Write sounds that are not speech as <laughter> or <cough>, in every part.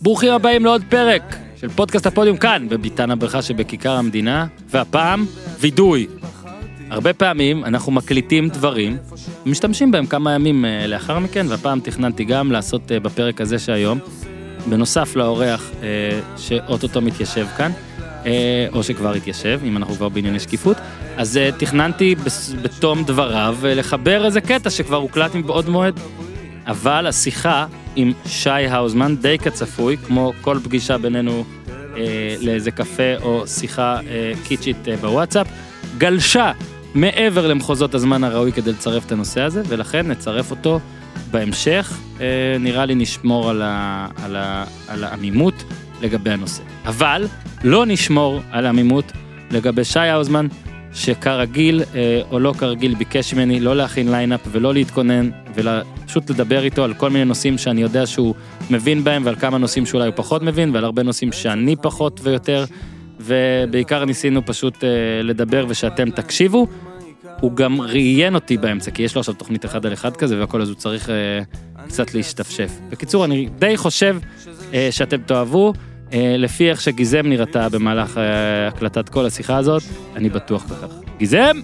ברוכים הבאים לעוד פרק של פודקאסט הפודיום כאן, בביתן הבריכה שבכיכר המדינה, והפעם, וידוי. הרבה פעמים אנחנו מקליטים דברים, משתמשים בהם כמה ימים אה, לאחר מכן, והפעם תכננתי גם לעשות אה, בפרק הזה שהיום, בנוסף לאורח אה, שאו-טו-טו מתיישב כאן, אה, או שכבר התיישב, אם אנחנו כבר בענייני שקיפות, אז אה, תכננתי בס- בתום דבריו אה, לחבר איזה קטע שכבר הוקלט מבעוד מועד. אבל השיחה עם שי האוזמן די כצפוי, כמו כל פגישה בינינו אה, לאיזה קפה או שיחה אה, קיצ'ית אה, בוואטסאפ, גלשה מעבר למחוזות הזמן הראוי כדי לצרף את הנושא הזה, ולכן נצרף אותו בהמשך. אה, נראה לי נשמור על, ה, על, ה, על העמימות לגבי הנושא. אבל לא נשמור על העמימות לגבי שי האוזמן, שכרגיל אה, או לא כרגיל ביקש ממני לא להכין ליינאפ ולא להתכונן ופשוט לדבר איתו על כל מיני נושאים שאני יודע שהוא מבין בהם ועל כמה נושאים שאולי הוא פחות מבין ועל הרבה נושאים שאני פחות ויותר ובעיקר ניסינו פשוט אה, לדבר ושאתם תקשיבו. הוא גם ראיין אותי באמצע כי יש לו עכשיו תוכנית אחד על אחד כזה והכל אז הוא צריך אה, קצת להשתפשף. בקיצור אני די חושב אה, שאתם תאהבו. אה, לפי איך שגיזם נראתה במהלך אה, הקלטת כל השיחה הזאת, אני בטוח בכך. גיזם?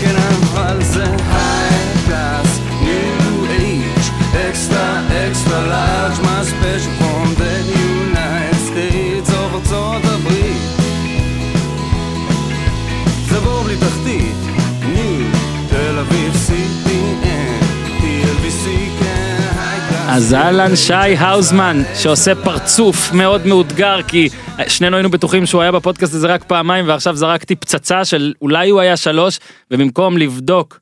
כן, אבל זה high class, new age, extra, extra large, my special from the United States of ארצות הברית. זה בור בלי תחתית, ניו, תל אביב, CPN, TLVC, כן, high class. אז אהלן שי האוזמן, שעושה פרצוף מאוד מאותגר, כי שנינו היינו בטוחים שהוא היה בפודקאסט הזה רק פעמיים, ועכשיו זרקתי פצצה של אולי הוא היה שלוש, ובמקום לבדוק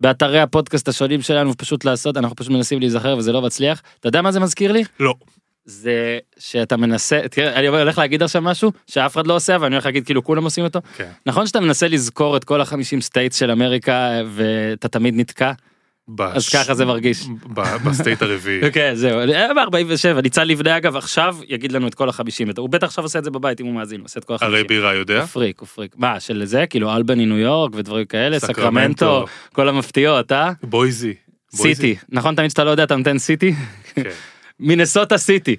באתרי הפודקאסט השונים שלנו, פשוט לעשות, אנחנו פשוט מנסים להיזכר וזה לא מצליח. אתה יודע מה זה מזכיר לי? לא. זה שאתה מנסה, תראה, אני הולך להגיד עכשיו משהו שאף אחד לא עושה, אבל אני הולך להגיד כאילו כולם עושים אותו. כן. נכון שאתה מנסה לזכור את כל החמישים סטייטס של אמריקה, ואתה תמיד נתקע? בש... אז ככה זה מרגיש. ב- <laughs> בסטייט הרביעי. כן, זהו, ב-47, ניצן לבני אגב עכשיו יגיד לנו את כל החמישים, הוא בטח עכשיו עושה את זה בבית אם הוא מאזין, הוא עושה את כל הרי החמישים. בירה יודע? הוא פריק, הוא פריק. מה, של זה, כאילו אלבני ניו יורק ודברים כאלה, סקרמנטו. סקרמנטו, כל המפתיעות, אה? בויזי. בויזי. סיטי, נכון תמיד שאתה לא יודע אתה נותן סיטי? <laughs> כן. מנסוטה סיטי,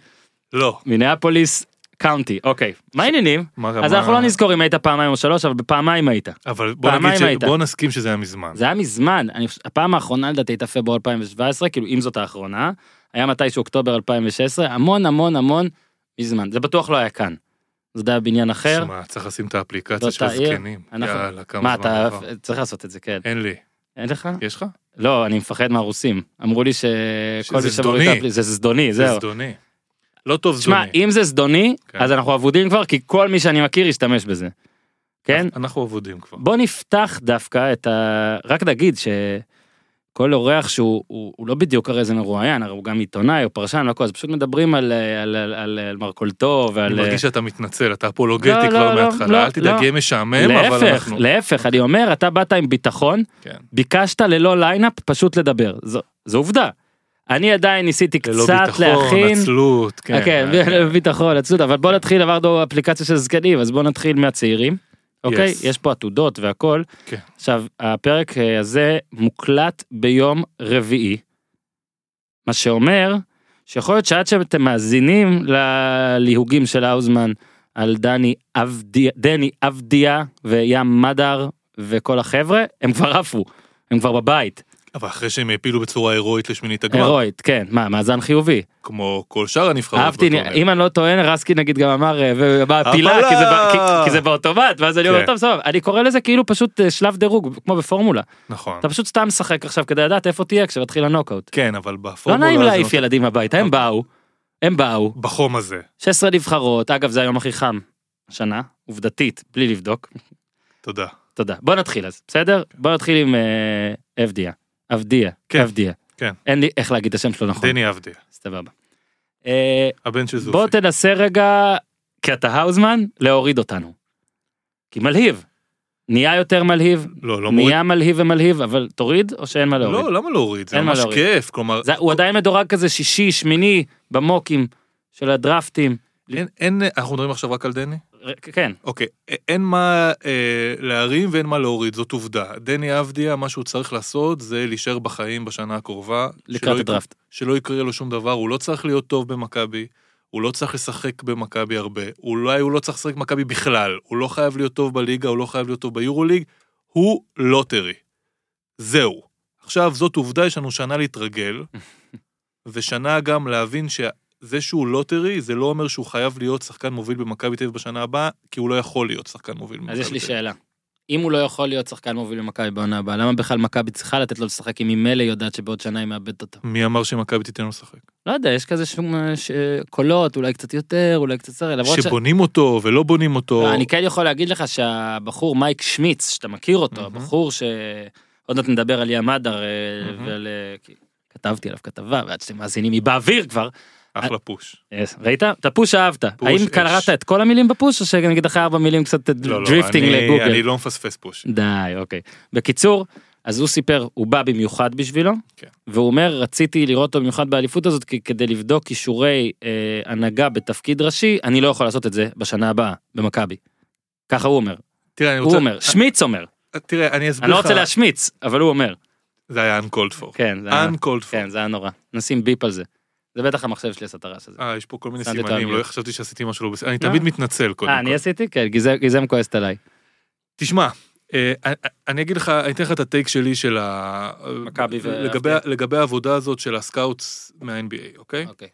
לא. מינאפוליס קאונטי, אוקיי. מה העניינים? מה- אז מה- אנחנו לא נזכור אם היית פעמיים או שלוש, אבל בפעמיים היית. אבל בוא פעמיים נגיד היית. ש... בוא נסכים שזה היה מזמן. זה היה מזמן, אני, חוש- הפעם האחרונה לדעתי הייתה פברואר 2017, כאילו אם זאת האחרונה, היה מתישהו אוקטובר 2016, המון המון המון מזמן, זה בטוח לא היה כאן. זה היה בניין אחר, שמע, צריך לשים את האפליקציה באותה של עיר. הזקנים. אנחנו- יאללה, מה כמה זמן לא אתה עבר. כן. צריך לעשות את זה, כן. אין לי. אין לך? יש לך? לא, אני מפחד מהרוסים, אמרו לי שכל מי שזה שמוריד את זדוני. האפלי- זה זדוני, זה זהו. זדוני. לא טוב תשמע, זדוני. אם זה זדוני, כן. אז אנחנו אבודים כבר, כי כל מי שאני מכיר ישתמש בזה. כן? אנחנו אבודים כבר. בוא נפתח דווקא את ה... רק נגיד שכל אורח שהוא הוא, הוא לא בדיוק הרי זה מרואיין, הרי הוא גם עיתונאי או פרשן, לא כל, אז פשוט מדברים על, אה, על, על, על, על מרכולתו ועל... אני מרגיש שאתה מתנצל, אתה אפולוגטי אה, לא, כבר לא, לא, לא, מההתחלה. אל תדאג, לא. יהיה משעמם, אבל להפך, אנחנו... להפך, אני אומר, אתה באת עם ביטחון, כן. ביקשת ללא ליינאפ פשוט לדבר, זו, זו עובדה. אני עדיין ניסיתי קצת ללא ביטחון, להכין... עצלות. כן, כן, ביטחון, עצלות, אבל בוא נתחיל, עברנו אפליקציה של זקנים, אז בוא נתחיל מהצעירים. אוקיי? Yes. יש פה עתודות והכל. כן. עכשיו, הפרק אה, הזה מוקלט ביום רביעי, מה שאומר שיכול להיות שעד שאתם מאזינים לליהוגים של האוזמן על דני אבדיה, דני אבדיה וים מדר וכל החבר'ה, הם כבר עפו, הם כבר בבית, אבל אחרי שהם העפילו בצורה הירואית לשמינית הגמר, הירואית, כן, מה, מאזן חיובי. כמו כל שאר הנבחרות. אהבתי, בטורניר. אם אני לא טוען, רסקי נגיד גם אמר, אה, ובא הפילה, הפלה! כי זה בא- כי- כי זה באוטומט, ואז אני אומר, לא! כן. טוב, סבבה, אני קורא לזה כאילו פשוט אה, שלב דירוג, כמו בפורמולה. נכון. אתה פשוט סתם משחק עכשיו כדי לדעת איפה תהיה כשמתחיל הנוקאוט. כן, אבל לא בפורמולה נעים הזאת- להעיף ילדים הביתה, אוקיי. הם באו, הם באו, בחום הזה. 16 נבחרות, אגב זה היום הכי חם, השנה, עובדתית, בלי לבדוק, תודה. תודה. בוא נתחיל אז, בסדר? בוא נתחיל עם אה, אבדיה, אבדיה, כן, אבדיה. כן. אין לי איך להגיד את השם שלו נכון, דני עבדיה, סבבה. אה, הבן של זופי. בוא תנסה רגע, כי אתה האוזמן, להוריד אותנו. כי מלהיב. נהיה יותר מלהיב, לא, לא מוריד. נהיה מלהיב ומלהיב, אבל תוריד או שאין מה להוריד? לא, למה להוריד? זה אין מה ממש להוריד. כיף. כלומר, זה, הוא עדיין מדורג כזה שישי, שמיני, במוקים של הדרפטים. אין- אין, אנחנו מדברים עכשיו רק על דני? ר- כן, אוקיי, א- אין מה אה, להרים ואין מה להוריד, זאת עובדה. דני עבדיה, מה שהוא צריך לעשות זה להישאר בחיים בשנה הקרובה. שלא לקראת יקרה- הדראפט. שלא יקרה לו שום דבר, הוא לא צריך להיות טוב במכבי, הוא לא צריך לשחק במכבי הרבה, אולי הוא לא צריך לשחק במכבי בכלל, הוא לא חייב להיות טוב בליגה, הוא לא חייב להיות טוב ביורוליג, הוא לוטרי. זהו. עכשיו, זאת עובדה, יש לנו <laughs> שנה להתרגל, ושנה גם להבין שזה שהוא לוטרי, זה לא אומר שהוא חייב להיות שחקן מוביל במכבי תל אביב בשנה הבאה, כי הוא לא יכול להיות שחקן מוביל במכבי אז תל יש לי אביב. שאלה. אם הוא לא יכול להיות שחקן מוביל במכבי בעונה הבאה, למה בכלל מכבי צריכה לתת לו לשחק אם ממילא היא יודעת שבעוד שנה היא מאבדת אותו? מי אמר שמכבי תיתן לו לשחק? לא יודע, יש כזה שום אה, ש... קולות, אולי קצת יותר, אולי קצת יותר, למרות ש... שבונים אותו ולא בונים אותו. לא, אני כן יכול להגיד לך שהבחור מייק שמיץ, שאתה מכיר אותו, מהמם. הבחור ש... עוד מעט נדבר על ים הדר, אה, מהמם. ועל... אה, כי כתבתי עליו כתבה, ועד שאתם מאזינים, היא באוויר כבר. אחלה פוש. אה, ראית? את הפוש אהבת. פוש, האם אש. קראת את כל המילים בפוש, או שנגיד אחרי ארבע מילים קצת לא, לא, דריפטינג אני- לגוגל? אני לא מפספס פוש. די, אוקיי. בקיצור, אז הוא סיפר, הוא בא במיוחד בשבילו, כן. והוא אומר, רציתי לראות אותו במיוחד באליפות הזאת, כי כדי לבדוק כישורי אה, הנהגה בתפקיד ראשי, אני לא יכול לעשות את זה בשנה הבאה, במכבי. ככה הוא אומר, תראה, אני הוא רוצה... אה, אומר, שמיץ אומר, תראה, אני אסביר לך... אני לא רוצה להשמיץ, אבל הוא אומר, זה היה uncalled for. כן, זה היה- uncalled for. כן, זה היה נורא, נשים ביפ על זה. זה בטח המחשב שלי עשה את הרעש הזה. אה, יש פה כל מיני שמתי אותו סימנים, על לא חשבתי שעשיתי משהו לא בסדר. אני לא. תמיד מתנצל קודם אה, כל. אני עשיתי? כן, גיזם- גיזם כועסת עליי. תשמע, אה, אה, אני אגיד לך, אני אתן לך את הטייק שלי של ה... מכבי ו- לגבי- לגבי העבודה הזאת של הסקאוטס מה-NBA, אוקיי? אוקיי.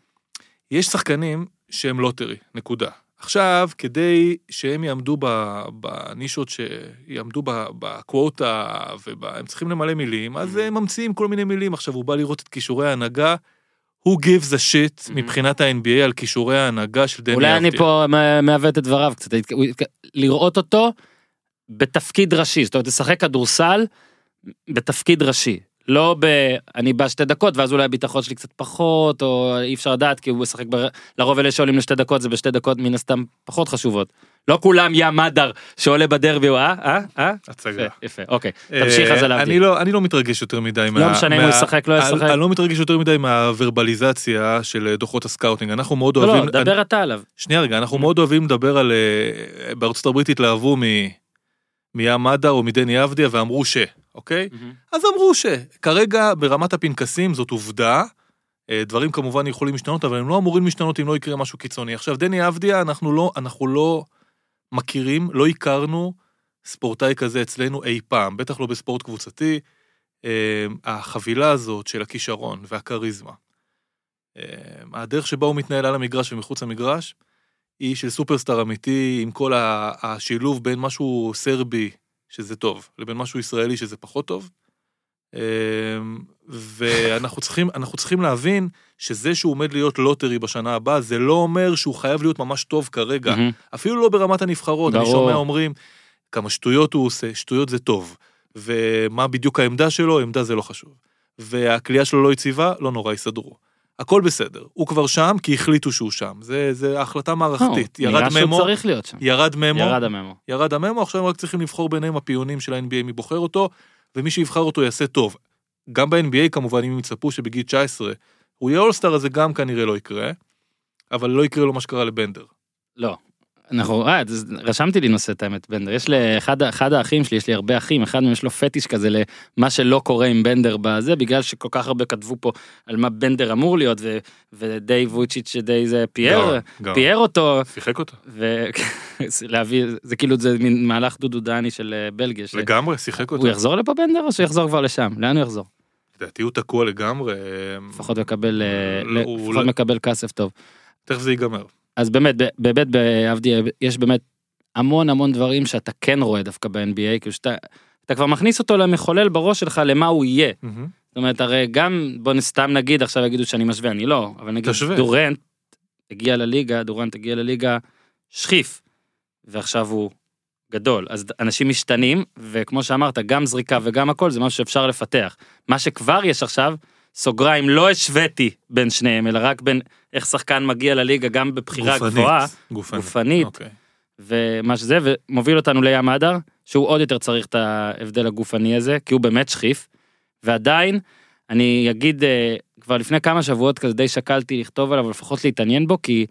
יש שחקנים שהם לוטרי, נקודה. עכשיו, כדי שהם יעמדו ב- בנישות, שיעמדו ב- בקווטה, והם צריכים למלא מילים, אז Mm-hmm. הם ממציאים כל מיני מילים. עכשיו, הוא בא לראות את כישורי ההנהגה, who gives a shit Mhm. מבחינת ה-NBA על כישורי ההנהגה של דני אולי אני אבדיה. פה מ- מעוות את דבריו קצת, התק- הוא התק- לראות אותו בתפקיד ראשי, זאת אומרת לשחק כדורסל בתפקיד ראשי, לא ב... אני בא שתי דקות ואז אולי הביטחון שלי קצת פחות, או אי אפשר לדעת כי הוא משחק בר... לרוב אלה שעולים לשתי דקות זה בשתי דקות מן הסתם פחות חשובות. לא כולם ים הדר שעולה בדרבי הוא אה? אה? אה? הצגה. יפה, יפה, אוקיי, תמשיך אז אה, עליו. אני לא, אני לא מתרגש יותר מדי מה... לא משנה אם הוא מה- ישחק, לא ישחק. אני, אני לא מתרגש יותר מדי מהוורבליזציה של אה, דוחות הסקאוטינג. אנחנו מאוד לא, אוהבים... לא, דבר אני, אתה עליו. שנייה רגע, אנחנו מאוד אוהבים לדבר על... אה, בארצות הברית התלהבו מ... מים מדה או מדני אבדיה ואמרו ש... אוקיי? אז אמרו ש... כרגע ברמת הפנקסים זאת עובדה. אה, דברים כמובן יכולים להשתנות, אבל הם לא אמורים להשתנות אם לא יקרה משהו קיצוני. עכשיו, דני אבדיה, אנחנו לא, אנחנו לא מכירים, לא הכרנו ספורטאי כזה אצלנו אי פעם, בטח לא בספורט קבוצתי. אה, החבילה הזאת של הכישרון והכריזמה, אה, הדרך שבה הוא מתנהל על המגרש ומחוץ למגרש, היא של סופרסטאר אמיתי, עם כל ה- השילוב בין משהו סרבי, שזה טוב, לבין משהו ישראלי, שזה פחות טוב. אה, ואנחנו צריכים, אנחנו צריכים להבין שזה שהוא עומד להיות לוטרי בשנה הבאה, זה לא אומר שהוא חייב להיות ממש טוב כרגע. מהמם. אפילו לא ברמת הנבחרות, אני ברור. שומע אומרים כמה שטויות הוא עושה, שטויות זה טוב. ומה בדיוק העמדה שלו, עמדה זה לא חשוב. והכלייה שלו לא יציבה, לא נורא, יסדרו. הכל בסדר, הוא כבר שם כי החליטו שהוא שם, זה, זה החלטה מערכתית. לא, ירד נראה שהוא ממו, צריך להיות שם. ירד ממו, ירד הממו. ירד הממו, עכשיו הם רק צריכים לבחור ביניהם הפיונים של ה-NBA מי בוחר אותו, ומי שיבחר אותו יעשה טוב. גם ב-NBA כמובן, אם יצפו שבגיל 19 הוא יהיה אולסטאר, אז זה גם כנראה לא יקרה, אבל לא יקרה לו מה שקרה לבנדר. לא. אנחנו, אה, אז רשמתי לי נושא את האמת, בנדר. יש לאחד אחד האחים שלי, יש לי הרבה אחים, אחד מהם יש לו פטיש כזה למה שלא קורה עם בנדר בזה, בגלל שכל כך הרבה כתבו פה על מה בנדר אמור להיות, ו, ודי וויצ'יץ' די זה פיאר, גאון, גאון. פיאר אותו, שיחק אותה. <laughs> ולהביא, זה כאילו זה מין מהלך דודו דני של אה, בלגיה. ש- לגמרי, שיחק אותה. הוא יחזור לפה בנדר או שהוא יחזור כבר לשם? לאן הוא יחזור? לדעתי הוא תקוע לגמרי, אמ, לפחות מקבל, אה, לא, הוא לפחות לא- מקבל כסף טוב. תכף זה ייגמר. אז באמת, ב- באמת בעבדיה יש באמת המון המון דברים שאתה כן רואה דווקא ב-NBA, כאילו שאתה אתה כבר מכניס אותו למחולל בראש שלך למה הוא יהיה. זאת אומרת, הרי גם, בוא סתם נגיד, עכשיו יגידו שאני משווה, אני לא, אבל נגיד תשווה. דורנט הגיע לליגה, דורנט הגיע לליגה שכיף, ועכשיו הוא גדול. אז אנשים משתנים, וכמו שאמרת, גם זריקה וגם הכל זה משהו שאפשר לפתח. מה שכבר יש עכשיו, סוגריים, לא השוויתי בין שניהם, אלא רק בין איך שחקן מגיע לליגה, גם בבחירה גופנית, גבוהה. גופנית. גופנית. אוקיי. ומה שזה, ומוביל אותנו לים הדר, שהוא עוד יותר צריך את ההבדל הגופני הזה, כי הוא באמת שכיף. ועדיין, אני אגיד, אה, כבר לפני כמה שבועות כזה די שקלתי לכתוב עליו, או לפחות להתעניין בו, כי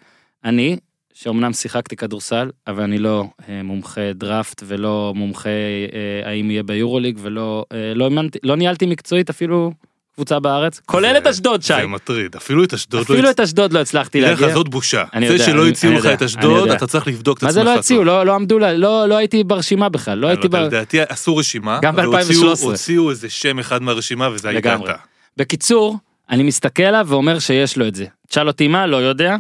אני, שאומנם שיחקתי כדורסל, אבל אני לא אה, מומחה דראפט, ולא מומחה אה, האם יהיה ביורוליג, ולא אה, לא, האמנתי, לא ניהלתי מקצועית אפילו קבוצה בארץ, כולל את אשדוד, שי. זה מטריד, אפילו את אשדוד לא אפילו את אשדוד לא הצלחתי תדע להגיע. לך, זאת בושה. אני זה יודע, שלא אני- הציעו אני לך יודע, את אני אשדוד, יודע. אתה צריך לבדוק את מה עצמך. זה לא טוב. הציעו? לא לא עמדו, ל- לא לא הייתי ברשימה בכלל, לא אני הייתי לא יודע, ב... לדעתי עשו רשימה, גם אבל ב-2013. הוציאו- הוציאו איזה שם אחד מהרשימה וזה היית לגמרי. אתה. בקיצור, אני מסתכל עליו ואומר שיש לו את זה. תשאל אותי מה, לא יודע.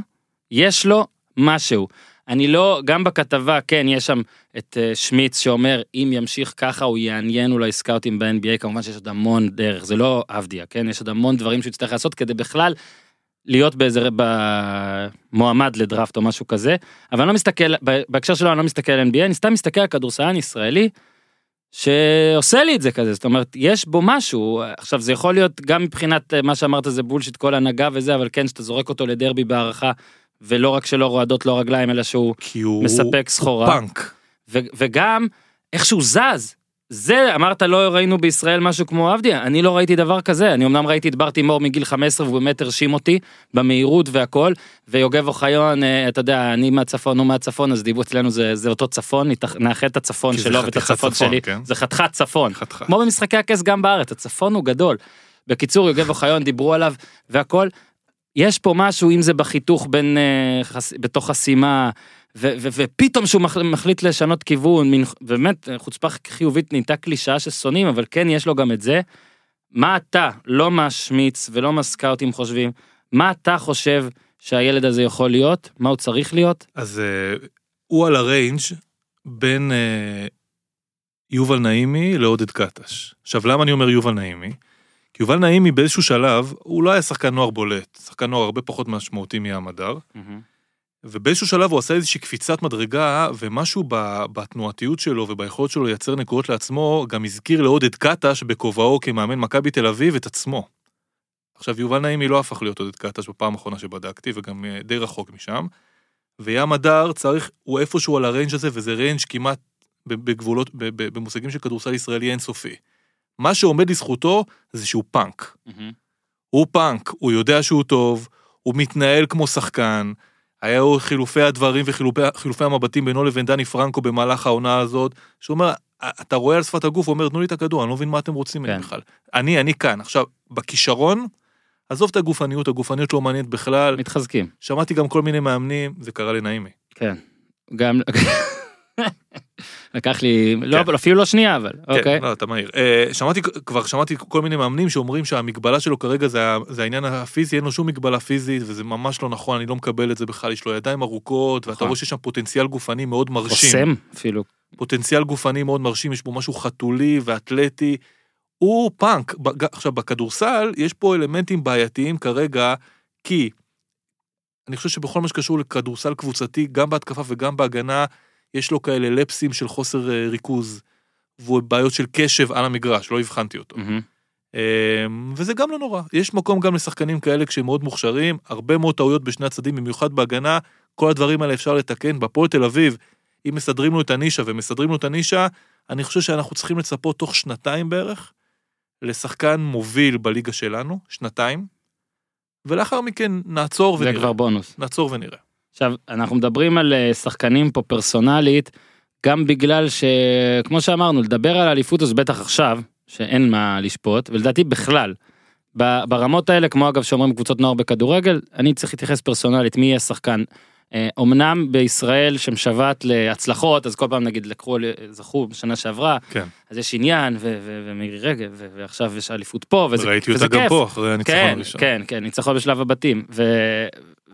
יש לו משהו. אני לא, גם בכתבה, כן, יש שם את אה, שמיץ שאומר, אם ימשיך ככה הוא יעניין אולי סקאוטים ב-NBA, כמובן שיש עוד המון דרך, זה לא עבדיה, כן? יש עוד המון דברים שהוא יצטרך לעשות כדי בכלל להיות באיזה, ב- מועמד לדראפט או משהו כזה, אבל אני לא מסתכל, ב- בהקשר שלו אני לא מסתכל על NBA, אני סתם מסתכל על כדורסלן ישראלי, שעושה לי את זה כזה, זאת אומרת, יש בו משהו, עכשיו זה יכול להיות גם מבחינת אה, מה שאמרת זה בולשיט, כל הנהגה וזה, אבל כן, שאתה זורק אותו לדרבי בהערכה, ולא רק שלא רועדות לו רגליים, אלא שהוא כי הוא מספק סחורה, נכון, פאנק. ו- וגם איך שהוא זז. זה, אמרת, לא ראינו בישראל משהו כמו עבדיה, אני לא ראיתי דבר כזה, אני אמנם ראיתי את בר תימור מגיל 15 והוא באמת הרשים אותי, במהירות והכל, ויוגב אוחיון, אה, אתה יודע, אני מהצפון, הוא מהצפון, אז דיברו אצלנו זה, זה אותו צפון, נתח- נאחד את הצפון כי זה שלו ואת חתיכת הצפון צפון, שלי, כן. זה חתיכת צפון. חתיכה. כמו במשחקי הכס גם בארץ, הצפון הוא גדול. בקיצור, יוגב אוחיון דיברו עליו והכל. יש פה משהו, אם זה בחיתוך בין, אה, חס, בתוך חסימה, ו, ו, ופתאום שהוא מח, מחליט לשנות כיוון, מין, באמת, אה, חוצפה חיובית נהייתה קלישאה ששונאים, אבל כן, יש לו גם את זה. מה אתה, לא מה שמיץ ולא מה סקאוטים חושבים, מה אתה חושב שהילד הזה יכול להיות? מה הוא צריך להיות? אז אה, הוא על הריינג' בין אה, יובל נעימי לעודד קטש. עכשיו, למה אני אומר יובל נעימי? כי יובל נעימי באיזשהו שלב, הוא לא היה שחקן נוער בולט, שחקן נוער הרבה פחות משמעותי מהמדר, ובאיזשהו שלב הוא עשה איזושהי קפיצת מדרגה, ומשהו ב, בתנועתיות שלו וביכולת שלו לייצר נקודות לעצמו, גם הזכיר לעודד קטש בכובעו כמאמן מכבי תל אביב את עצמו. עכשיו, יובל נעימי לא הפך להיות עודד קטש בפעם האחרונה שבדקתי, וגם אה, די רחוק משם. וים הדר צריך, הוא איפשהו על הריינג' הזה, וזה ריינג' כמעט בגבולות, ב- ב- במושגים של כדורסל ישראלי אינסופי. מה שעומד לזכותו זה שהוא פאנק. הוא פאנק, הוא יודע שהוא טוב, הוא מתנהל כמו שחקן. היו חילופי הדברים וחילופי המבטים בינו לבין דני פרנקו במהלך העונה הזאת, שהוא אומר, אתה רואה על שפת הגוף, הוא אומר, תנו לי את הכדור, אני לא מבין מה אתם רוצים ממני כן. בכלל. אני, אני כאן. עכשיו, בכישרון, עזוב את הגופניות, הגופניות לא מעניינת בכלל. מתחזקים. שמעתי גם כל מיני מאמנים, זה קרה לנעימי. כן. גם... לקח לי, לא, אבל אפילו לא שנייה, אבל, כן, אוקיי. לא, אתה מהיר. אה, שמעתי, כבר שמעתי כל מיני מאמנים שאומרים שהמגבלה שלו כרגע זה, ה- זה העניין הפיזי, אין לו שום מגבלה פיזית, וזה ממש לא נכון, אני לא מקבל את זה בכלל, יש לו ידיים ארוכות, ואתה נכון. רואה שיש שם פוטנציאל גופני מאוד מרשים. קוסם אפילו. פוטנציאל גופני מאוד מרשים, יש בו משהו חתולי ואתלטי. הוא פאנק. בג- עכשיו, בכדורסל יש פה אלמנטים בעייתיים כרגע, כי אני חושב שבכל מה שקשור לכדורסל קבוצתי, גם בהתקפה וגם בהגנה, יש לו כאלה לפסים של חוסר אה, ריכוז ובעיות של קשב על המגרש, לא הבחנתי אותו. מהמם. אמ, וזה גם לא נורא. יש מקום גם לשחקנים כאלה כשהם מאוד מוכשרים, הרבה מאוד טעויות בשני הצדדים, במיוחד בהגנה, כל הדברים האלה אפשר לתקן. בהפועל תל אביב, אם מסדרים לו את הנישה ומסדרים לו את הנישה, אני חושב שאנחנו צריכים לצפות תוך שנתיים בערך לשחקן מוביל בליגה שלנו, שנתיים, ולאחר מכן נעצור זה ונראה. כבר בונוס. נעצור ונראה. עכשיו, אנחנו מדברים על אה, שחקנים פה פרסונלית, גם בגלל שכמו שאמרנו, לדבר על אליפות אז בטח עכשיו, שאין מה לשפוט, ולדעתי בכלל, ב- ברמות האלה, כמו אגב שאומרים קבוצות נוער בכדורגל, אני צריך להתייחס פרסונלית, מי יהיה שחקן. אה, אומנם בישראל שמשוועת להצלחות, אז כל פעם נגיד לקחו, אה, זכו בשנה שעברה, כן. אז יש עניין, ו- ו- ומירי רגב, ו- ועכשיו יש אליפות פה, וזה ראיתי וזה אותה גם כיף. פה אחרי הניצחון כן, הראשון. כן, כן, ניצחון בשלב הבתים. ו...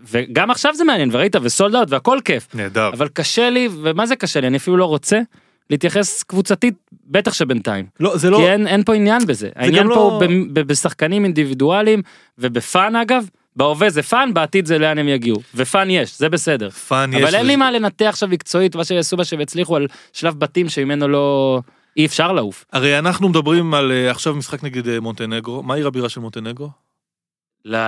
וגם עכשיו זה מעניין, וראית, וסולד אאוט, והכל כיף. נהדר. אבל קשה לי, ומה זה קשה לי? אני אפילו לא רוצה להתייחס קבוצתית, בטח שבינתיים. לא, זה לא. לא... כי אין, אין פה עניין בזה. העניין גם פה לא- הוא במ- ב- בשחקנים אינדיבידואליים, ובפאן אגב, בהווה זה פאן, בעתיד זה לאן הם יגיעו. ופאן יש, זה בסדר. פאן יש. אבל אין וזה- לי מה לנתח עכשיו מקצועית מה שיעשו בה שהם הצליחו על שלב בתים שממנו לא... אי אפשר לעוף. הרי אנחנו מדברים על אה, עכשיו משחק נגד אה, מונטנגרו. מה עיר הבירה של מונטנגרו? לא.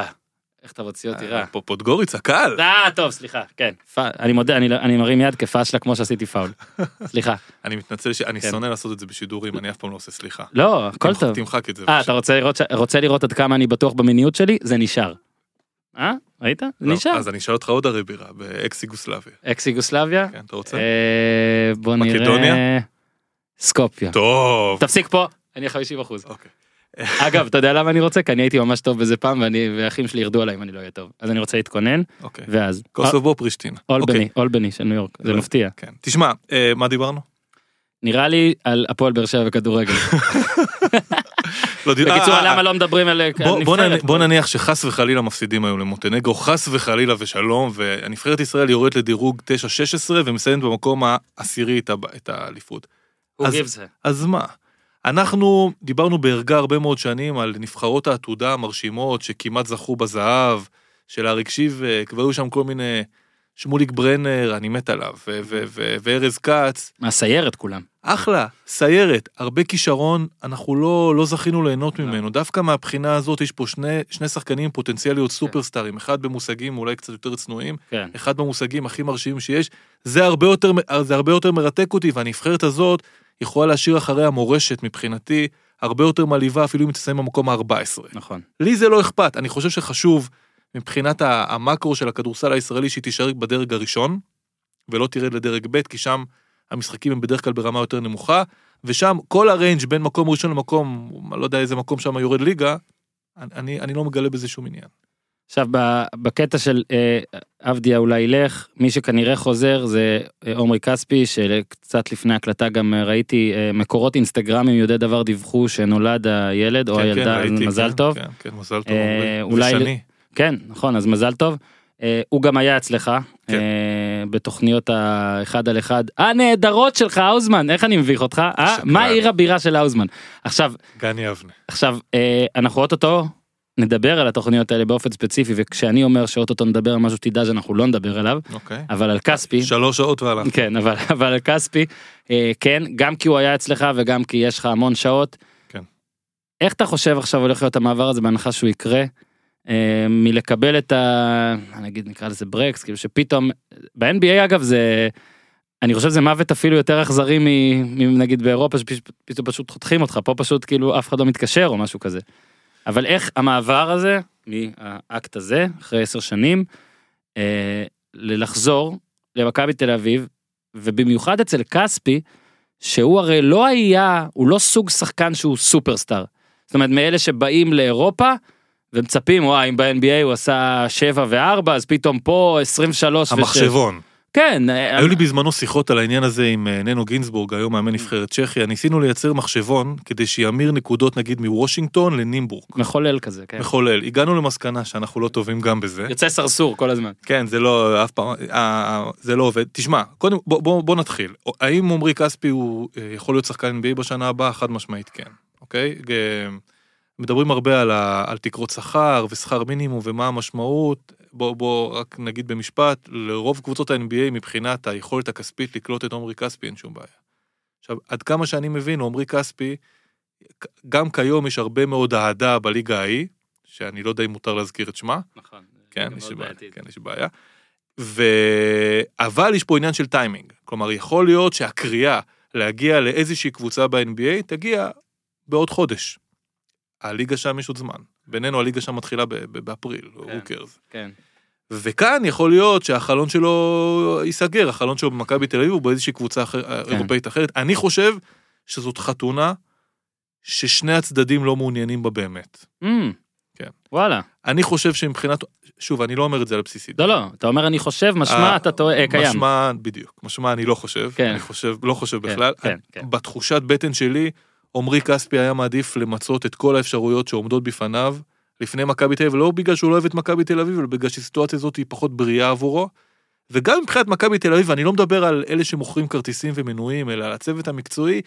איך אתה מוציא אותי רע. פה פודגוריצה, קל. אה, טוב, סליחה, כן. פ- אני מודה, אני לא- אני מרים יד כפאשלה כמו שעשיתי פאול. סליחה. אני מתנצל שאני כן. שונא לעשות את זה בשידורים, אני אף פעם לא עושה סליחה. לא, הכל תמח- טוב. תמחק את זה. אה, בבקשה. אתה רוצה לראות ש- רוצה לראות עד כמה אני בטוח במיניות שלי? זה נשאר. אה? ראית? זה לא, נשאר. אז אני אשאל אותך עוד הרי בירה, באקס יוגוסלביה. אקס יוגוסלביה? כן, אתה רוצה? אה, בוא נראה... מקדוניה? סקופיה. טוב. תפסיק פה, אני 50 אחוז. אוקיי. אגב, אתה יודע למה אני רוצה? כי אני הייתי ממש טוב בזה פעם, ואני- והאחים שלי ירדו עליי אם אני לא אהיה טוב. אז אני רוצה להתכונן, אוקיי. ואז... אה, קוסובו פרישטינה. אולבני, אוקיי, אולבני של ניו יורק, זה הבנתי. מפתיע. כן. תשמע, אה, מה דיברנו? נראה לי על הפועל באר שבע וכדורגל. לא דיברנו. בקיצור, למה לא מדברים על על בוא- בוא נבחרת? נ- בוא נניח שחס וחלילה מפסידים היום למונטנגו, חס וחלילה ושלום, והנבחרת ישראל יורדת לדירוג 9-16 ומסיימת במקום העשירי את ה- את האליפות. Who אז- gives a- אז מה? אנחנו דיברנו בערגה הרבה מאוד שנים על נבחרות העתודה המרשימות שכמעט זכו בזהב, של אריק שיבק, והיו שם כל מיני... שמוליק ברנר, אני מת עליו, ו- ו- ו- וארז כץ, מהסיירת כולם. אחלה, סיירת, הרבה כישרון, אנחנו לא, לא זכינו ליהנות ממנו. דווקא מהבחינה הזאת יש פה שני, שני שחקנים עם פוטנציאליות סופרסטארים, אחד במושגים אולי קצת יותר צנועים, כן. אחד במושגים הכי מרשימים שיש, זה הרבה יותר, זה הרבה יותר מרתק אותי, והנבחרת הזאת יכולה להשאיר אחריה מורשת מבחינתי, הרבה יותר מעליבה אפילו אם היא תסיים במקום ה-14. נכון. לי זה לא אכפת, אני חושב שחשוב מבחינת ה- המקרו של הכדורסל הישראלי שהיא תישאר בדרג הראשון, ולא תרד לדרג ב', כי שם המשחקים הם בדרך כלל ברמה יותר נמוכה, ושם כל הריינג' בין מקום ראשון למקום, לא יודע איזה מקום שם יורד ליגה, אני- אני, אני לא מגלה בזה שום עניין. עכשיו ב- בקטע של אה, עבדיה אולי ילך, מי שכנראה חוזר זה אה, עומרי כספי, שקצת לפני הקלטה גם אה, ראיתי אה, מקורות אינסטגרמים יודעי דבר דיווחו שנולד הילד או כן, כן, הילדה, אז ראיתי, לא, מזל כן, טוב. כן, כן, מזל טוב. אה, אומרים. אולי- ושני. כן, נכון, אז מזל טוב. אה, הוא גם היה אצלך, כן. אה, בתוכניות האחד על אחד הנהדרות שלך, האוזמן, איך אני מביך אותך? אה? שקרן. מה עיר הבירה של האוזמן? עכשיו, גני אבנה. עכשיו, אה, אנחנו אוטוטו נדבר על התוכניות האלה באופן ספציפי, וכשאני אומר שאוטוטו נדבר על משהו, תדע שאנחנו לא נדבר עליו, אוקיי. אבל על כספי, שלוש שעות והלך. כן, אבל, <laughs> אבל על כספי, אה, כן, גם כי הוא היה אצלך וגם כי יש לך המון שעות. כן. איך אתה חושב עכשיו הולך להיות המעבר הזה בהנחה שהוא יקרה? אה, מלקבל את ה... נגיד נקרא לזה ברקס, כאילו שפתאום... ב-NBA אגב זה... אני חושב שזה מוות אפילו יותר אכזרי מ- מנגיד באירופה שפתאום פשוט חותכים אותך, פה פשוט כאילו אף אחד לא מתקשר או משהו כזה. אבל איך המעבר הזה, מהאקט הזה, אחרי עשר שנים, אה, לחזור למכבי תל אביב, ובמיוחד אצל כספי, שהוא הרי לא היה, הוא לא סוג שחקן שהוא סופרסטאר. זאת אומרת, מאלה שבאים לאירופה ומצפים, וואי, אם ב-NBA הוא עשה 7 ו-4, אז פתאום פה 23 ו-6. המחשבון. כן, אה, היו לי בזמנו שיחות על העניין הזה עם אה, ננו גינזבורג, היום מאמן נבחרת צ'כיה, ניסינו לייצר מחשבון כדי שימיר נקודות נגיד מוושינגטון לנימבורג. מחולל כזה, כן. מחולל. הגענו למסקנה שאנחנו לא טובים גם בזה. יוצא סרסור כל הזמן. כן, זה לא, אף פעם, אה, אה, זה לא עובד. תשמע, קודם, בוא, בוא, בוא נתחיל. האם עמרי כספי הוא אה, יכול להיות שחקן NBA בשנה הבאה? חד משמעית כן, אוקיי? אה, מדברים הרבה על, ה, על תקרות שכר ושכר מינימום ומה המשמעות. בוא, בוא רק נגיד במשפט, לרוב קבוצות ה-NBA מבחינת היכולת הכספית לקלוט את עמרי כספי אין שום בעיה. עכשיו, עד כמה שאני מבין, עמרי כספי, גם כיום יש הרבה מאוד אהדה בליגה ההיא, שאני לא יודע אם מותר להזכיר את שמה. נכון. כן, יש בעיה, כן, יש בעיה. ו... אבל יש פה עניין של טיימינג. כלומר, יכול להיות שהקריאה להגיע לאיזושהי קבוצה ב-NBA תגיע בעוד חודש. הליגה שם יש עוד זמן. בינינו, הליגה שם מתחילה ב- ב- באפריל, רוקרס. כן. וכאן יכול להיות שהחלון שלו ייסגר, החלון שלו במכבי תל אביב או באיזושהי קבוצה אחר, כן. אירופאית אחרת. אני חושב שזאת חתונה ששני הצדדים לא מעוניינים בה באמת. אמ, כן. וואלה. אני חושב שמבחינת, שוב, אני לא אומר את זה על בסיס לא, לא, אתה אומר אני חושב, משמע אה, אתה טועה, אה, קיים. משמע, בדיוק. משמע אני לא חושב. כן. אני חושב, לא חושב כן, בכלל. כן, כן. בתחושת בטן שלי, עמרי כספי היה מעדיף למצות את כל האפשרויות שעומדות בפניו לפני מכבי תל אביב, לא בגלל שהוא לא אוהב את מכבי תל אביב, אלא בגלל שהסיטואציה הזאת היא פחות בריאה עבורו. וגם מבחינת מכבי תל אביב, אני לא מדבר על אלה שמוכרים כרטיסים ומנויים, אלא על הצוות המקצועי,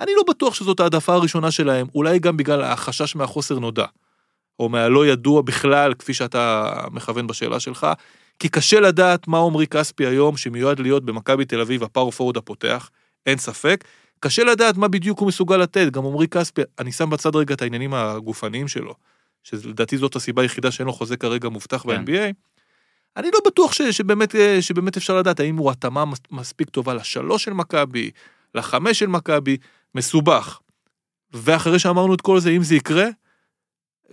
אני לא בטוח שזאת העדפה הראשונה שלהם, אולי גם בגלל החשש מהחוסר נודע, או מהלא ידוע בכלל, כפי שאתה מכוון בשאלה שלך, כי קשה לדעת מה עמרי כספי היום, שמיועד להיות במכבי תל אביב הפאור פורד הפותח, אין ספק. קשה לדעת מה בדיוק הוא מסוגל לתת, גם עמרי כספי, אני שם בצד רגע את העניינים הגופניים שלו, שלדעתי זאת הסיבה היחידה שאין לו חוזה כרגע מובטח כן. ב-NBA. אני לא בטוח ש, שבאמת, אה, שבאמת אפשר לדעת האם הוא התאמה מס- מספיק טובה לשלוש של מכבי, לחמש של מכבי, מסובך. ואחרי שאמרנו את כל זה, אם זה יקרה,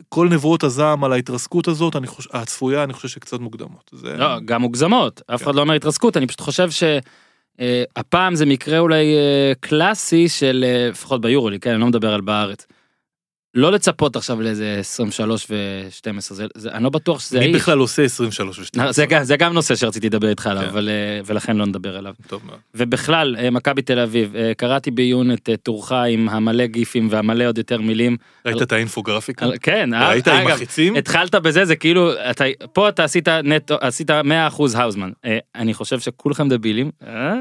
כל נבואות הזעם על ההתרסקות הזאת, אני חוש... הצפויה, אני חושב שקצת מוקדמות. זה... לא, גם מוגזמות, אף אה. כן. אחד לא אומר התרסקות, אני פשוט חושב שהפעם אה, זה מקרה אולי אה, קלאסי של, אה, לפחות ביורולי, כן, אני לא מדבר על בארץ. לא לצפות עכשיו לאיזה 23 ו-12, זה, זה, אני לא בטוח שזה מי האיש. אה, בכלל עושה 23 ו-12? זה, גם- זה גם נושא שרציתי לדבר איתך עליו, כן. אבל, אה, ולכן לא נדבר עליו. טוב מאוד. ובכלל, אה, מכבי תל אביב, אה, קראתי בעיון את אה, טורך עם המלא גיפים והמלא עוד יותר מילים. ראית את האינפוגרפיקה? על- כן, אה, ראית עם החיצים? התחלת בזה, זה כאילו, אתה, פה אתה עשית נטו, עשית 100% האוזמן. אה, אני חושב שכולכם דבילים. אה?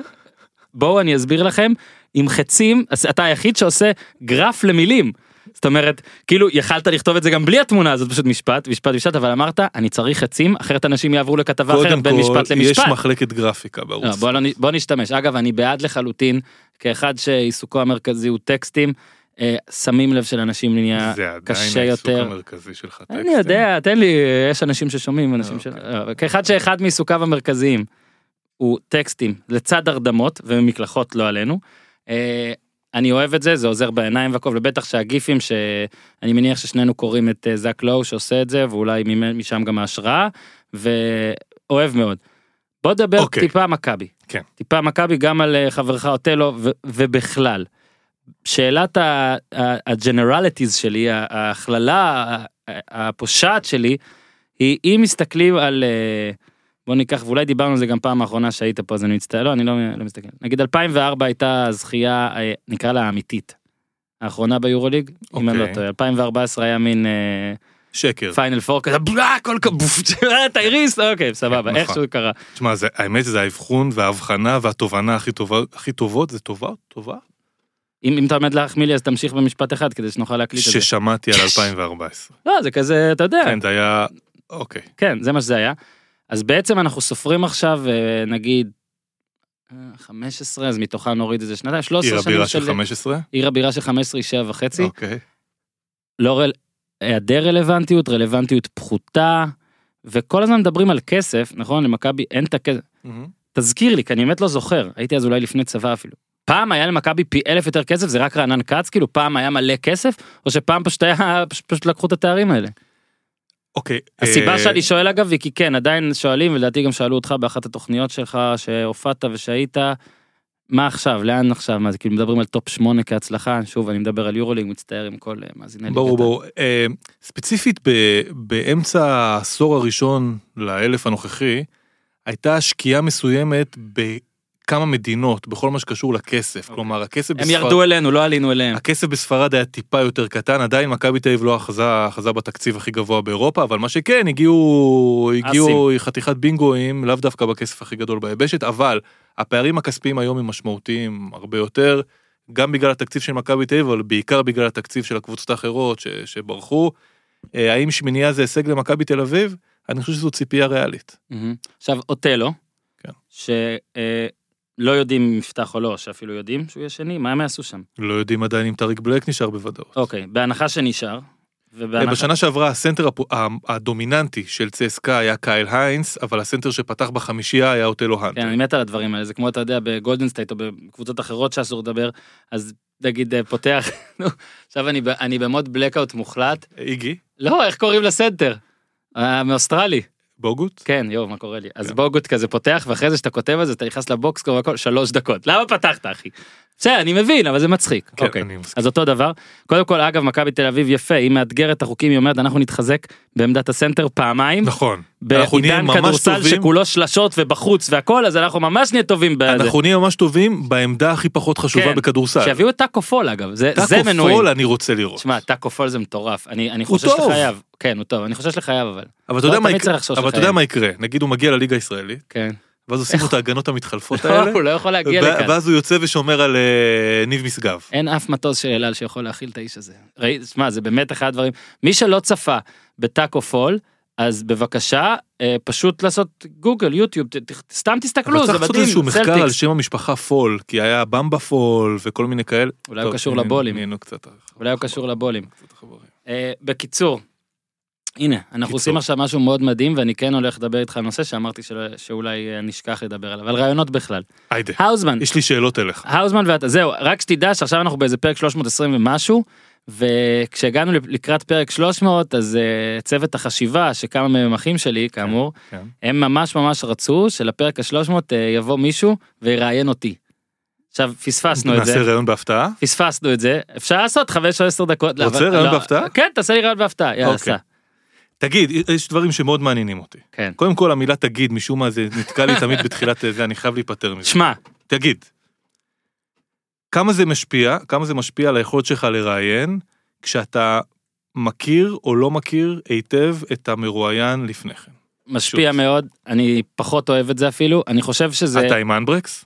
בואו אני אסביר לכם, עם חצים, אז אתה היחיד שעושה גרף למילים. זאת אומרת, כאילו יכלת לכתוב את זה גם בלי התמונה הזאת, פשוט משפט, משפט, משפט, אבל אמרת, אני צריך חצים, אחרת אנשים יעברו לכתבה אחרת קודם בין משפט כל, יש למשפט. מחלקת גרפיקה לא, בערוץ. בוא, לא, נ- בוא נשתמש. אגב, אני בעד לחלוטין, כאחד שעיסוקו המרכזי הוא טקסטים, אה, שמים לב שלאנשים נהיה זה עדיין אה, קשה העיסוק יותר. המרכזי שלך. אני טקסטים. יודע, תן לי, יש אנשים ששומעים, אנשים ש... אבל כאחד שאחד מעיסוקיו המרכזיים הוא טקסטים לצד הרדמות ומקלחות, לא עלינו. אה, אני אוהב את זה, זה עוזר בעיניים והכל, ובטח שהגיפים שאני מניח ששנינו קוראים את אה, זאק לואו שעושה את זה, ואולי ממ- משם גם ההשראה, ואוהב מאוד. בוא נדבר okay. אוקיי. טיפה מכבי. כן. טיפה מכבי גם על אה, חברך אוטלו ו- ובכלל. שאלת ה- ה- הג'נרליטיז שלי, ה- ההכללה ה- ה- הפושעת שלי, היא אם מסתכלים על, אה, בוא ניקח, ואולי דיברנו על זה גם פעם האחרונה שהיית פה, אז אני מצטער, לא, אני לא, לא מסתכל. נגיד 2004 הייתה הזכייה, אה, נקרא לה האמיתית. האחרונה ביורוליג, אם אני לא אוקיי. טועה, 2014 היה מין... אה, שקר. פיינל פור כזה בלה הכל כבוף תייריס אוקיי סבבה נכון. איך שהוא קרה תשמע, זה- האמת זה האבחון וההבחנה והתובנה הכי טובה- הכי טובות, זה טובה? טובה? אם אם אתה עומד להחמיא לי אז תמשיך במשפט אחד כדי שנוכל להקליט את זה ששמעתי <laughs> על 2014. לא זה כזה אתה יודע כן, זה היה... אוקיי. כן זה מה שזה היה אז בעצם אנחנו סופרים עכשיו אה, נגיד אה, 15 אז מתוכן נוריד איזה שנתיים עיר 13 שנים הבירה של של 15? עיר הבירה של 15 היא 7 וחצי אוקיי. לא רל... היעדר רלוונטיות רלוונטיות פחותה וכל הזמן מדברים על כסף נכון למכבי אין את הכסף. מהמם. תזכיר לי, כי אני באמת לא זוכר, הייתי אז אולי לפני צבא אפילו. פעם היה למכבי פי אלף יותר כסף, זה רק רענן כץ, כאילו פעם היה מלא כסף, או שפעם פשוט היה, פשוט, פשוט לקחו את התארים האלה. אוקיי. הסיבה אה, שאני שואל אגב, היא כי כן, עדיין שואלים, ולדעתי גם שאלו אותך באחת התוכניות שלך, שהופעת ושהיית, מה עכשיו, לאן עכשיו, מה זה, כאילו מדברים על טופ 8 כהצלחה, שוב, אני מדבר על יורולינג, מצטער עם כל אה, מאזיני ליגת ברור העל. ברור אה, ספציפית ב- באמצע העשור הראשון לאלף הנוכחי הייתה שקיעה מסוימת בכמה מדינות בכל מה שקשור לכסף כלומר הכסף אוקיי. הם בספרד ירדו אלינו, לא עלינו אליהם. הכסף בספרד היה טיפה יותר קטן עדיין מכבי תל אביב לא אחזה אחזה בתקציב הכי גבוה באירופה אבל מה שכן הגיעו הגיעו חתיכת בינגואים לאו דווקא בכסף הכי גדול ביבשת אבל הפערים הכספיים היום הם משמעותיים הרבה יותר גם בגלל התקציב של מכבי תל אביב אבל בעיקר בגלל התקציב של הקבוצות האחרות ש, שברחו. אה, האם שמינייה זה הישג למכבי תל אביב? אני חושב שזו ציפייה ריאלית. מהמם. עכשיו אוטלו, כן. שלא יודעים אם יפתח או לא, שאפילו יודעים שהוא יהיה שני, מה הם יעשו שם? לא יודעים עדיין אם טריק בלק נשאר בוודאות. אוקיי, בהנחה שנשאר, אה, ובהנחה... בשנה שעברה הסנטר הפו- ה- הדומיננטי של צסקה היה קייל היינס, אבל הסנטר שפתח בחמישייה היה אוטלו כן, האנטר. אני מת על הדברים האלה, זה כמו אתה יודע בגולדן סטייט או בקבוצות אחרות שאסור לדבר, אז נגיד אה, פותח, <laughs> נו, עכשיו אני ב- אני במוד בלקאוט מוחלט, איגי, לא, איך קוראים לסנטר? אה, מאוסטרלי, בוגוט, כן, יואו, מה קורה לי? אז כן. בוגוט כזה פותח, ואחרי זה שאתה כותב על זה, אתה נכנס לבוקסקור והכל, שלוש דקות, למה פתחת אחי? בסדר, אני מבין, אבל זה מצחיק. כן, אוקיי. אני מסכים. אז אותו דבר. קודם כל, אגב, מכבי תל אביב יפה, היא מאתגרת את החוקים, היא אומרת, אנחנו נתחזק בעמדת הסנטר פעמיים. נכון, אנחנו נהיה בעידן ממש כדורסל טובים. שכולו שלשות ובחוץ והכל, אז אנחנו ממש נהיה טובים בזה. אנחנו נהיה ממש טובים בעמדה הכי פחות חשובה כן. בכדורסל. שיביאו את טאקו פול אגב, זה זה טאקו מנועים. פול אני רוצה לראות. שמע, טאקו פול זה מטורף, אני אני הוא חושש טוב. לחייו. כן, הוא טוב, אני חושש לחייו אבל. אבל אתה לא יודע מה תמיד יקרה- צריך לחשוש אבל אתה יודע לחיים. מה יקרה, נגיד הוא מגיע לליגה הישראלית, כן. ואז עושים לו את ההגנות <laughs> המתחלפות לא, האלה, הוא לא יכול להגיע ו- לכאן. ואז הוא יוצא ושומר על אה, ניב משגב. אין אף מטוס של אל על שיכול להכיל את האיש הזה. ראי, שמע, זה באמת אחד הדברים. מי שלא צפה בטאקו פול, אז בבקשה, אה, פשוט לעשות גוגל, יוטיוב, ת- ת- סתם אבל תסתכלו, צריך זה לעשות מדהים, איזשהו מחקר על סלטיקס. שם המשפחה פול, כי היה במבה פול וכל מיני כאלה. אולי הוא טוב, קשור נהיינו- לבולים. נהיינו קצת- אולי הוא קשור לבולים. קצת חברים. אה, בקיצור, הנה, אנחנו קיצור. עושים עכשיו משהו מאוד מדהים, ואני כן הולך לדבר איתך על נושא שאמרתי שלא- שאולי אה, נשכח לדבר עליו, על רעיונות בכלל. היידה, האוזמן, יש לי שאלות אליך. האוזמן ואתה, זהו, רק שתדע שעכשיו אנחנו באיזה פרק 320 ומשהו, וכשהגענו לקראת פרק 300, אז אה, צוות החשיבה, שכמה מהם אחים שלי, כאמור, כן. אה, הם ממש ממש רצו שלפרק ה-300 יבוא מישהו ויראיין אותי. עכשיו, פספסנו את זה. נעשה ראיון בהפתעה? פספסנו את זה, אפשר לעשות 5 או 10 דקות. לא, רוצה אבל- רעיון לא, בהפתעה? כן, תעשה לי רעיון בהפתעה, יאללה, אוקיי. סע. תגיד, יש דברים שמאוד מעניינים אותי. כן. קודם כל המילה תגיד, משום מה זה נתקע לי תמיד בתחילת אה, זה, אני חייב להיפטר מזה. שמע, תגיד, כמה זה משפיע, כמה זה משפיע על היכולת שלך לראיין, כשאתה מכיר או לא מכיר היטב את המרואיין לפני כן. משפיע מאוד, אני פחות אוהב את זה אפילו, אני חושב שזה... אתה עם אנברקס?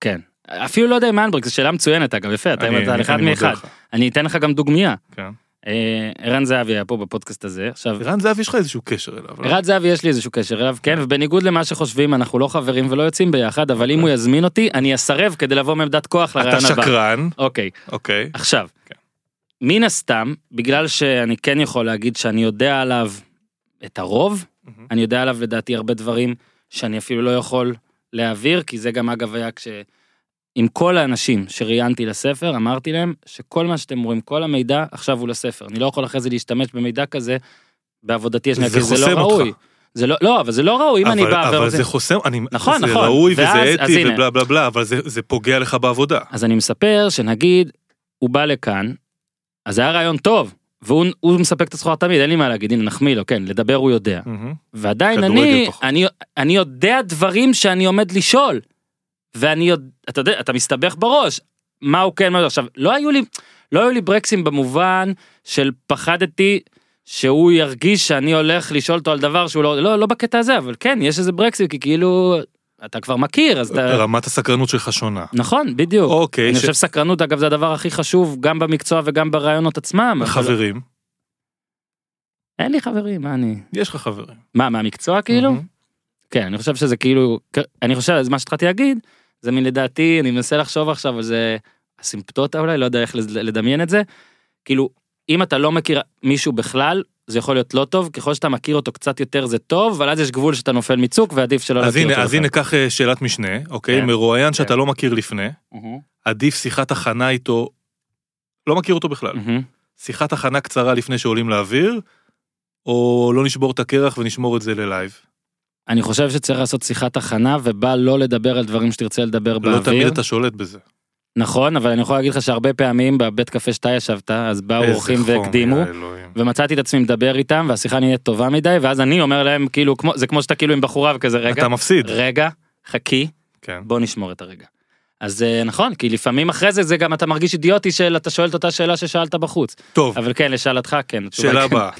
כן. אפילו לא יודע אם אנברג, זו שאלה מצוינת אגב, יפה, אתה אתה על אחד מאחד. אני אתן לך גם דוגמיה. כן. אה, ערן זהבי היה פה בפודקאסט הזה, עכשיו, ערן זהב יש לך איזשהו קשר אליו. לא? ערן זהבי יש לי איזשהו קשר אליו, כן, ובניגוד למה שחושבים, אנחנו לא חברים ולא יוצאים ביחד, אבל אם הוא יזמין אותי, אני אסרב כדי לבוא מעמדת כוח לרעיון אתה הבא. שקרן, אוקיי, אוקיי. עכשיו, כן. מן הסתם, בגלל שאני כן יכול להגיד שאני יודע עליו את הרוב, מהמם. אני יודע עליו לדעתי הרבה דברים שאני אפילו לא יכול להעביר, כי זה גם אגב היה כש... עם כל האנשים שראיינתי לספר, אמרתי להם שכל מה שאתם רואים, כל המידע, עכשיו הוא לספר. אני לא יכול אחרי זה להשתמש במידע כזה בעבודתי השנייה, זה כי זה חוסם לא אותך. ראוי. זה לא, לא, אבל זה לא ראוי אם אני אבל- בא אבל ורוצה... זה חוסם, אני- נכון, זה נכון. ראוי ואז- וזה אז אתי הנה. ובלה בלה בלה, אבל זה- זה פוגע לך בעבודה. אז אני מספר שנגיד, הוא בא לכאן, אז היה רעיון טוב, והוא הוא מספק את הסחורה תמיד, אין לי מה להגיד, הנה נחמיא לו, כן, לדבר הוא יודע. מהמם. ועדיין כדורגל אני, פחות. אני, אני יודע דברים שאני עומד לשאול. ואני יודע, אתה יודע, אתה מסתבך בראש, מה הוא כן, מה הוא לא. עכשיו, לא היו לי, לא היו לי ברקסים במובן של פחדתי שהוא ירגיש שאני הולך לשאול אותו על דבר שהוא לא, לא, לא בקטע הזה, אבל כן, יש איזה ברקסים, כי כאילו, אתה כבר מכיר, אז אתה... רמת הסקרנות שלך שונה. נכון, בדיוק. אוקיי, אני ש- חושב שסקרנות, אגב, זה הדבר הכי חשוב, גם במקצוע וגם ברעיונות עצמם. אבל- חברים, אין לי חברים, מה אני... יש לך חברים. מה, מהמקצוע כאילו? מהמם. כן, אני חושב שזה כאילו, אני חושב, אז מה שהתחלתי להגיד, זה מלדעתי, אני מנסה לחשוב עכשיו על זה, אסימפטוטה אולי, לא יודע איך לד- לדמיין את זה. כאילו, אם אתה לא מכיר מישהו בכלל, זה יכול להיות לא טוב, ככל שאתה מכיר אותו קצת יותר זה טוב, אבל אז יש גבול שאתה נופל מצוק ועדיף שלא אז לא להכיר אותו. הנה, אז הנה, קח אה, שאלת משנה, אוקיי? כן. מרואיין שאתה כן. לא מכיר לפני, הנה... עדיף שיחת הכנה איתו, לא מכיר אותו בכלל. Mm. שיחת הכנה קצרה לפני שעולים לאוויר, או לא נשבור את הקרח ונשמור את זה ללייב. אני חושב שצריך לעשות שיחת הכנה, ובה לא לדבר על דברים שתרצה לדבר לא באוויר. תמיד אתה שולט בזה. נכון, אבל אני יכול להגיד לך שהרבה פעמים בבית קפה שאתה ישבת, אז באו איזה אורחים חום, והקדימו. יא אלוהים. ומצאתי את עצמי מדבר איתם והשיחה נהיית טובה מדי ואז אני אומר להם כאילו כמו זה כמו שאתה כאילו עם בחורה וכזה רגע אתה מפסיד. רגע חכי כן. בוא נשמור את הרגע. אז אה, נכון כי לפעמים אחרי זה זה גם אתה מרגיש אידיוטי של אתה שואל את אותה שאלה ששאלת בחוץ טוב, אבל כן לשאלתך כן התשובה שאלה היא כן. הבאה.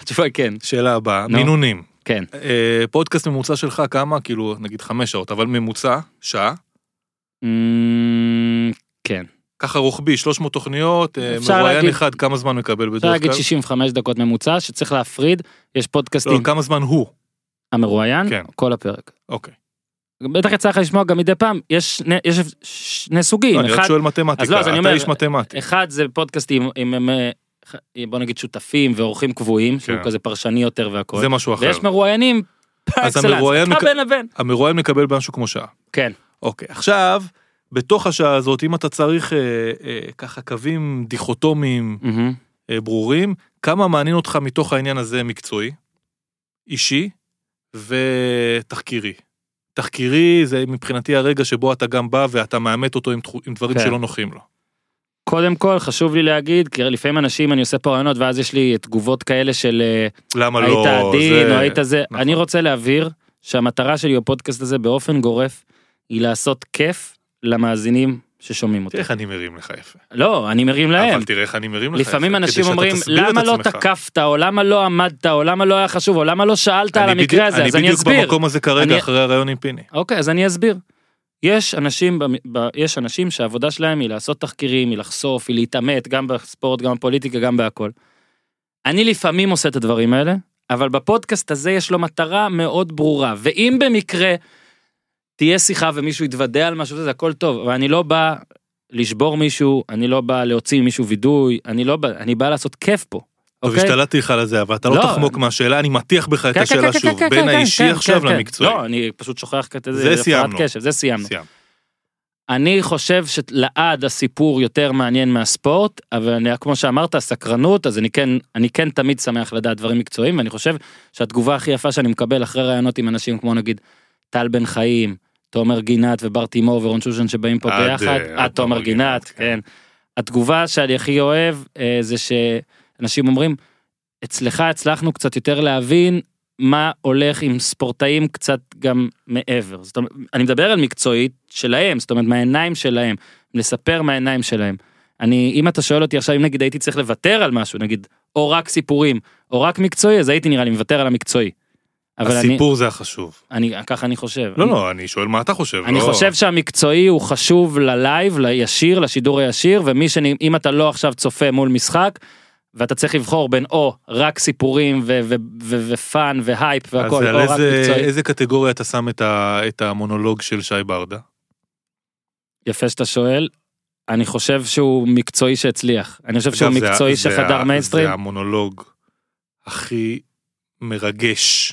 התשובה היא כן שאלה הבאה, נו. מינונים. כן אה, פודקאסט ממוצע שלך כמה? כאילו, נגיד חמש שעות, אבל ממוצע, שעה. אמ, כן ככה רוחבי, 300 תוכניות, אה, אפשר מרואיין להגיד- אחד, כמה זמן מקבל אפשר בדרך להגיד כלל? 65 דקות ממוצע שצריך להפריד יש לא, פודקאסטים כמה זמן הוא? המרואיין כן. כל הפרק. אוקיי. בטח יצא לך לשמוע גם מדי פעם יש שני- יש שני סוגים לא, אני רק אחד שואל אז לא, מתמטיקה, אז אני אתה אומר- איש מתמטי. אחד זה פודקאסטים עם, עם, עם בוא נגיד שותפים ואורחים קבועים שהוא כן. כזה פרשני יותר והכל זה משהו אחר. ויש מרואיינים. פר אז אקסלנס, המרואיין אתה מק- בין לבין. המרואיין מקבל משהו כמו שעה. כן. אוקיי, עכשיו, בתוך השעה הזאת, אם אתה צריך אה, אה, ככה קווים דיכוטומיים מהמם. אה, ברורים, כמה מעניין אותך מתוך העניין הזה מקצועי, אישי ותחקירי. תחקירי זה מבחינתי הרגע שבו אתה גם בא ואתה מאמת אותו עם, תחו- עם דברים כן. שלא נוחים לו. קודם כל חשוב לי להגיד כי לפעמים אנשים אני עושה פה רעיונות ואז יש לי תגובות כאלה של אה, למה היית לא... עדין זה- או היית זה נכון. אני רוצה להבהיר שהמטרה שלי בפודקאסט הזה באופן גורף היא לעשות כיף למאזינים ששומעים אותי. תראה איך אני מרים לך יפה. לא אני מרים להם. אבל תראה איך אני מרים לך יפה. לפעמים כדי אנשים שאתה אומרים תסביר את למה לא עצמך." תקפת או למה לא עמדת או למה לא היה חשוב או למה לא שאלת על אני בדיוק- המקרה הזה אז אני אני בדיוק אסביר. במקום הזה כרגע אני- אחרי הרעיון עם פיני. אוקיי אז אני אסביר. יש אנשים במ- ב- יש אנשים שהעבודה שלהם היא לעשות תחקירים היא לחשוף היא להתעמת גם בספורט גם בפוליטיקה גם בהכל. אני לפעמים עושה את הדברים האלה אבל בפודקאסט הזה יש לו מטרה מאוד ברורה ואם במקרה תהיה שיחה ומישהו יתוודע על משהו זה הכל טוב אבל אני לא בא לשבור מישהו אני לא בא להוציא ממישהו וידוי אני לא בא אני בא לעשות כיף פה. טוב, אוקיי? השתלטתי לך על זה, אבל אתה לא לא, תחמוק מהשאלה, אני מטיח בך כן, את כן, השאלה כן, שוב, כן, בין כן, האישי כן, עכשיו כן, כן. למקצועי. לא, אני פשוט שוכח את זה זה סיימנו. סיימנו. קשב, זה סיימנו. סיימת. אני חושב שלעד הסיפור יותר מעניין מהספורט, אבל אני, כמו שאמרת, הסקרנות, אז אני כן, אני כן תמיד שמח לדעת דברים מקצועיים, ואני חושב שהתגובה הכי יפה שאני מקבל אחרי ראיונות עם אנשים כמו נגיד טל בן חיים, תומר גינת ובר תימור ורון שושן שבאים פה עד, ביחד, אה, עד תומר גינת, כן. התגובה שאני הכי אוהב אה, זה שאנשים אומרים, אצלך הצלחנו קצת יותר להבין מה הולך עם ספורטאים קצת גם מעבר. זאת אומרת, אני מדבר על מקצועית שלהם, זאת אומרת מהעיניים שלהם, לספר מהעיניים שלהם. אני, אם אתה שואל אותי עכשיו, אם נגיד הייתי צריך לוותר על משהו, נגיד, או רק סיפורים, או רק מקצועי, אז הייתי נראה לי מוותר על המקצועי. אבל אני, הסיפור זה החשוב. אני, ככה אני חושב. לא, אני, לא, אני שואל מה אתה חושב. אני לא. חושב שהמקצועי הוא חשוב ללייב, לישיר, לשידור הישיר, ומי ש... אם אתה לא עכשיו צופה מול משחק, ואתה צריך לבחור בין או רק סיפורים ו- ו- ו- ופאן והייפ אז והכל, על או רק איזה, מקצועי. איזה קטגוריה אתה שם את, ה, את המונולוג של שי ברדה? יפה שאתה שואל. אני חושב שהוא מקצועי שהצליח. אני חושב שהוא אגב, זה ה- מקצועי זה ה- שחדר מיינסטרים. זה המונולוג הכי מרגש,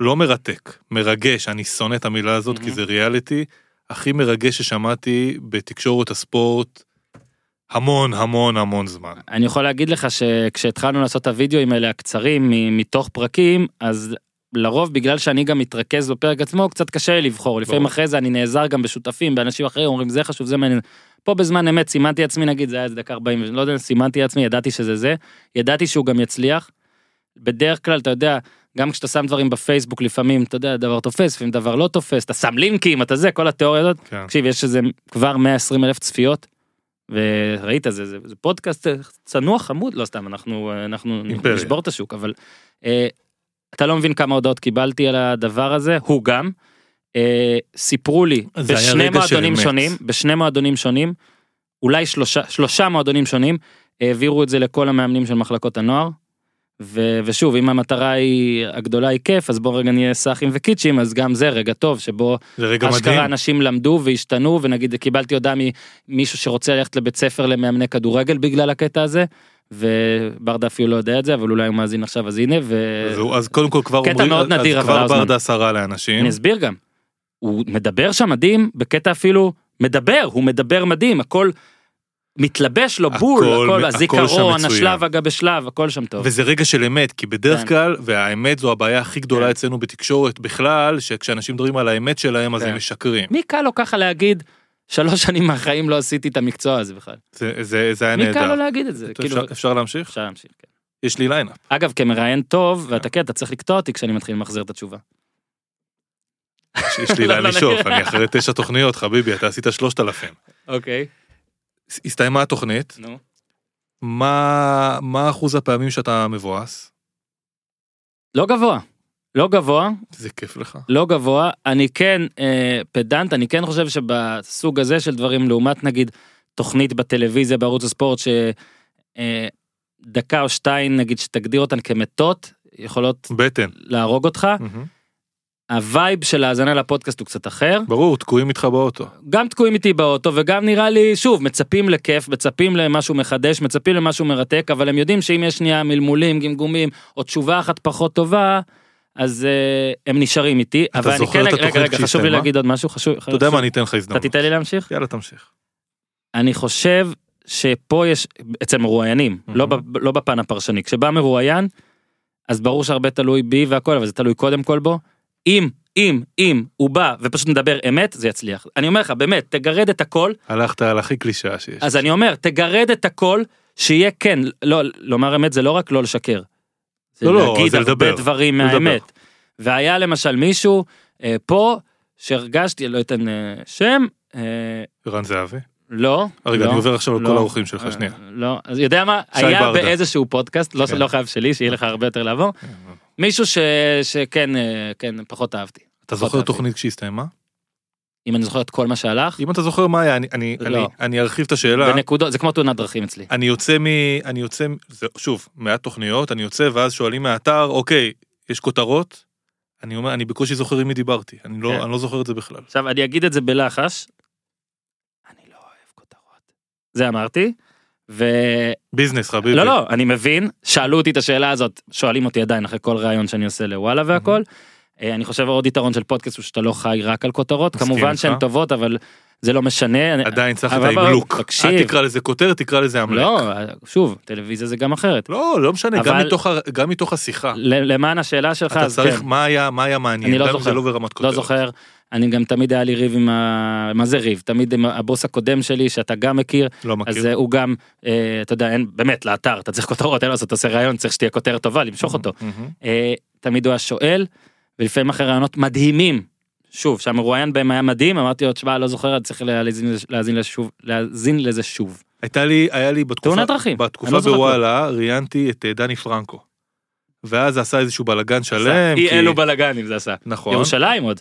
לא מרתק, מרגש, אני שונא את המילה הזאת כי מהמם. זה ריאליטי, הכי מרגש ששמעתי בתקשורת הספורט המון המון המון זמן. אני יכול להגיד לך שכשהתחלנו לעשות את הוידאוים האלה הקצרים מ- מתוך פרקים, אז לרוב בגלל שאני גם מתרכז בפרק עצמו, קצת קשה לי לבחור. לפעמים ברור. אחרי זה אני נעזר גם בשותפים, באנשים אחרים אומרים זה חשוב, זה מעניין. פה בזמן אמת סימנתי עצמי, נגיד זה היה איזה דקה 40, לא יודע, סימנתי עצמי, ידעתי שזה זה, ידעתי שהוא גם יצליח. בדרך כלל, אתה יודע, גם כשאתה שם דברים בפייסבוק, לפעמים, אתה יודע, דבר תופס, לפעמים דבר לא תופס, אתה שם לינקים, אתה זה, כל התיאוריה הזאת. כן. תקשיב, יש איזה כבר 120 אלף צפיות, וראית, זה, זה, זה פודקאסט צנוע חמוד, לא סתם, אנחנו, אנחנו אימפריה. נשבור את השוק, אבל אה, אתה לא מבין כמה הודעות קיבלתי על הדבר הזה, הוא גם. אה, סיפרו לי, זה היה בשני רגע של מועדונים אמת. שונים, בשני מועדונים שונים, אולי שלושה, שלושה מועדונים שונים, העבירו את זה לכל המאמנים של מחלקות הנוער. ו- ושוב, אם המטרה היא, הגדולה היא כיף, אז בואו רגע נהיה סאחים וקיצ'ים, אז גם זה רגע טוב, שבו זה רגע אשכרה מדהים. אנשים למדו והשתנו ונגיד קיבלתי הודעה ממישהו שרוצה ללכת לבית ספר למאמני כדורגל בגלל הקטע הזה וברדה אפילו לא יודע את זה אבל אולי הוא מאזין עכשיו אז הנה אז הוא- אז קודם כל כבר קטע אומרים, מאוד נדיר, אז אבל לא כבר האוזמן. ברדה עשרה לאנשים. ואני אסביר גם. הוא מדבר שם מדהים בקטע אפילו מדבר הוא מדבר מדהים הכל מתלבש לו בול הכל- הכל הכל שם הזיכרון מצוין. השלב אגב בשלב הכל שם טוב. וזה רגע של אמת, כי בדרך כן. כלל, והאמת זו הבעיה כן. הכי גדולה אצלנו בתקשורת בכלל, שכשאנשים מדברים על האמת שלהם אז כן. הם משקרים. מי קל לו ככה להגיד שלוש שנים מהחיים לא עשיתי את המקצוע הזה בכלל. זה- זה זה היה מי קל לו נהדר. להגיד את זה כאילו אפשר- אפשר להמשיך? אפשר להמשיך. כן. יש לי ליינאפ. <laughs> אגב, כמראיין טוב, ואתה כן, אתה צריך לקטוע אותי כשאני מתחיל למחזר את התשובה. יש- יש לי לא, לאן לא, לשאוף, לא. אני אחרי תשע תוכניות, חביבי, אתה עשית שלושת אלפים. אוקיי. הס- הסתיימה התוכנית, נו. מה מה אחוז הפעמים שאתה מבואס? לא גבוה. לא גבוה, זה כיף לך. לא גבוה. אני כן אה, פדנט, אני כן חושב שבסוג הזה של דברים, לעומת נגיד תוכנית בטלוויזיה בערוץ הספורט, שדקה או שתיים, נגיד, שתגדיר אותן כמתות, יכולות בטן. להרוג אותך. מהמם. הווייב של ההאזנה לפודקאסט הוא קצת אחר. ברור, תקועים איתך באוטו. גם תקועים איתי באוטו וגם נראה לי שוב מצפים לכיף מצפים למשהו מחדש מצפים למשהו מרתק אבל הם יודעים שאם יש שנייה מלמולים גמגומים או תשובה אחת פחות טובה אז uh, הם נשארים איתי אתה אבל אני זוכר כן את רגע התוכנית רגע חשוב לי שהסתיימה? להגיד עוד משהו חשוב אתה יודע מה, אני אתן לך הזדמנות. תיתן לי להמשיך יאללה, תמשיך. אני חושב שפה יש אצל מרואיינים Mhm. לא, ב- לא בפן הפרשני כשבא מרואיין אז ברור שהרבה תלוי בי והכל אבל זה תלוי קודם כל בו אם אם אם הוא בא ופשוט מדבר אמת זה יצליח אני אומר לך באמת תגרד את הכל הלכת על הכי קלישאה שיש. אז אני אומר תגרד את הכל שיהיה כן לא לומר אמת זה לא רק לא לשקר. זה לא, לא, להגיד זה הרבה לדבר, דברים זה לדבר. מהאמת. והיה למשל מישהו אה, פה שהרגשתי לא אתן אה, שם אה, ערן זהבי. לא. רגע, לא. אני עובר עכשיו על לא. כל האורחים שלך, אה, שנייה. לא, אז יודע מה, שי היה ברדה. באיזשהו פודקאסט, לא- כן. לא חייב שלי, שיהיה לך הרבה יותר לעבור, מישהו ש- שכן, אה, כן, פחות אהבתי. אתה פחות זוכר אהבתי. תוכנית כשהסתיימה? אם אני זוכר את כל מה שהלך, אם אתה זוכר מה היה, אני- אני- לא. אני- אני ארחיב את השאלה. בנקודות, זה כמו תאונת דרכים אצלי. אני יוצא מ... אני יוצא, מ- זה, שוב, מעט תוכניות, אני יוצא ואז שואלים מהאתר, אוקיי, יש כותרות? אני אומר, אני בקושי זוכר עם מי דיברתי, אני לא, כן. אני לא זוכר את זה בכלל. עכשיו, אני אגיד את זה בלחש, אני לא אוהב כותרות. זה אמרתי, ו... ביזנס, חביבי. לא לא אני מבין שאלו אותי את השאלה הזאת שואלים אותי עדיין אחרי כל ראיון שאני עושה לוואלה והכל. אה, אני חושב עוד יתרון של פודקאסט הוא שאתה לא חי רק על כותרות מסכים כמובן איתך. שהן טובות אבל זה לא משנה. אני- עדיין צריך את אבל- אבל- האימלוק. תקשיב. אל תקרא לזה כותרת, תקרא לזה אמלק. לא שוב טלוויזיה זה גם אחרת. לא, לא משנה, גם, אבל- מתוך, ה- גם מתוך השיחה. ל- למען השאלה שלך אתה אז צריך, כן, מה היה, מה היה מעניין, אני לא גם אם זוכר. זה לא ברמת כותרת. לא זוכר אני גם תמיד היה לי ריב עם ה... מה זה ריב? תמיד עם הבוס הקודם שלי, שאתה גם מכיר, לא אז מכיר. אה, הוא גם, אה, אתה יודע, אין, באמת, לאתר, אתה צריך כותרות, אין מה לעשות, אתה עושה רעיון, צריך שתהיה כותרת טובה, למשוך Mm-hmm. אותו. מהמם. אה, תמיד הוא היה שואל, ולפעמים אחרי רעיונות מדהימים, שוב, שהמרואיין בהם היה מדהים, אמרתי לו, תשמע, לא זוכר, אני צריך להאזין לזה- להאזין לזה שוב, להאזין לזה שוב. הייתה לי, היה לי בתקופה, תאונת דרכים. אני בתקופה לא זוכר כלום. בוואלה, ראיינתי את אה, דני פרנקו. ואז עשה איזשהו בלאגן שלם. אי כי- אלו בלאגנים זה עשה. נכון. ירושלים עוד.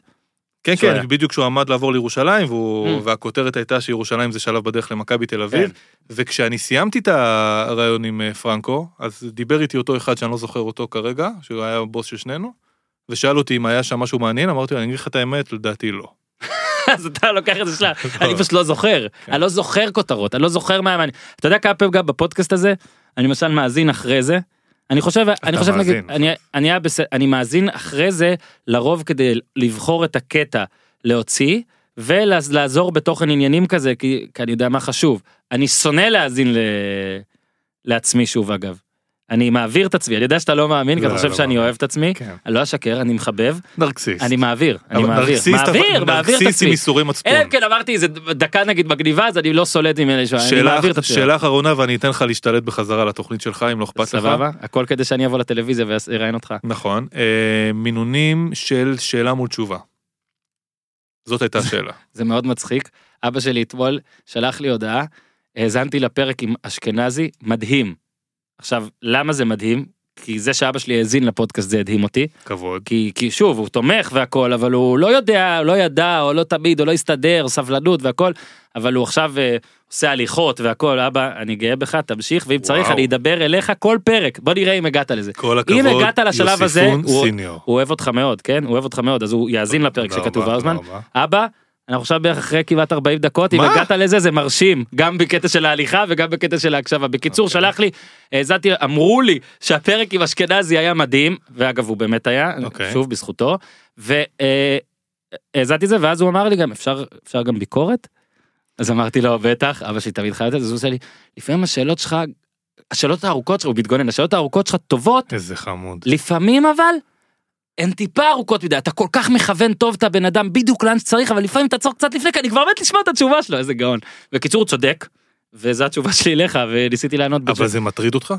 כן, שהוא היה. כן, בדיוק כשהוא עמד לעבור לירושלים, והוא- Mm. והכותרת הייתה שירושלים זה שלב בדרך למכבי תל כן. אביב. וכשאני סיימתי את הרעיון עם אה, פרנקו, אז דיבר איתי אותו אחד שאני לא זוכר אותו כרגע, שהוא היה הבוס של שנינו, ושאל אותי אם היה שם משהו מעניין, אמרתי לו, אני אגיד לך את האמת, לדעתי לא. אז אתה לוקח את זה שלב. <laughs> נכון. אני פשוט לא זוכר. כן. אני לא זוכר כותרות, אני לא זוכר מה... אני- אתה יודע כמה פעמים גם בפודקאסט הזה, אני למשל מאזין אחרי זה. אני חושב, אני חושב, נגיד, מאזין. אני, אני, היה בסדר, אני מאזין אחרי זה לרוב כדי לבחור את הקטע להוציא ולעזור בתוכן עניינים כזה, כי, כי אני יודע מה חשוב. אני שונא להאזין ל... לעצמי שוב אגב. אני מעביר את עצמי, אני יודע שאתה לא מאמין, כי לא, אתה חושב לא שאני מאמין. אוהב את עצמי, כן. אני לא אשקר, אני מחבב, נרקסיסט. אני מעביר, אני אבל מעביר, נרקסיסט, אבל- מעביר, מעביר את נרקסיסט עם עצמי. איסורי מצפון. אלא אם כן אמרתי איזה דקה נגיד מגניבה אז אני לא סולד ממנה שאני שאלה- מעביר את עצמי. שאלה אחרונה ואני אתן לך להשתלט בחזרה לתוכנית שלך אם לא אכפת לך. סבבה? הכל כדי שאני אבוא לטלוויזיה ואראיין אותך. נכון. אה, מינונים של שאלה מול תשובה. <laughs> זאת הייתה השאלה. זה מאוד מצחיק. אבא שלי אתמול שלח לי הודעה, האזנתי לפרק עם אשכנזי, מדהים. עכשיו, למה זה מדהים? כי זה שאבא שלי האזין לפודקאסט זה הדהים אותי. כבוד. כי, כי שוב, הוא תומך והכל, אבל הוא לא יודע, לא ידע, או לא תמיד, או לא הסתדר, סבלנות והכל, אבל הוא עכשיו אה, עושה הליכות והכל, אבא, אני גאה בך, תמשיך, ואם צריך וואו. אני אדבר אליך כל פרק, בוא נראה אם הגעת לזה. כל הכבוד, אם הגעת לשלב הזה, יוסיפון הוא, סיניור. הוא אוהב אותך מאוד, כן? הוא אוהב אותך מאוד, אז הוא יאזין לפרק תודה שכתוב רבה, האוזמן. תודה רבה. אבא, אנחנו עכשיו בערך אחרי כמעט 40 דקות, אם מה? הגעת לזה זה מרשים, גם בקטע של ההליכה וגם בקטע של ההקשבה. בקיצור, אוקיי. שלח לי, האזנתי, אמרו לי שהפרק עם אשכנזי היה מדהים, ואגב הוא באמת היה, אוקיי. שוב בזכותו, והאזנתי זה ואז הוא אמר לי גם, אפשר אפשר גם ביקורת? אז אמרתי לו, בטח, אבא שלי תמיד חייב את זה, אז הוא עושה לי, לפעמים השאלות שלך, השאלות הארוכות שלך, הוא מתגונן, השאלות הארוכות שלך טובות, איזה חמוד. לפעמים אבל, הן טיפה ארוכות מדי, אתה כל כך מכוון טוב את הבן אדם בדיוק לאן שצריך, אבל לפעמים תעצור קצת לפני, כי אני כבר מת לשמוע את התשובה שלו, איזה גאון. בקיצור, הוא צודק, וזו התשובה שלי אליך, וניסיתי לענות אבל בג'וב. זה מטריד אותך?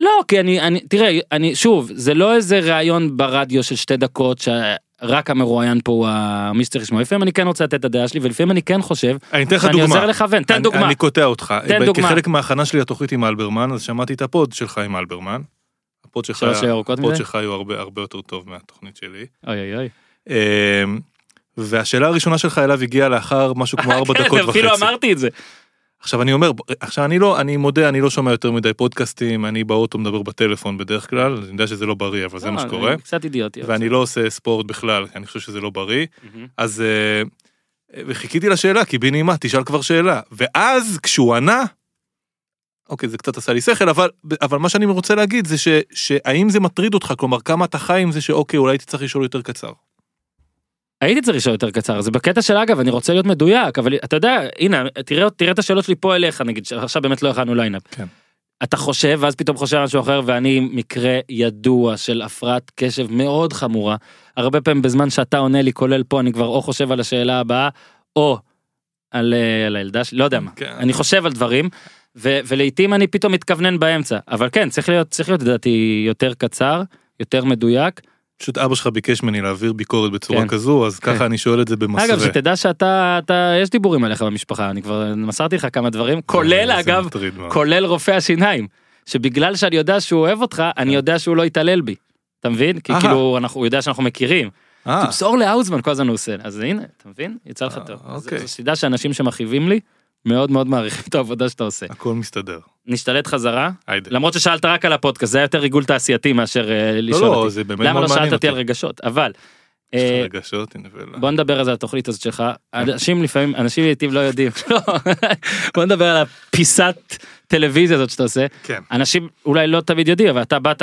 לא, כי אני, אני, תראה, אני, שוב, זה לא איזה ראיון ברדיו של שתי דקות, שרק המרואיין פה הוא ה- מי שצריך לשמוע, לפעמים אני כן רוצה לתת את הדעה שלי, ולפעמים אני כן חושב, אני אתן לך שאני דוגמה. עוזר לכוון, תן אני- דוגמה. אני קוטע אותך. אה, תן דוגמה. כחלק מההכנה שלי לתוכנית עם אלברמן, אז שמעתי את הפוד שלך עם אלברמן. הפוד שלך שלוש היה- ארוכות הפוד מדי? שלך היו הרבה הרבה יותר טוב מהתוכנית שלי. אוי אוי אוי. אמ, והשאלה הראשונה שלך אליו הגיעה לאחר <laughs> משהו כמו ארבע כן, דקות וחצי. אפילו אמרתי את זה. עכשיו אני אומר, עכשיו אני לא, אני מודה, אני לא שומע יותר מדי פודקאסטים, אני באוטו מדבר בטלפון בדרך כלל, אני יודע שזה לא בריא, אבל זה מה לא, שקורה. אני קצת אידיוטי. אבל ואני לא עושה ספורט בכלל, כי אני חושב שזה לא בריא. בסדר. אז אה, וחיכיתי לשאלה, כי בי נעימה, תשאל כבר שאלה. ואז כשהוא ענה, אוקיי, זה קצת עשה לי שכל, אבל, אבל מה שאני רוצה להגיד זה ש, שהאם זה מטריד אותך, כלומר, כמה אתה חי עם זה שאוקיי, אולי הייתי צריך לשאול יותר קצר. הייתי צריך לשאול יותר קצר זה בקטע של אגב אני רוצה להיות מדויק אבל אתה יודע הנה תראה תראה את השאלות שלי פה אליך נגיד עכשיו באמת לא הכנו ליינאפ. כן. אתה חושב ואז פתאום חושב על משהו אחר ואני מקרה ידוע של הפרעת קשב מאוד חמורה הרבה פעמים בזמן שאתה עונה לי כולל פה אני כבר או חושב על השאלה הבאה או על, אה, על הילדה שלי לא יודע מה כן. אני חושב על דברים. ו- ולעיתים אני פתאום מתכוונן באמצע אבל כן צריך להיות צריך להיות לדעתי יותר קצר יותר מדויק פשוט אבא שלך ביקש ממני להעביר ביקורת בצורה כן. כזו, אז כן. ככה אני שואל את זה במסווה. אגב, שתדע שאתה, אתה, יש דיבורים עליך במשפחה, אני כבר מסרתי לך כמה דברים, כולל אה, זה נכון. אגב, מטריד מאוד. כולל רופא השיניים, שבגלל שאני יודע שהוא אוהב אותך, אני יודע שהוא לא יתעלל בי. אתה מבין? כי כן. אהה. כאילו, אנחנו- הוא יודע שאנחנו מכירים. אה, תמסור לאוזמן, כל הזמן הוא עושה. אז הנה, אתה מבין? יצא לך אה, טוב. אז- אוקיי. אז שתדע שאנשים שמכאיבים לי, מאוד מאוד מעריכים <laughs> את העבודה שאתה עושה. הכל מסתדר. נשתלט חזרה, היידה. למרות ששאלת רק על הפודקאסט, זה היה יותר ריגול תעשייתי מאשר אה, לא, לשאול אותי. לא, זה באמת מאוד למה לא מעניין שאלת אותי אותי. על רגשות? אבל... יש לך אה, רגשות, הנה, ולא. בוא נדבר אז על התוכנית הזאת שלך אנשים לפעמים אנשים לעיתים לא יודעים לא. בוא נדבר על הפיסת טלוויזיה הזאת שאתה עושה כן. אנשים אולי לא תמיד יודעים אבל אתה באת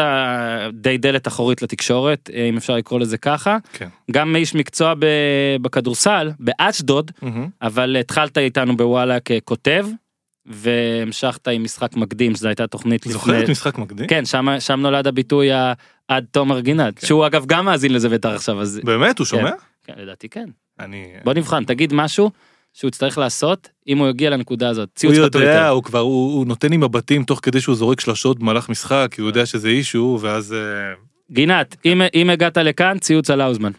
די דלת אחורית לתקשורת אה, אם אפשר לקרוא לזה ככה כן. גם איש מקצוע ב- בכדורסל באשדוד מהמם. אבל התחלת איתנו בוואלה ככותב והמשכת עם משחק מקדים שזו הייתה תוכנית זוכרת משחק מקדים? כן שם שם נולד הביטוי כן. ה- עד תומר גינת שהוא אגב גם מאזין לזה בטח עכשיו אז באמת, הוא שומע? כן, לדעתי כן. אני... בוא נבחן, תגיד משהו שהוא יצטרך לעשות אם הוא יגיע לנקודה הזאת. הוא ציוץ יודע, בטוויטר. הוא כבר, הוא הוא נותן עם מבטים תוך כדי שהוא זורק שלשות במהלך משחק, אה. כי הוא יודע שזה אישו, ואז... אה, גינת, אם, אם הגעת לכאן, ציוץ על האוזמן.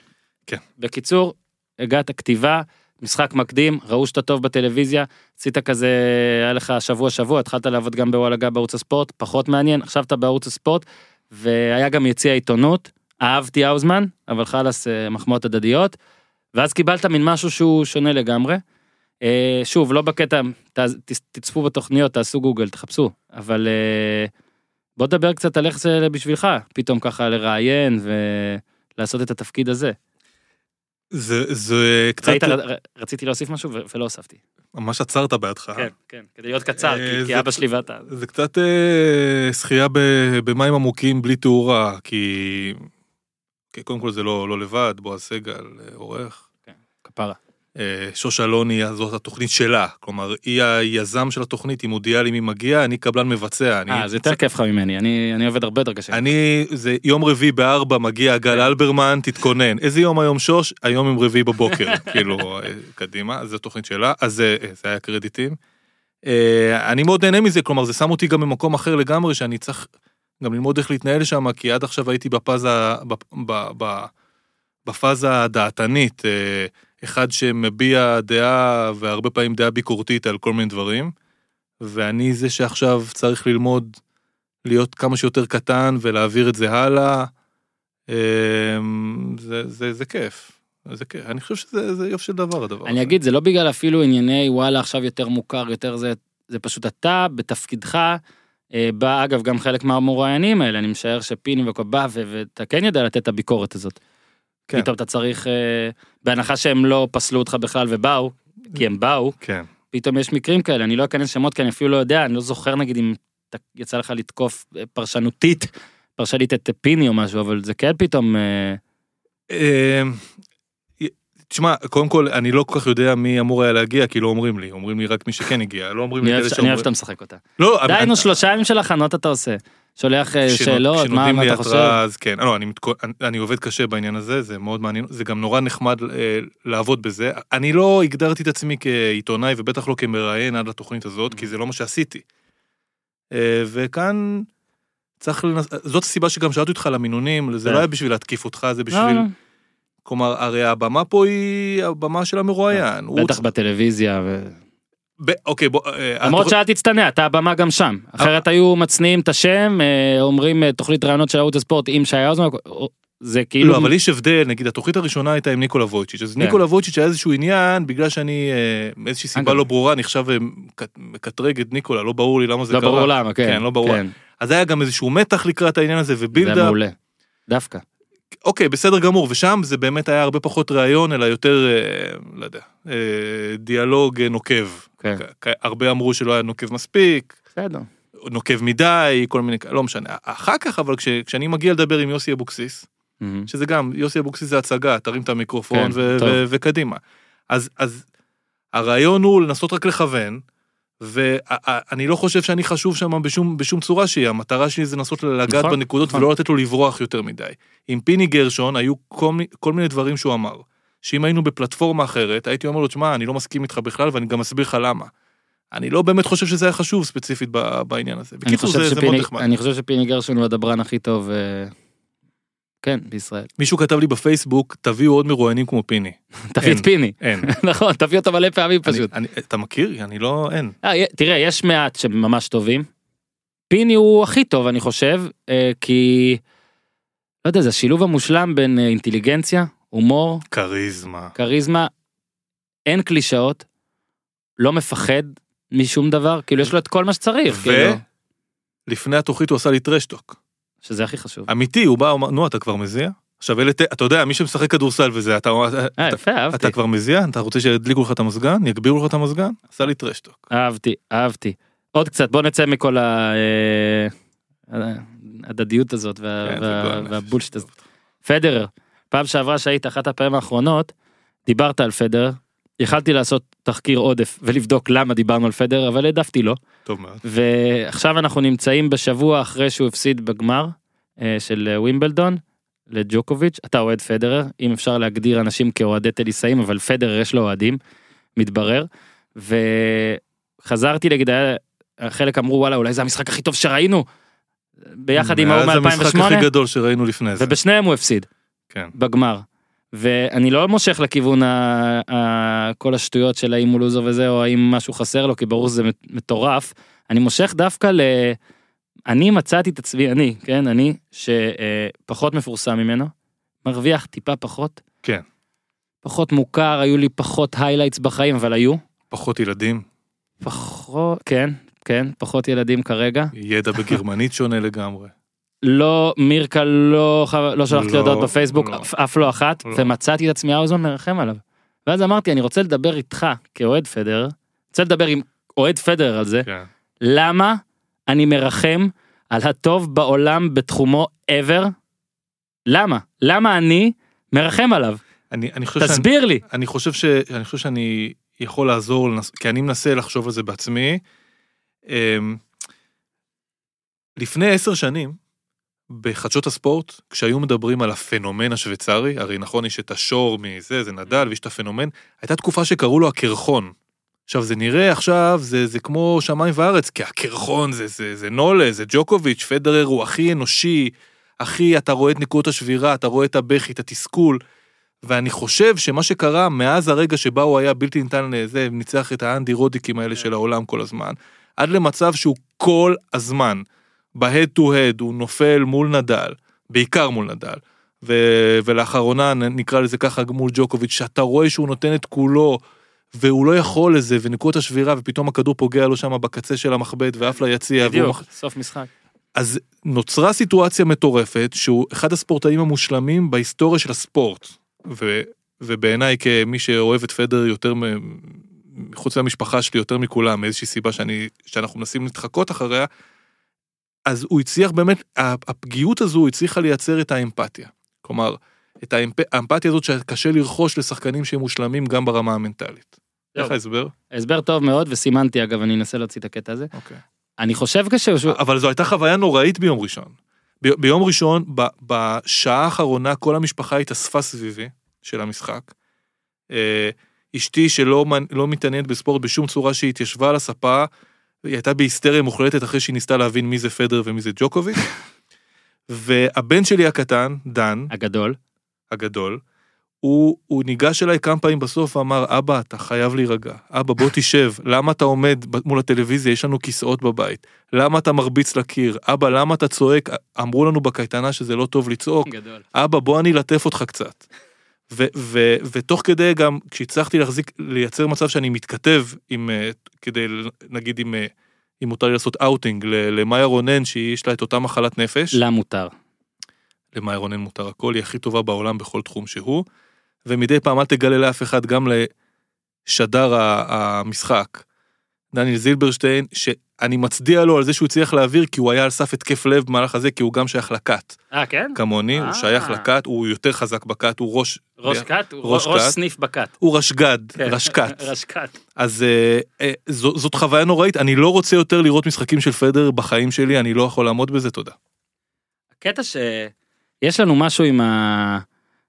כן. בקיצור, הגעת כתיבה, משחק מקדים, ראו שאתה טוב בטלוויזיה, עשית כזה, היה לך שבוע שבוע, התחלת לעבוד גם בוואלה גם בערוץ הספורט, פחות מעניין, עכשיו אתה בערוץ הספורט, והיה גם יציע עיתונות, אהבתי האוזמן, אבל חלאס אה, מחמאות הדדיות, ואז קיבלת מין משהו שהוא שונה לגמרי. אה, שוב, לא בקטע, ת, ת, תצפו בתוכניות, תעשו גוגל, תחפשו, אבל... אה, בוא נדבר קצת על איך זה בשבילך, פתאום ככה לראיין ולעשות את התפקיד הזה. זה, זה קצת... ראית, ר- ר- רציתי להוסיף משהו ו- ולא הוספתי. ממש עצרת בעדך. כן, כן, כדי להיות קצר, אה, כי- כי זה- אבא שלי ואתה. זה קצת אה, שחייה ב- במים עמוקים בלי תאורה, כי... כי קודם כל זה לא, לא לבד, בועז סגל אה, עורך. כפרה. אה, שוש אלוני, אז זאת התוכנית שלה. כלומר, היא היזם של התוכנית, היא מודיעה לי מי מגיע, אני קבלן מבצע. אני, אה, זה יותר כיף לך ממני, אני אני עובד הרבה יותר קשה. אני, זה יום רביעי בארבע, מגיע גל אלברמן, תתכונן. איזה יום היום שוש? היום יום רביעי בבוקר, כאילו, אה, קדימה, זו תוכנית שלה, אז זה, אה, זה היה קרדיטים. אה, אני מאוד נהנה מזה, כלומר, זה שם אותי גם במקום אחר לגמרי, שאני צריך גם ללמוד איך להתנהל שם, כי עד עכשיו הייתי בפאזה, בפ- ב- ב- בפאזה הדעתנית, אה, אחד שמביע דעה, והרבה פעמים דעה ביקורתית על כל מיני דברים, ואני זה שעכשיו צריך ללמוד להיות כמה שיותר קטן ולהעביר את זה הלאה. אמ, זה, זה, זה כיף. זה כיף. אני חושב שזה זה יופי של דבר הדבר אני אגיד, זה לא בגלל אפילו ענייני וואלה עכשיו יותר מוכר, יותר זה, זה פשוט אתה, בתפקידך, אה, בא אגב גם חלק מהמוראיינים האלה, אני משער שפיני וכל בא, ו- ואתה כן יודע לתת את הביקורת הזאת. כן. פתאום אתה צריך, אה, בהנחה שהם לא פסלו אותך בכלל ובאו, כי הם באו, כן. פתאום יש מקרים כאלה, אני לא אכנס שמות כי אני אפילו לא יודע, אני לא זוכר נגיד אם אתה- יצא לך לתקוף אה, פרשנותית, פרשנית את פיני או משהו, אבל זה כן פתאום, אה, אמ, י- תשמע, קודם כל, אני לא כל כך יודע מי אמור היה להגיע, כי לא אומרים לי. אומרים לי רק מי שכן הגיע, לא אומרים לי אני כאלה אוהב ש- אני אוהב שאתה משחק אותה. לא, אבל- די, נו, שלושה ימים של הכנות אתה עושה. שולח אה, כשנו- שאלות, מה כשנותנים מה לי אתה חושב? התראה, אז כן. לא, אני מתכו- אני- אני עובד קשה בעניין הזה, זה מאוד מעניין. זה גם נורא נחמד אה, לעבוד בזה. אני לא הגדרתי את עצמי כעיתונאי, ובטח לא כמראיין עד לתוכנית הזאת, כי זה לא מה שעשיתי. אה, וכאן צריך לנס... זאת הסיבה שגם שאלתי אותך על המינונים, זה כן. לא היה בשביל להתקיף אותך, זה לא, בשביל... לא. כלומר, הרי הבמה פה היא הבמה של המרואיין. הוא כן. בטח צ- בטלוויזיה. ו- אה, ב- אוקיי, בוא... אה, למרות התוכ- שאל תצטנע, אתה הבמה גם שם. אה. אחרת היו מצניעים את השם, אה, אומרים אה, תוכנית רעיונות של ערוץ הספורט עם שי האוזמן, או- זה כאילו... לא, אבל יש הבדל, נגיד, התוכנית הראשונה הייתה עם ניקולה וויצ'יץ', אז כן. ניקולה וויצ'יץ' היה איזשהו עניין, בגלל שאני, אה, מאיזושהי סיבה אגב. לא ברורה, אני עכשיו אה, מקט- מקטרג את ניקולה, לא ברור לי למה זה לא קרה. ברור למה, כן. כן, לא ברור. אז היה גם איזשהו מתח לקראת העניין הזה, זה ובילדה, מעולה. דווקא. אוקיי, בסדר גמור, ושם זה באמת היה הרבה פחות ראיון, אלא יותר, אה, לא יודע, אה, דיאלוג אה, נוקב. כן. כ- הרבה אמרו שלא היה נוקב מספיק, בסדר. נוקב מדי, כל מיני, לא משנה. אחר כך, אבל כש- כשאני מגיע לדבר עם יוסי אבוקסיס, מהמם. שזה גם, יוסי אבוקסיס זה הצגה, תרים את המיקרופון כן, כן, ו- טוב. ו- וקדימה. אז, אז הרעיון הוא לנסות רק לכוון, ואני לא חושב שאני חשוב שם בשום, בשום צורה שהיא, המטרה שלי זה לנסות לגעת נכון, נכון, בנקודות נכון. נכון. ולא לתת לו לברוח יותר מדי. עם פיני גרשון היו כל, מי- כל מיני דברים שהוא אמר, שאם היינו בפלטפורמה אחרת, הייתי אומר לו, תשמע, אני לא מסכים איתך בכלל ואני גם אסביר לך למה. אני לא באמת חושב שזה היה חשוב ספציפית ב- בעניין הזה. אני בקיצור, חושב זה, זה מאוד שפיני- נחמד. אני חושב שפיני גרשון הוא הדברן הכי טוב, אה, כן, בישראל. <laughs> מישהו כתב לי בפייסבוק, תביאו עוד מרואיינים כמו פיני. תביא את אין. פיני. <laughs> אין. נכון, תביא אותו מלא פעמים אני- פשוט. אני- אתה מכיר? אני לא, אין. אה, י- תראה, יש מעט שממש טובים. פיני הוא הכי טוב, אני חושב, אה, כי... לא יודע, זה השילוב המושלם בין אה, אינטליגנציה, הומור, כריזמה. כריזמה, אין קלישאות, לא מפחד משום דבר, כאילו יש לו את כל מה שצריך, כאילו, ולפני התוכנית הוא עשה לי טרשטוק. שזה הכי חשוב. אמיתי, הוא בא, הוא אמר, נו, אתה כבר מזיע? עכשיו, אלה, ת- אתה יודע, מי שמשחק כדורסל וזה, אתה אה, אתה- יפה, אהבתי. אתה כבר מזיע? אתה רוצה שידליקו לך את המזגן? יגבירו לך את המזגן? עשה לי טרשטוק. אהבתי, אהבתי. עוד קצת, בוא נצא מכל ה- אה, ההדדיות הזאת אה, וה- כן, זה וה- גועל והבולשיט נפש. הזה. פדרר, פעם שעברה שהיית אחת הפעמים האחרונות, דיברת על פדרר. יכלתי לעשות תחקיר עודף ולבדוק למה דיברנו על פדרר, אבל העדפתי לא. טוב מאוד. ועכשיו אנחנו נמצאים בשבוע אחרי שהוא הפסיד בגמר אה, של אה, ווימבלדון. לג'וקוביץ', אתה אוהד פדרר, אם אפשר להגדיר אנשים כאוהדי טניסאים, אבל פדרר יש לו אוהדים, מתברר. וחזרתי נגיד, היה- חלק אמרו וואלה אולי זה המשחק הכי טוב שראינו, ביחד עם ההוא מאז המשחק הכי מ-2008, גדול שראינו לפני זה. ובשניהם הוא הפסיד. כן. בגמר. ואני לא מושך לכיוון ה, ה, כל השטויות של האם הוא לוזר וזה, או האם משהו חסר לו, כי ברור שזה מט- מטורף. אני מושך דווקא ל... אני מצאתי את עצמי, אני, כן, אני, שפחות מפורסם ממנו, מרוויח טיפה פחות. כן. פחות מוכר, היו לי פחות היילייטס בחיים, אבל היו. פחות ילדים, פחות, כן, כן, פחות ילדים כרגע. ידע בגרמנית שונה <laughs> לגמרי. לא, מירקה לא, ח- לא שלחתי לא, לא, הודעות בפייסבוק, לא. אף, אף לא אחת, לא. ומצאתי את עצמי האוזון מרחם עליו. ואז אמרתי, אני רוצה לדבר איתך כאוהד פדר, רוצה לדבר עם אוהד פדר על זה, כן. למה אני מרחם על הטוב בעולם בתחומו ever? למה? למה אני מרחם עליו? אני אני חושב שאני- תסביר לי. אני חושב ש... אני חושב שאני יכול לעזור, לנס... כי אני מנסה לחשוב על זה בעצמי. אמ, לפני עשר שנים, בחדשות הספורט, כשהיו מדברים על הפנומן השוויצרי, הרי נכון, יש את השור מזה, זה נדל, ויש את הפנומן, הייתה תקופה שקראו לו הקרחון. עכשיו, זה נראה עכשיו, זה, זה כמו שמיים וארץ, כי הקרחון זה, זה, זה נולה, זה ג'וקוביץ', פדרר הוא הכי אנושי, הכי, אתה רואה את נקודות השבירה, אתה רואה את הבכי, את התסכול, ואני חושב שמה שקרה מאז הרגע שבה הוא היה בלתי ניתן לזה, ניצח את האנדי רודיקים האלה של העולם כל הזמן, עד למצב שהוא כל הזמן, בהד טו הד, הוא נופל מול נדל, בעיקר מול נדל, ו... ולאחרונה נ- נקרא לזה ככה מול ג'וקוביץ', שאתה רואה שהוא נותן את כולו, והוא לא יכול לזה, ונקודות השבירה, ופתאום הכדור פוגע לו שם בקצה של המחבט, ואף ליציע, והוא בדיוק, סוף משחק. אז נוצרה סיטואציה מטורפת שהוא אחד הספורטאים המושלמים בהיסטוריה של הספורט. ו, ובעיניי כמי שאוהב את פדר יותר מ... מחוץ למשפחה שלי יותר מכולם, מאיזושהי סיבה שאני, שאנחנו מנסים להתחקות אחריה, אז הוא הצליח באמת, ה- הפגיעות הזו הצליחה לייצר את האמפתיה. כלומר, את האמפ- האמפתיה הזאת שקשה לרכוש לשחקנים שהם מושלמים גם ברמה המנטלית. זהו. איך ההסבר? הסבר טוב מאוד, וסימנתי אגב, אני אנסה להוציא את הקטע הזה. אוקיי. אני חושב כשהוא... אבל זו הייתה חוויה נוראית ביום ראשון. ב- ביום ראשון, ב- בשעה האחרונה, כל המשפחה התאספה סביבי של המשחק. אה, אשתי שלא מנ- לא מתעניינת בספורט בשום צורה שהיא התיישבה על הספה, היא הייתה בהיסטריה מוחלטת אחרי שהיא ניסתה להבין מי זה פדר ומי זה ג'וקוביץ'. והבן שלי הקטן, דן, הגדול. הגדול, הוא, הוא ניגש אליי כמה פעמים בסוף ואמר, אבא, אתה חייב להירגע. אבא, בוא תשב. למה אתה עומד ב- מול הטלוויזיה? יש לנו כיסאות בבית. למה אתה מרביץ לקיר? אבא, למה אתה צועק? אמרו לנו בקייטנה שזה לא טוב לצעוק. גדול. אבא, בוא אני אלטף אותך קצת. ו- ו- ותוך כדי גם, כשהצלחתי להחזיק, לייצר מצב שאני מתכתב עם, אה, כדי, ל- נגיד, אם, אה, אם מותר לי לעשות אאוטינג ל- למאיה רונן, שיש לה את אותה מחלת נפש. לה מותר. למאי רונן מותר הכל, היא הכי טובה בעולם בכל תחום שהוא, ומדי פעם אל תגלה לאף אחד, גם לשדר ה- המשחק, דניאל זילברשטיין, שאני מצדיע לו על זה שהוא הצליח להעביר, כי הוא היה על סף התקף לב במהלך הזה, כי הוא גם שייך לכת, אה, כן? כמוני, הוא אה. שייך לכת, הוא יותר חזק בכת, הוא ראש... ראש כת? ראש ראש כת. סניף בכת. הוא רשגד, רשקת. כן. <laughs> רשקת. אז אה, אה, זו- זאת חוויה נוראית, אני לא רוצה יותר לראות משחקים של פדר בחיים שלי, אני לא יכול לעמוד בזה, תודה. הקטע שיש לנו משהו עם ה...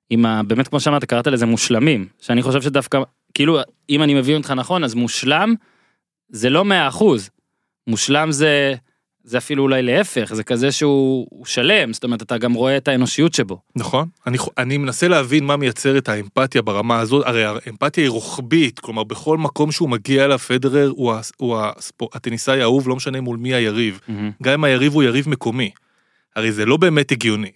עם ה... באמת כמו שאמרת קראת לזה מושלמים שאני חושב שדווקא כאילו אם אני מבין אותך נכון אז מושלם זה לא 100 אחוז. מושלם זה זה אפילו אולי להפך זה כזה שהוא הוא שלם זאת אומרת אתה גם רואה את האנושיות שבו. נכון. אני, חו- אני מנסה להבין מה מייצר את האמפתיה ברמה הזאת, הרי האמפתיה היא רוחבית, כלומר בכל מקום שהוא מגיע אליו, פדרר הוא, הס- הוא הספור, הטניסאי האהוב, לא משנה מול מי היריב. גם אם היריב הוא יריב מקומי. הרי זה לא באמת הגיוני.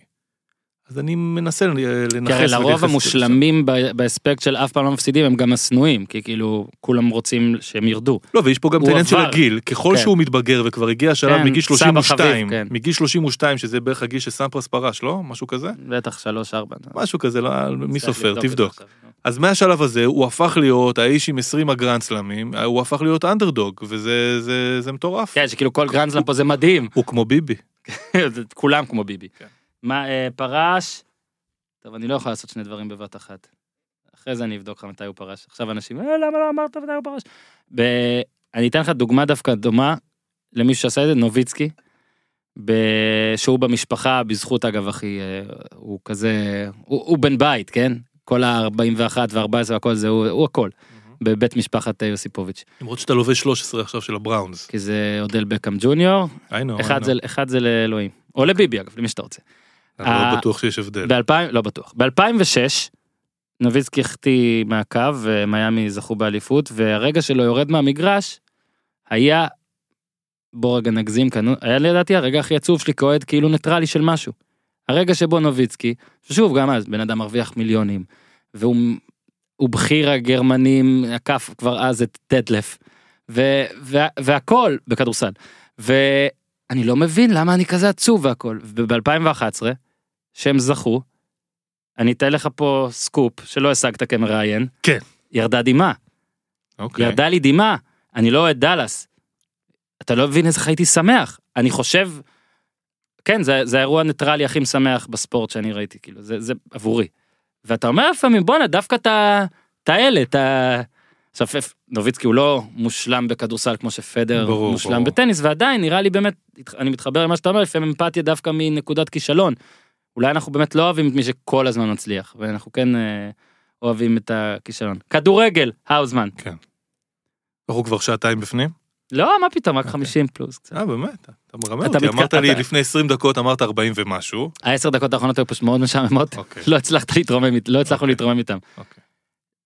אז אני מנסה ל- לנכס כי הרי לרוב ולייחס המושלמים ב- באספקט של אף פעם לא מפסידים הם גם השנואים כי כאילו כולם רוצים שהם ירדו. לא, ויש פה גם את הוא העניין של עבר. הגיל, ככל כן. שהוא מתבגר וכבר הגיע השלב כן, מגיל סבא 32, חביב, כן. מגיל 32, שזה בערך הגיל שסמפרס פרש, לא? משהו כזה? בטח שלוש ארבע. משהו כזה, לא, מי צריך סופר, לבדוק את זה תבדוק. עכשיו, נו. אז מהשלב הזה הוא הפך להיות האיש עם 20 הגרנדסלמים, הוא הפך להיות אנדרדוג, וזה זה, זה מטורף. כן שכאילו כל גרנדסלאם פה זה מדהים. <laughs> הוא כמו ביבי. כולם כמו ביבי. כן. מה, אה, פרש? טוב, אני לא יכול לעשות שני דברים בבת אחת. אחרי זה אני אבדוק לך מתי הוא פרש. עכשיו אנשים, אה, למה לא אמרת מתי הוא פרש? ב- אני אתן לך דוגמה דווקא דומה למישהו שעשה את זה, נוביצקי. ב- שהוא במשפחה, בזכות אגב אחי, אה, הוא כזה, הוא, הוא בן בית, כן? כל ה-41 וה-14 והכל זה, הוא, הוא הכל. בבית משפחת אה, יוסיפוביץ', למרות שאתה לובש 13 עכשיו של הבראונס. כי זה אודל בקאם ג'וניור, I know, I כן. אחד זה, know. אחד זה לאלוהים, או לביבי אגב, למי שאתה רוצה. אני לא אה, בטוח שיש הבדל. באלפיים, לא בטוח. ב-2006, נוביצקי החטיא מהקו, ומיאמי זכו באליפות, והרגע שלו יורד מהמגרש, היה, בוא רגע נגזים כאן, היה לדעתי הרגע הכי עצוב שלי כאוהד כאילו ניטרלי של משהו. הרגע שבו נוביצקי, שוב גם אז, בן אדם מרוויח מיליונים, והוא הוא בכיר הגרמנים, עקף כבר אז את טדלף, ו- וה- והכל בכדורסל. ואני לא מבין למה אני כזה עצוב והכל. וב-2011, שהם זכו, אני אתן לך פה סקופ שלא השגת כמראיין. כן. ירדה דמעה, אוקיי. ירדה לי דמעה, אני לא אוהד דאלאס. אתה לא מבין איזה הייתי שמח, אני חושב, כן, זה, זה האירוע הניטרלי הכי משמח בספורט שאני ראיתי, כאילו, זה, זה עבורי. ואתה אומר לפעמים, בואנה, דווקא את ה- את האלה, את ה... עכשיו, פ- נוביצקי הוא לא מושלם בכדורסל כמו שפדר ברור, מושלם ברור. בטניס, ועדיין נראה לי באמת, אני מתחבר למה שאתה אומר, לפעמים אמפתיה דווקא מנקודת כישלון. אולי אנחנו באמת לא אוהבים את מי שכל הזמן מצליח, ואנחנו כן אה, אוהבים את הכישלון. כדורגל, האוזמן. אנחנו כבר שעתיים בפנים? לא, מה פתאום, רק 50 פלוס קצת. אה, באמת, אתה מרמה אתה אותי. מתק- אמרת אתה- לי לפני 20 דקות, אמרת 40 ומשהו. העשר אה, דקות האחרונות היו פשוט מאוד משעממות, אוקיי. לא הצלחת להתרומם, אית- לא הצלחנו אוקיי. להתרומם איתם. אוקיי.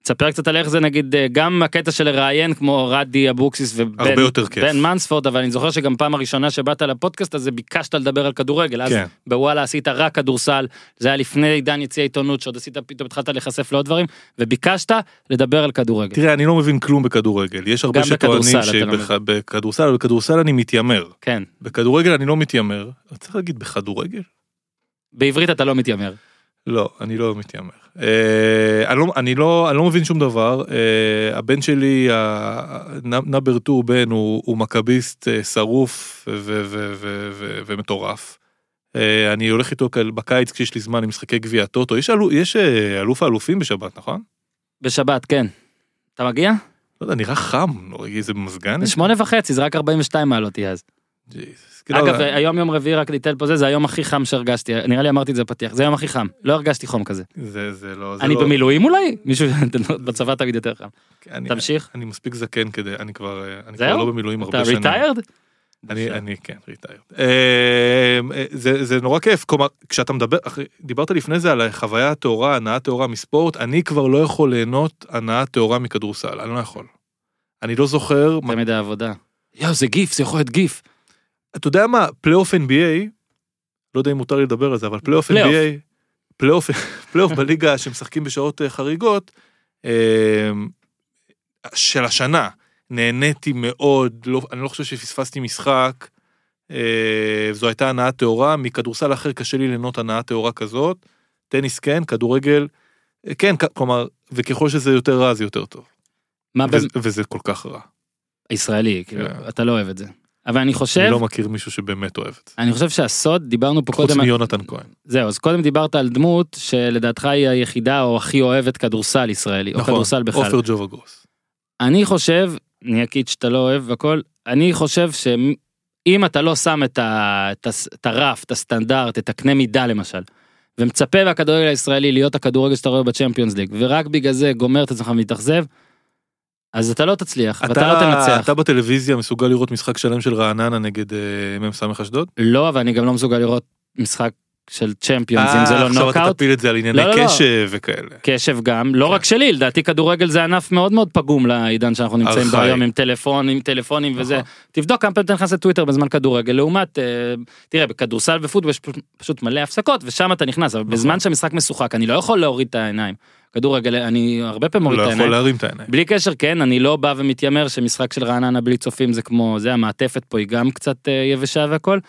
תספר קצת על איך זה נגיד אה, גם הקטע של לראיין כמו רדי אבוקסיס ובן הרבה יותר כיף. בן מנספורד אבל אני זוכר שגם פעם הראשונה שבאת לפודקאסט הזה ביקשת לדבר על כדורגל אז כן. בוואלה עשית רק כדורסל זה היה לפני עידן יציא העיתונות שעוד עשית פתאום התחלת להיחשף לעוד דברים וביקשת לדבר על כדורגל. תראה, אני לא מבין כלום בכדורגל. יש הרבה גם שטוענים בכדורסל אתה לא מבין. שבכדורסל, בכדורסל אני מתיימר. כן בכדורגל אני לא מתיימר. צריך להגיד בכדורגל? בעברית אתה לא מתיימר. לא, אני לא מתיימר. אה, אני, לא, אני, לא, אני לא מבין שום דבר. אה, הבן שלי, ה- נ- נאבר טור בן, הוא, הוא מכביסט אה, שרוף ו- ו- ו- ו- ו- ומטורף. אה, אני הולך איתו כאל- בקיץ כשיש לי זמן למשחקי גביע הטוטו. יש, אלו, יש אה, אלוף האלופים בשבת, נכון? בשבת כן. אתה מגיע? לא יודע, נראה חם, לא, איזה מזגן. זה שמונה וחצי זה רק 42 מעלות יהיה אז. ג'יזוס. כאילו, אגב אה, היום יום רביעי רק ניתן פה זה זה היום הכי חם שהרגשתי נראה לי אמרתי את זה בפתיח זה היום הכי חם לא הרגשתי חום כזה. זה, זה לא... זה אני לא, במילואים אולי? מישהו <laughs> בצבא תמיד יותר חם. אני, תמשיך. אני מספיק זקן כדי, אני כבר, אה, אני כבר זהו? לא במילואים אתה הרבה שנים. ריטיירד? אני, אני כן, ריטיירד. אה, אה, זה, זה נורא כיף, כלומר, כשאתה מדבר, אחרי- דיברת לפני זה על החוויה הטהורה, הנאה טהורה מספורט, אני כבר לא יכול ליהנות הנאה טהורה מכדורסל, אני לא יכול. אני לא זוכר, מה- תמיד העבודה. יואו זה גיף זה יכול להיות גיף. אתה יודע מה, פלייאוף NBA, לא יודע אם מותר לי לדבר על זה, אבל פלייאוף פלייאוף. NBA, פלייאוף פלייאוף בליגה שמשחקים בשעות אה, חריגות, אה, של השנה, נהניתי מאוד, לא, אני לא חושב שפספסתי משחק, אה, זו הייתה הנאה טהורה, מכדורסל אחר קשה לי ליהנות הנאה טהורה כזאת, טניס כן, כדורגל, אה, כן, כ- כלומר, וככל שזה יותר רע זה יותר טוב, מה בין- ו- וזה כל כך רע, ישראלי כאילו כן. אתה לא אוהב את זה. אבל אני אני חושב לא מכיר מישהו שבאמת אוהב את זה, אני חושב שהסוד דיברנו פה חוץ קודם מיונתן כהן. זהו אז קודם דיברת על דמות שלדעתך היא היחידה או הכי אוהבת כדורסל ישראלי או כדורסל בכלל. נכון, עופר ג'ובגוס. אני חושב, אני אקיד שאתה לא אוהב והכל, אני חושב שאם אתה לא שם את, ה, את, הס- את הרף, את הסטנדרט, את הקנה מידה למשל, ומצפה מהכדורגל הישראלי להיות הכדורגל שאתה רואה בצ'מפיונס ליג, ורק בגלל זה גומר את עצמך ומתאכזב, אז אתה לא תצליח, ואתה לא תנצח. אתה בטלוויזיה מסוגל לראות משחק שלם של רעננה נגד אה, מ"ס אשדוד? לא, אבל אני גם לא מסוגל לראות משחק של צ'מפיונס, אם זה אה, לא עכשיו אתה כן. נוקאוט. תפיל את זה על ענייני לא, לא, לא. קשב וכאלה. קשב גם, לא רק שלי, לדעתי כדורגל זה ענף מאוד מאוד פגום לעידן שאנחנו נמצאים בו ארכאי. היום עם טלפונים, טלפונים וזה. נכון. תבדוק כמה פעמים אתה נכנס לטוויטר בזמן כדורגל, לעומת, אה, תראה, בכדורסל ופוטבול יש פשוט- פשוט מלא הפסקות ושם אתה נכנס, נכון. אבל בזמן שהמשחק משוחק אני לא יכול להוריד את העיניים. כדורגל, אני הרבה פעמים מוריד לא את יכול העיניים. להרים את העיניים. בלי קשר, כן, אני לא בא ומתיימר שמשחק של רעננה בלי צופים זה כמו, זה המעטפת פה היא גם קצת אה, יבשה והכל,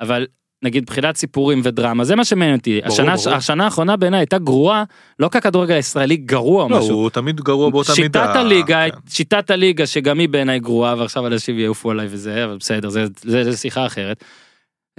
אבל נגיד מבחינת סיפורים ודרמה, זה מה שמעניין אותי. ברור, השנה, ברור. השנה האחרונה בעיניי הייתה גרועה, לא כי הכדורגל הישראלי גרוע או לא, משהו. הוא תמיד גרוע באותה שיטת מידה. הליגה, כן. שיטת הליגה שגם היא בעיניי גרועה ועכשיו אנשים יעופו עליי וזה, אבל בסדר, זה, זה, זה שיחה אחרת. <laughs>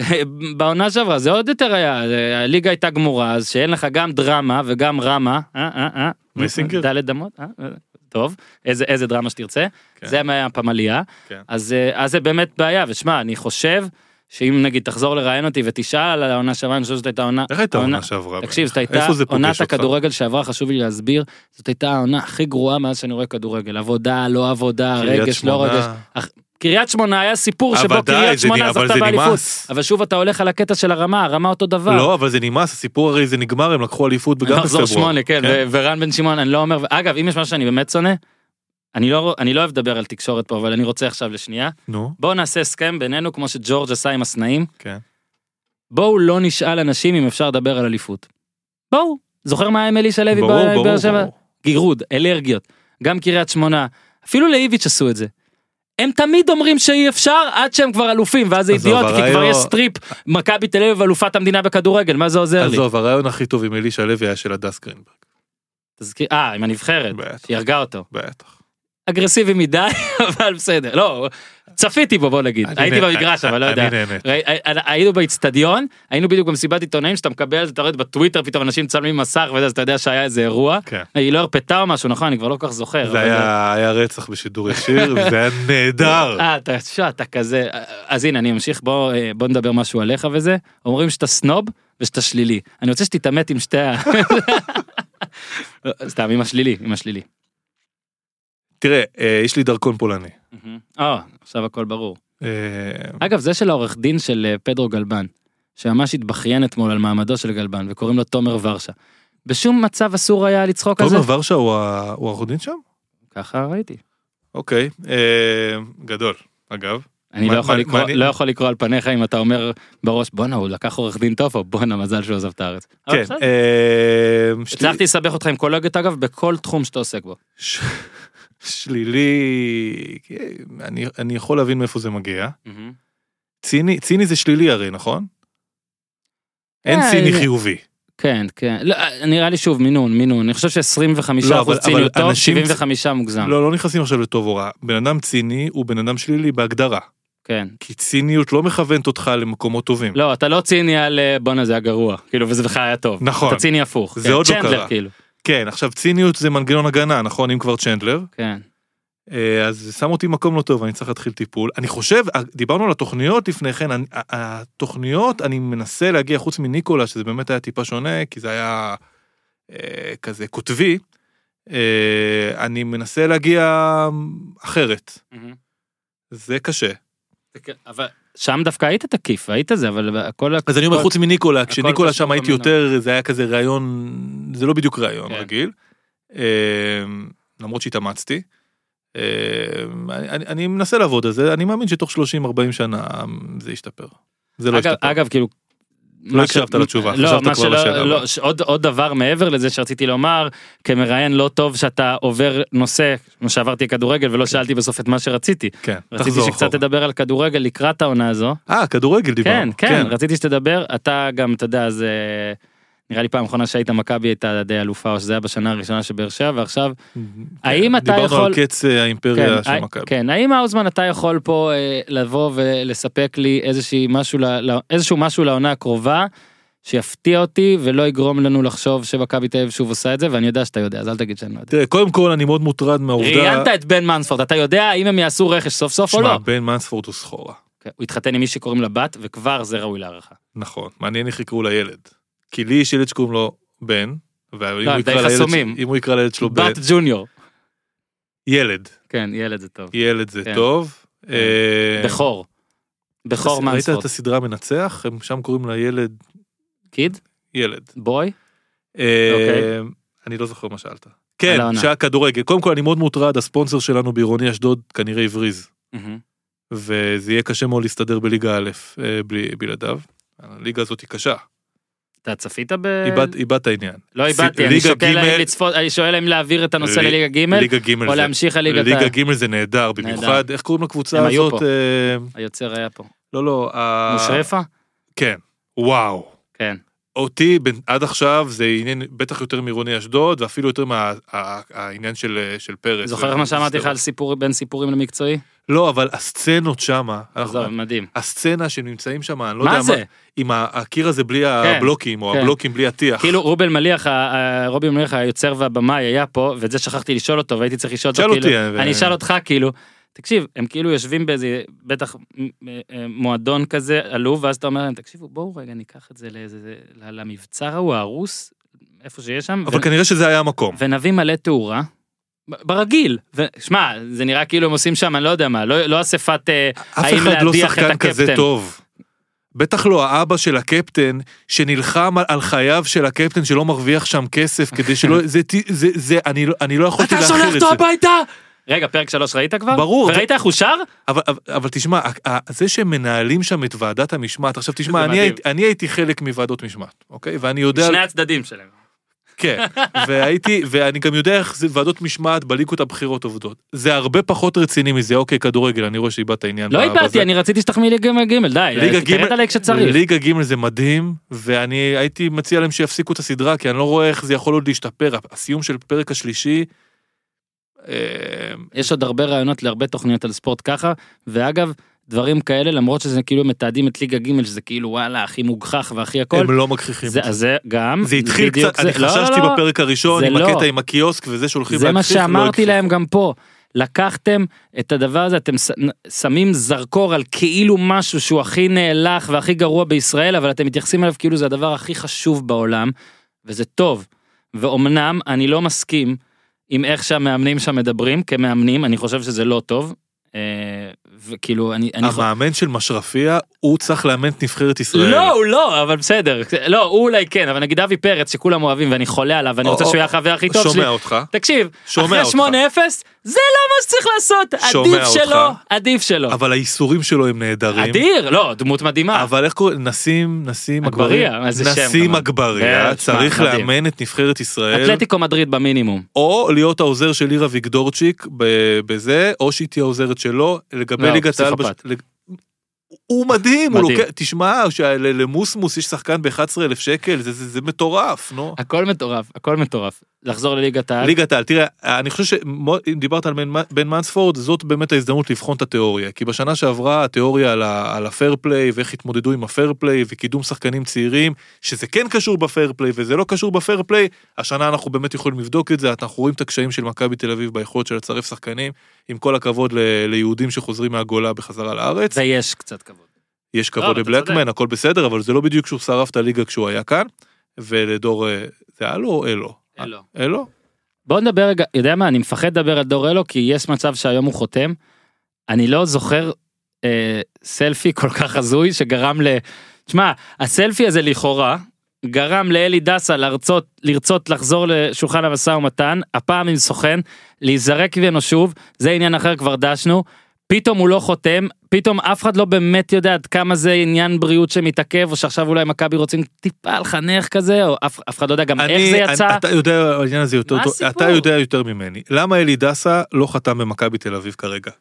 בעונה שעברה זה עוד יותר היה, זה- הליגה הייתה גמורה, אז שאין לך גם דרמה וגם רמה, אה אה אה, מסינגר. דלת אמות, אה, אה, טוב, איזה, איזה דרמה שתרצה, כן. זה היה מהפמליה, כן. אז, אה, אז זה באמת בעיה, ושמע, אני חושב שאם נגיד תחזור לראיין אותי ותשאל על העונה שעברה, אני חושב שזאת הייתה עונה... איך הייתה העונה- העונה שעברה? תקשיב, זאת הייתה איפה זה פוגש עונת אותך? הכדורגל שעברה, חשוב לי להסביר, זאת הייתה העונה הכי גרועה מאז שאני רואה כדורגל. עבודה, לא עבודה, קריית רגש, לא שמונה. רגש. אך- קריית שמונה היה סיפור שבו אבל די, קריית זה נ- שמונה אבל זכתה זה באליפות. נמאס. אבל שוב אתה הולך על הקטע של הרמה, הרמה אותו דבר. לא, אבל זה נמאס, הסיפור הרי זה נגמר, הם לקחו אליפות גם בפברואר. מחזור שמונה, כן, ו- ורן בן שמעון, אני לא אומר, אגב, אם יש משהו שאני באמת שונא, אני לא, אני לא אוהב לדבר על תקשורת פה, אבל אני רוצה עכשיו לשנייה. נו, בואו נעשה הסכם בינינו, כמו שג'ורג' עשה עם הסנאים. כן. בואו לא נשאל אנשים אם אפשר לדבר על אליפות. בואו, זוכר מה היה עם אלישע לוי ברור, בבאר ברור, שבע? ברור. גירוד, אלרגיות, גם קריית שמונה, אפילו לאיביץ' עשו את זה. הם תמיד אומרים שאי אפשר עד שהם כבר אלופים, ואז זה עזוב, אידיוט, כי כבר הרעיון- יש סטריפ, מכבי תל אביב אלופת המדינה בכדורגל, מה זה עוזר לי? עזוב, הרעיון הכי טוב עם אלישע לוי היה של הדס גרינברג. תזכיר- אה, עם הנבחרת, בטח. שהיא הרגה אותו. בטח. אגרסיבי מדי, <laughs> אבל בסדר, לא, צפיתי בו בוא נגיד, אני הייתי נה- במגרש אבל לא יודע. אני נהנה. ראי- הי- היינו באיצטדיון, היינו בדיוק במסיבת עיתונאים שאתה מקבל, אתה רואה בטוויטר פתאום אנשים מצלמים מסך וזה, אז אתה יודע שהיה איזה אירוע. כן. היא לא הרפתה או משהו, נכון? אני כבר לא כל כך זוכר. זה אבל- היה היה רצח בשידור <laughs> ישיר, זה היה נהדר. אה, אתה שע, אתה כזה, אה, אז הנה אני אמשיך, בוא אה, בוא נדבר משהו עליך וזה, אומרים שאתה סנוב ושאתה שלילי, אני רוצה שתתעמת עם שתי ה... <laughs> סתם, עם השלילי, עם השלילי. תראה, אה, יש לי דרכון פולני. אה, עכשיו הכל ברור. אה, אגב, זה של העורך דין של אה, פדרו גלבן, שממש התבכיין אתמול על מעמדו של גלבן, וקוראים לו תומר ורשה. בשום מצב אסור היה לצחוק על זה. תומר ורשה הוא ה- הוא העורך דין שם? ככה ראיתי. אוקיי, אה, גדול, אגב. אני מה- לא יכול מה- לקרוא- מה אני- לא יכול לקרוא על פניך אם אתה אומר בראש, בואנה, הוא לקח עורך דין טוב, או בואנה, מזל שהוא עזב את הארץ. אבל כן, בסדר. אה, שלי- הצלחתי לסבך אותך עם קולגת, אגב, בכל תחום שאתה עוסק בו. ש- שלילי, כן, אני- אני יכול להבין מאיפה זה מגיע. ציני, ציני זה שלילי הרי, נכון? אין אה, ציני זה- חיובי. כן, כן. לא, אה, נראה לי שוב, מינון, מינון. אני חושב לא, אבל- ש-25% אבל ציניות טוב, אנשים- 75 מוגזם. לא, לא נכנסים עכשיו לטוב או רע. בן אדם ציני הוא בן אדם שלילי בהגדרה. כן. כי ציניות לא מכוונת אותך למקומות טובים. לא, אתה לא ציני על אה, בואנה זה היה גרוע, כאילו, וזה בכלל היה טוב. נכון. אתה ציני הפוך. זה כן, עוד לא צ'נדלר, קרה. כאילו. כן, עכשיו ציניות זה מנגנון הגנה, נכון? אם כבר צ'נדלר. כן. אה, אז זה שם אותי במקום לא טוב, אני צריך להתחיל טיפול. אני חושב, אה, דיברנו על התוכניות לפני כן, אני- ה- התוכניות, אני מנסה להגיע, חוץ מניקולה, שזה באמת היה טיפה שונה, כי זה היה אה, כזה קוטבי, אה, אני מנסה להגיע אמ, אחרת. זה קשה. אבל שם דווקא היית תקיף, היית זה, אבל הכל... אז אני אומר, הכל- חוץ מניקולה, הכל כשניקולה קשור שם הייתי במנוע. יותר, זה היה כזה ראיון, זה לא בדיוק ראיון כן. רגיל. אמ, למרות שהתאמצתי. אמ, אני- אני אני מנסה לעבוד על זה, אני מאמין שתוך 30-40 שנה אמ, זה ישתפר. זה לא אגב, ישתפר. אגב, כאילו... לא מה ש- הקשבת לתשובה, לא, חשבת מה כבר שלא- על השאלה לא, הבאה. ש- עוד- עוד דבר מעבר לזה שרציתי לומר, כמראיין לא טוב שאתה עובר נושא, כמו שעברתי כדורגל ולא שאלתי בסוף את מה שרציתי. כן, רציתי תחזור שקצת אחורה. תדבר על כדורגל לקראת העונה הזו. אה, כדורגל כן, דיברנו. כן, רציתי שתדבר, אתה גם, אתה יודע, זה... נראה לי פעם אחרונה שהיית מכבי הייתה די אלופה, או שזה היה בשנה הראשונה של באר שבע, ועכשיו האם אתה כן. דיברנו על יכול- קץ אה, האימפריה של הי- מכבי. כן, האם האוזמן אתה יכול פה אה, לבוא ולספק לי איזושהי משהו, ל, ל, איזשהו משהו לעונה הקרובה, שיפתיע אותי ולא יגרום לנו לחשוב שמכבי תל אביב שוב עושה את זה, ואני יודע שאתה יודע, אז אל תגיד שאני לא יודע. תראה, קודם כל אני מאוד מוטרד מהעובדה... ראיינת את בן מנספורד, אתה יודע האם הם יעשו רכש סוף סוף או שמע, לא? בן מנספורד הוא סחורה. כן, הוא התחתן עם מי שקוראים לה בת, וכבר זה ראוי להערכה. נכון, מעניין איך יקראו לילד. כי לי יש ילד שקוראים לו בן, ואם לא, הוא די יקרא לילד חסומים. ש- אם הוא יקרא לילד שלו בן, בת ג'וניור. ילד, כן, ילד זה טוב. ילד זה כן. טוב. אה, בכור. בכור אתה- ראית מנספורד. את הסדרה מנצח? הם שם קוראים לילד קיד? ילד. בוי? אה, אוקיי. לא, אני לא זוכר מה שאלת. כן, העונה. שהיה כדורגל. קודם כל אני מאוד מוטרד, הספונסר שלנו בעירוני אשדוד כנראה הבריז. וזה יהיה קשה מאוד להסתדר בליגה א' אה, בלי- בלעדיו. הליגה הזאת היא קשה, כן. אתה צפית ב... איבדת- איבדת את העניין. לא ס- איבדתי, אני ליגה שוקל ג' האם לצפות, אני שואל האם להעביר את הנושא ל- לליגה ג' ליגה ג' או זה להמשיך לליגת ליגה ה... ג' זה נהדר, במיוחד, איך קוראים לקבוצה הם היו הזאת? פה. אה, היוצר היה פה. לא, לא. ה- מושרפה? כן. וואו. כן. אותי בין- עד עכשיו זה עניין בטח יותר מעירוני אשדוד, ואפילו יותר מהעניין של אה, של פרס. זוכר איך מה שאמרתי לך על סיפור בין סיפורים למקצועי? לא, אבל הסצנות שמה, אנחנו- עזוב, מדהים. הסצנה שהם נמצאים שם, אני נכון. לא יודע מה זה? עם ה- הקיר הזה בלי הבלוקים, או כן. הבלוקים בלי הטיח. כאילו רובל מליח, ה- ה- רובי מליח היוצר והבמאי היה פה, ואת זה שכחתי לשאול אותו, והייתי צריך לשאול אותו, שאל כאילו, אותי, אה, אני אשאל אותך כאילו, תקשיב, הם כאילו יושבים באיזה, בטח מ- מ- מועדון כזה עלוב, ואז אתה אומר להם, תקשיבו, בואו רגע ניקח את זה לאיזה, ל- למבצר ההוא ההרוס, איפה שיש שם, אבל ו- כנראה שזה היה המקום. ונביא מלא תאורה. ב- ברגיל, ו- שמע, זה נראה כאילו הם עושים שם, אני לא יודע מה, לא, לא אספת אה, אף האם אחד לא להדיח את שחקן כזה הקפטן. טוב. בטח לא האבא של הקפטן, שנלחם על, על חייו של הקפטן שלא מרוויח שם כסף, <laughs> כדי שלא... זה, ת- זה, זה, אני, לא- אני לא יכולתי להכיל את זה. הביתה! רגע, פרק שלוש ראית כבר? ברור, וראית איך הוא שר? אבל, אבל, אבל תשמע, ה- ה- זה שהם מנהלים שם את ועדת המשמעת, עכשיו זה תשמע, אני מדהים. הייתי, אני הייתי חלק מוועדות משמעת, אוקיי? ואני יודע... שני הצדדים שלהם. כן, והייתי, ואני גם יודע איך זה ועדות משמעת בליגות הבכירות עובדות. זה הרבה פחות רציני מזה, אוקיי, כדורגל, אני רואה שאיבדת עניין. לא ב- בזה. איבדתי, אני רציתי שתחמיא ליגה ג', די, אה, ליגה תתקראת ג' עליי כשצריך. ליגה ג' זה מדהים, ואני הייתי מציע להם שיפסיקו את הסדרה, כי אני לא רואה איך זה יכול עוד להשתפר. הסיום של פרק השלישי, אה, יש עוד הרבה רעיונות להרבה תוכניות על ספורט ככה, ואגב, דברים כאלה, למרות שזה כאילו מתעדים את ליגה ג' שזה כאילו וואלה, הכי מוגחך והכי הכל, הם לא מכחיכים. זה, אז זה גם, זה התחיל בדיוק קצת, אני זה- לא, לא, חששתי לא, בפרק הראשון, זה עם לא. הקטע עם הקיוסק וזה שהולכים זה מה להכחיך, לא שאמרתי הכחיכו. להם גם פה. לקחתם את הדבר הזה, אתם ש- שמים זרקור על כאילו משהו שהוא הכי נאלח והכי גרוע בישראל, אבל אתם מתייחסים אליו כאילו זה הדבר הכי חשוב בעולם, וזה טוב. ואומנם אני לא מסכים עם איך שהמאמנים שם מדברים, כמאמנים, אני חושב שזה לא טוב. אה, וכאילו, אני... אני חו- המאמן של משרפיה, הוא צריך לאמן את נבחרת ישראל. לא, הוא לא, אבל בסדר. לא, הוא אולי כן, אבל נגיד אבי פרץ, שכולם אוהבים ואני חולה עליו, ואני או, רוצה או, שהוא יהיה החבר הכי טוב שלי. שומע אותך. תקשיב, שומע אחרי אותך. 8-0, זה לא מה שצריך לעשות, שומע עדיף אותך. שלו, עדיף שלו. אבל האיסורים שלו הם נהדרים. אדיר, לא, דמות מדהימה. אבל איך קוראים? נסים, נסים אגבריה, אגבריה. איזה שם נסים גם. אגבריה כן, תשמע, צריך מדהים. לאמן את נבחרת ישראל, אתלטיקו מדריד במינימום. או להיות העוזר של עירה ויגדורצ'יק ב- בזה, או שהיא תהיה העוזרת שלו. לגבי לא, ליגת העל... בש- פסיכופת. לג- הוא מדהים, הוא מדהים. לוקח, תשמע, של- למוסמוס יש שחקן ב-11,000 שקל, זה- זה זה מטורף, נו. הכל מטורף, הכל מטורף. לחזור לליגת העל. ליגת העל, תראה, אני חושב שאם דיברת על בן- בן מנספורד, זאת באמת ההזדמנות לבחון את התיאוריה. כי בשנה שעברה התיאוריה על ה- על הפייר פליי, ואיך התמודדו עם הפייר פליי, וקידום שחקנים צעירים, שזה כן קשור בפייר פליי וזה לא קשור בפייר פליי, השנה אנחנו באמת יכולים לבדוק את זה, אנחנו רואים את הקשיים של מכבי תל אביב ביכולת של לצרף שחקנים, עם כל הכבוד ל- ליהודים שחוזרים מהגולה בחזרה לארץ. ויש קצת כבוד. יש לא, כבוד אתה לבלקמן, הכל בסדר, אבל זה לא בדיוק שהוא שרף את הליגה כשהוא היה כאן, ולדור, אה, זה היה לו או אלו? אה, אלו. אלו? בוא נדבר רגע, יודע מה, אני מפחד לדבר על דור אלו, כי יש מצב שהיום הוא חותם. אני לא זוכר אה, סלפי כל כך הזוי שגרם ל... תשמע, הסלפי הזה לכאורה גרם לאלי דסה לרצות, לרצות לחזור לשולחן המשא ומתן, הפעם עם סוכן, להיזרק ממנו שוב, זה עניין אחר כבר דשנו. פתאום הוא לא חותם, פתאום אף אחד לא באמת יודע עד כמה זה עניין בריאות שמתעכב, או שעכשיו אולי מכבי רוצים טיפה לחנך כזה, או אף, אף אחד לא יודע גם איך זה יצא. אני, אתה יודע העניין הזה יותר מה טוב, הסיפור? אתה יודע יותר ממני. למה אלי דסה לא חתם במכבי תל אביב כרגע?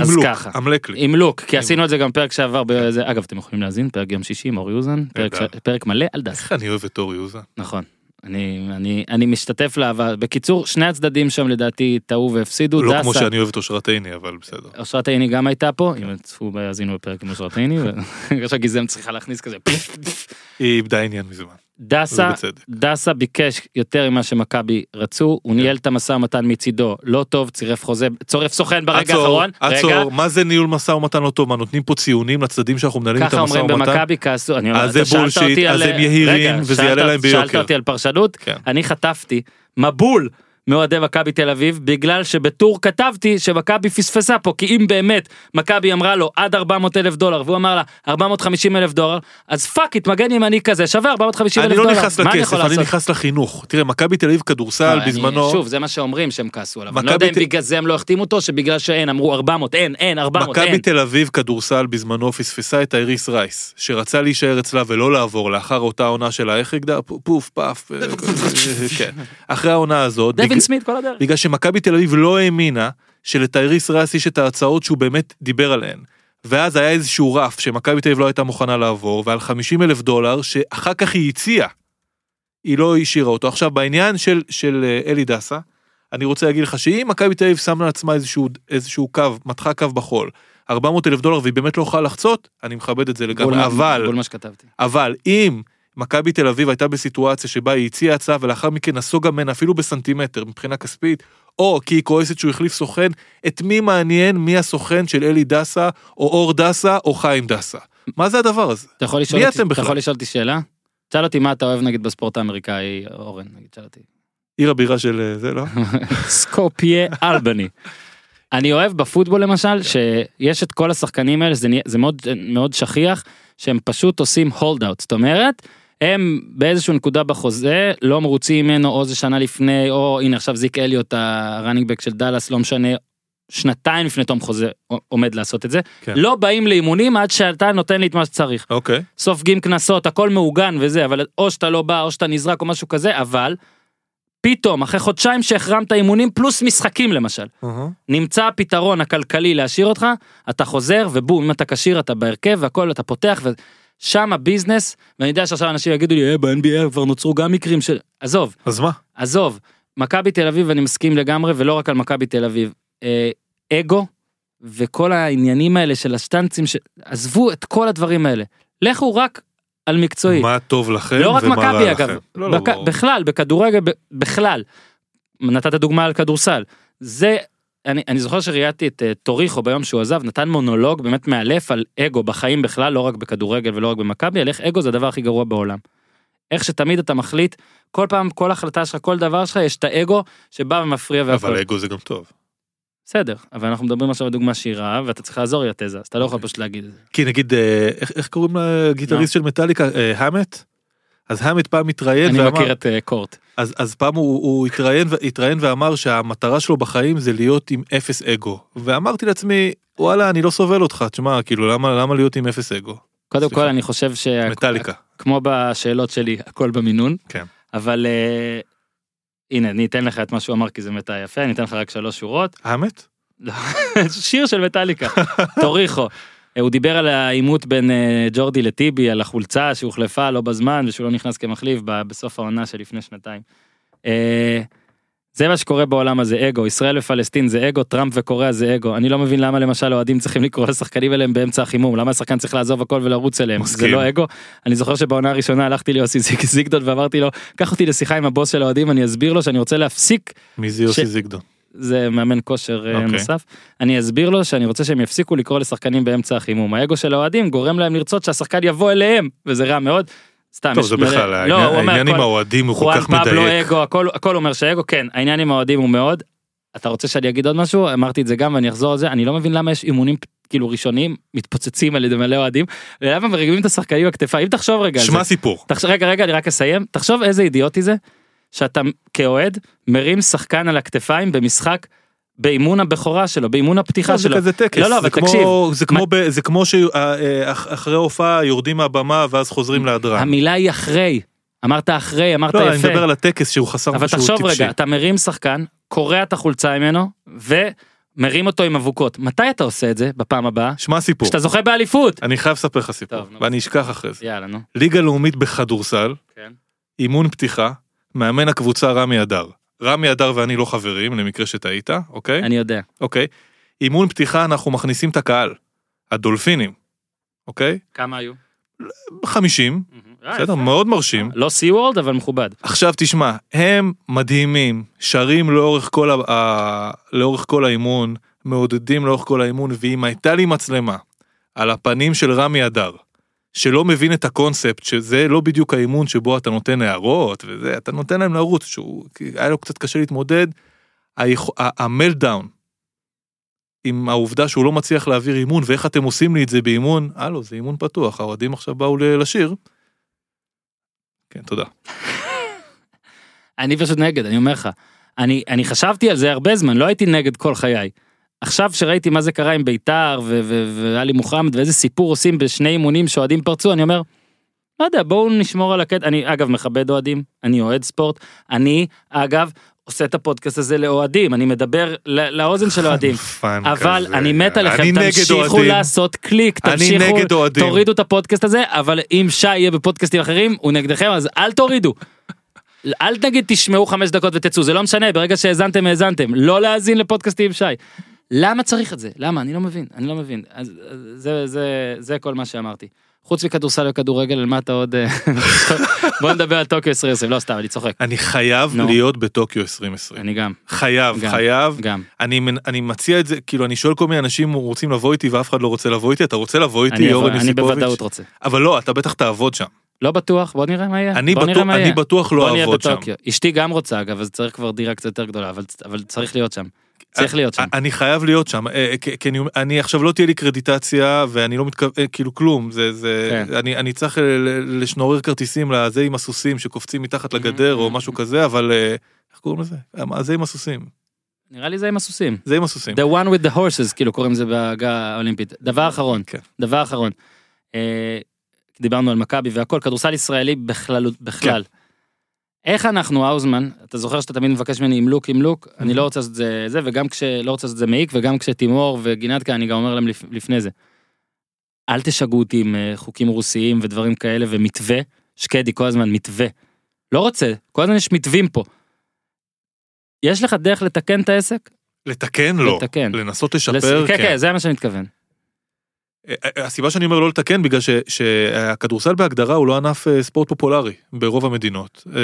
אז אמלוק, ככה. אמלק לי. עם לוק, כי עם עשינו את זה גם פרק שעבר, בזה, אגב אתם יכולים להאזין, פרק יום שישי עם אורי אוזן, פרק נהדר. ש- פרק מלא על דס, איך אני אוהב את אורי יוזה. נכון. אני, אני, אני משתתף לאהבה, בקיצור שני הצדדים שם לדעתי טעו והפסידו, לא דסה, כמו שאני אוהב את אושרת עיני, אבל בסדר. אושרת עיני גם הייתה פה, אם צפו בהאזינו בפרק עם אושרת עיני, <laughs> ועכשיו גיזם צריכה להכניס כזה, פפפ. היא איבדה עניין מזמן, דסה, ובצדק. דסה ביקש יותר ממה שמכבי רצו, הוא כן. ניהל את המשא ומתן מצידו, לא טוב, צירף חוזה, צורף סוכן ברגע עצור, האחרון, רגע, עצור, מה זה ניהול משא ומתן לא טוב? מה, נותנים פה ציונים לצדדים שאנחנו מנהלים את ככה המשא אומרים ומתן? במכבי כעסו, אני אומר, אז אתה זה שאלת בולשיט, אותי אז על- הם יהירים, רגע, וזה שאלת- יעלה להם שאלת ביוקר. אותי על פרשנות, כן. אני חטפתי מבול מאוהדי מכבי תל אביב, בגלל שבטור כתבתי שמכבי פספסה פה, כי אם באמת מכבי אמרה לו עד 400 אלף דולר, והוא אמר לה 450 אלף דולר, אז פאק, התמגן ימני כזה, שווה 450 אלף אני דולר, לא נכנס מה אני לכסף, יכול אני לעשות? נכנס לחינוך. תראה, מכבי תל אביב כדורסל לא, אני- בזמנו, שוב, זה מה שאומרים שהם כעסו עליו, אני לא מכבי יודע אם ת- בגלל זה הם לא החתימו אותו, שבגלל שאין, אמרו 400, אין, אין, 400, אין. מכבי תל אביב כדורסל בזמנו פספסה את אייריס רייס, שרצה להישאר אצלה ולא לעבור לאחר אותה עונה של האייכגדה, פוף <laughs> פאף, אה, כן. אחרי העונה הזאת, דווין בג- סמית כל הדרך. בגלל שמכבי תל אביב לא האמינה שלטייריס רייס יש את ההצעות שהוא באמת דיבר עליהן. ואז היה איזשהו רף שמכבי תל אביב לא הייתה מוכנה לעבור, ועל 50 אלף דולר שאחר כך היא הציעה. היא לא השאירה אותו. עכשיו בעניין של, של אה, אלי דסה, אני רוצה להגיד לך שאם מכבי תל אביב שמה לעצמה איזשהו, איזשהו קו, מתחה קו בחול, 400 אלף דולר והיא באמת לא יכולה לחצות, אני מכבד את זה בול לגמרי, מה- אבל, בול מה שכתבתי. אבל אם מכבי תל אביב הייתה בסיטואציה שבה היא הציעה הצעה ולאחר מכן נסוגה ממנה אפילו בסנטימטר מבחינה כספית, או כי היא כועסת שהוא החליף סוכן, את מי מעניין מי הסוכן של אלי דסה, או אור דסה, או חיים דסה. מה זה הדבר הזה? אתה יכול לשאול מי אותי- אתם אתה בכלל? יכול לשאול אותי שאלה? תשאל אותי מה אתה אוהב נגיד בספורט האמריקאי, אורן, נגיד, תשאל <laughs> אותי. עיר הבירה של אה, זה, לא? סקופיה אלבני. אני אוהב בפוטבול למשל שיש את כל השחקנים האלה זה, נהיה- זה מאוד מאוד שכיח שהם פשוט עושים הולד אאוט זאת אומרת הם באיזשהו נקודה בחוזה לא מרוצים ממנו או זה שנה לפני או הנה עכשיו זיק אליוט הראנינג בק של דאלאס לא משנה שנתיים לפני תום חוזה עומד לעשות את זה כן. לא באים לאימונים עד שאתה נותן לי את מה שצריך <laughs> אוקיי. סופגים קנסות הכל מעוגן וזה אבל או שאתה לא בא או שאתה נזרק או משהו כזה אבל פתאום אחרי חודשיים שהחרמת אימונים פלוס משחקים למשל נמצא הפתרון הכלכלי להשאיר אותך אתה חוזר ובום אם אתה כשיר אתה בהרכב והכל אתה פותח ושם הביזנס ואני יודע שעכשיו אנשים יגידו לי "אה, ב-NBA כבר נוצרו גם מקרים של עזוב אז מה? עזוב, מכבי תל אביב אני מסכים לגמרי ולא רק על מכבי תל אביב. אה, אגו וכל העניינים האלה של השטנצים, ש... עזבו את כל הדברים האלה. לכו רק על מקצועי. מה טוב לכם לא רק ומה רע מכבי לכם. אגב, לא, לא, בכ- ברור. בכלל, בכדורגל, ב- בכלל. נתת דוגמה על כדורסל. זה, אני, אני זוכר שראייתי את אה, טוריחו ביום שהוא עזב, נתן מונולוג באמת מאלף על אגו בחיים בכלל, לא רק בכדורגל ולא רק במכבי, על איך אגו זה הדבר הכי גרוע בעולם. איך שתמיד אתה מחליט, כל פעם, כל החלטה שלך, כל דבר שלך, יש את האגו שבא ומפריע והכל. אבל אגו זה גם טוב. בסדר, אבל אנחנו מדברים עכשיו על דוגמה שהיא רעה, ואתה צריך לעזור לי לתזה, אז אתה לא יכול פשוט להגיד את זה. כי נגיד, אה, איך- איך קוראים לגיטריסט של מטאליקה? אה, האמט? אז האמט פעם התראיין אני ואמר... מכיר את אה, קורט. אז, אז פעם הוא, הוא התראיין, ו- התראיין ואמר שהמטרה שלו בחיים זה להיות עם אפס אגו. ואמרתי לעצמי, וואלה, אני לא סובל אותך, תשמע, כאילו, למה, למה להיות עם אפס אגו? קודם סליחה. כל אני חושב שה... מטאליקה. כמו בשאלות שלי הכל במינון כן. אבל אה, הנה אני אתן לך את מה שהוא אמר כי זה מטה יפה אני אתן לך רק שלוש שורות האמת? לא, שיר של מטאליקה טוריחו. אה, הוא דיבר על העימות בין אה, ג'ורדי לטיבי על החולצה שהוחלפה לא בזמן ושהוא לא נכנס כמחליף ב- בסוף העונה שלפני שנתיים. אה, זה מה שקורה בעולם הזה אגו ישראל ופלסטין זה אגו טראמפ וקוריאה זה אגו אני לא מבין למה למשל אוהדים צריכים לקרוא לשחקנים אליהם באמצע החימום למה השחקן צריך לעזוב הכל ולרוץ אליהם זה מסכים. לא אגו אני זוכר שבעונה הראשונה הלכתי ליוסי זיג- זיגדון ואמרתי לו קח אותי לשיחה עם הבוס של האוהדים אני אסביר לו שאני רוצה להפסיק מי זה יוסי ש- זיגדון? זה מאמן כושר okay. אוקיי. נוסף. אני אסביר לו שאני רוצה שהם יפסיקו לקרוא לשחקנים באמצע החימום. האגו של האוהדים גורם להם לרצות שהשחקן יבוא אליהם, וזה רע מאוד. סתם, טוב, יש זה מלא- בכלל, לא, העניין- הוא אומר העניין עם כל- האוהדים הוא כל חואן כך פבלו מדייק. אגו, הכל, הכל אומר שהאגו, כן, העניין עם האוהדים הוא מאוד. אתה רוצה שאני אגיד עוד משהו? אמרתי את זה גם ואני אחזור על זה, אני לא מבין למה יש אימונים כאילו ראשונים, מתפוצצים על ידי מלא אוהדים, ולמה מרגמים את השחקנים בכתפיים, אם תחשוב רגע על זה. שמע סיפור. תחשוב, רגע, רגע, אני רק אסיים. תחשוב איזה אידיוטי זה, שאתה כאוהד מרים שחקן על הכתפיים במשחק, באימון הבכורה שלו, באימון הפתיחה זה שלו. כזה טקס, לא, לא, אבל זה כמו- תקשיב. זה כמו ב- זה כמו שאחרי הופעה יורדים מהבמה ואז חוזרים להדרן. המילה היא אחרי. אמרת אחרי, אמ, אמרת לא, אני יפה. מדבר על הטקס שהוא חסר, אבל שהוא תחשוב טיפשי. רגע, אתה מרים שחקן, קורע את החולצה ממנו, ומרים אותו עם אבוקות. מתי אתה עושה את זה בפעם הבאה? שמע סיפור. כשאתה זוכה באליפות. אני חייב לספר לך סיפור, טוב, נו. ואני אשכח אחרי זה. יאללה, נו. ליגה לאומית בכדורסל, כן. אימון פתיחה, מאמן הקבוצה רמי אדר. רמי אדר ואני לא חברים, למקרה שטעית, אוקיי? אני יודע. אוקיי. אימון פתיחה אנחנו מכניסים את הקהל, הדולפינים, אוקיי? כמה היו? 50, אה, בסדר, מאוד מרשים. לא סי וורד, אבל מכובד. עכשיו תשמע, הם מדהימים, שרים לאורך כל, ה... ה- לאורך כל האימון, מעודדים לאורך כל האימון, ואם הייתה לי מצלמה על הפנים של רמי אדר, שלא מבין את הקונספט, שזה לא בדיוק האימון שבו אתה נותן הערות וזה, אתה נותן להם לרוץ, שהוא, כי היה לו קצת קשה להתמודד, היכ- ה- המלדאון. עם העובדה שהוא לא מצליח להעביר אימון ואיך אתם עושים לי את זה באימון, הלו זה אימון פתוח, האוהדים עכשיו באו ל- לשיר. כן תודה. אני פשוט נגד, אני אומר לך. אני, אני חשבתי על זה הרבה זמן, לא הייתי נגד כל חיי. עכשיו שראיתי מה זה קרה עם ביתר ו- ו- ואלי מוחמד ואיזה סיפור עושים בשני אימונים שאוהדים פרצו, אני אומר, לא יודע, בואו נשמור על הקטע. אני אגב מכבד אוהדים, אני אוהד ספורט, אני אגב עושה את הפודקאסט הזה לאוהדים, אני מדבר ל- לאוזן של אוהדים. חנפן אבל <laughs> כזה. אני מת עליכם, אני נגד תמשיכו אוהדים. לעשות קליק, אני תמשיכו, נגד אוהדים. תורידו את הפודקאסט הזה, אבל אם שי יהיה בפודקאסטים אחרים, הוא נגדכם, אז אל תורידו. אל תגיד תשמעו חמש דקות ותצאו, זה לא משנה, ברגע שהאזנתם, האזנתם, לא להאזין לפודקאסטים עם שי. למה צריך את זה? למה? אני לא מבין, אני לא מבין. אז אז זה, זה, זה כל מה שאמרתי. חוץ מכדורסל וכדורגל, על מה אתה עוד... <laughs> אה, בוא נדבר על טוקיו 2020, לא סתם, אני צוחק. אני חייב נו. להיות בטוקיו 2020. אני גם, חייב, גם. חייב. גם. אני, מנ- אני מציע את זה, כאילו, אני שואל כל מיני אנשים רוצים לבוא איתי ואף אחד לא רוצה לבוא איתי, אתה רוצה לבוא איתי, אני יורם אני יוסיפוביץ'? בוודאות רוצה. אבל לא, אתה בטח תעבוד שם. לא בטוח, בוא נראה מה יהיה. אני כן, בוא נראה בטוח- מה אני יהיה. בטוח לא בוא נהיה אעבוד שם. בטוקיו. אשתי גם רוצה אגב, אז צריך כבר דירה קצת יותר גדולה, אבל- אבל צריך להיות שם. אה, צריך להיות שם. אני חייב להיות שם, אה, כי- כי אני- אני עכשיו לא תהיה לי קרדיטציה ואני לא מתכוון, כאילו כלום, זה, זה, כן. אני אני צריך אה, ל- לשנורר כרטיסים לזה עם הסוסים שקופצים מתחת לגדר או משהו כזה, אבל אה, איך קוראים לזה? אה, זה עם הסוסים, נראה לי זה עם הסוסים. זה עם הסוסים. The one with the horses, כאילו קוראים לזה בעגה האולימפית. דבר אחרון, כן. דבר אחרון. אה, דיברנו על מכבי והכל, כדורסל ישראלי בכללות, בכלל. כן. איך אנחנו האוזמן, אתה זוכר שאתה תמיד מבקש ממני אמלוק אמלוק, Mm-hmm. אני לא רוצה לעשות את זה, זה, וגם כשלא רוצה לעשות את זה מעיק, וגם כשתימור וגינת אני גם אומר להם לפ- לפני זה. אל תשגעו אותי עם אה, חוקים רוסיים ודברים כאלה ומתווה, שקדי כל הזמן מתווה. לא רוצה, כל הזמן יש מתווים פה. יש לך דרך לתקן את העסק? לתקן לא, לתקן. לנסות לס- לשפר, כן, כן. כן, זה מה שאני מתכוון. אה, אה, הסיבה שאני אומר לא לתקן בגלל ש- שהכדורסל בהגדרה הוא לא ענף אה, ספורט פופולרי ברוב המדינות. אה,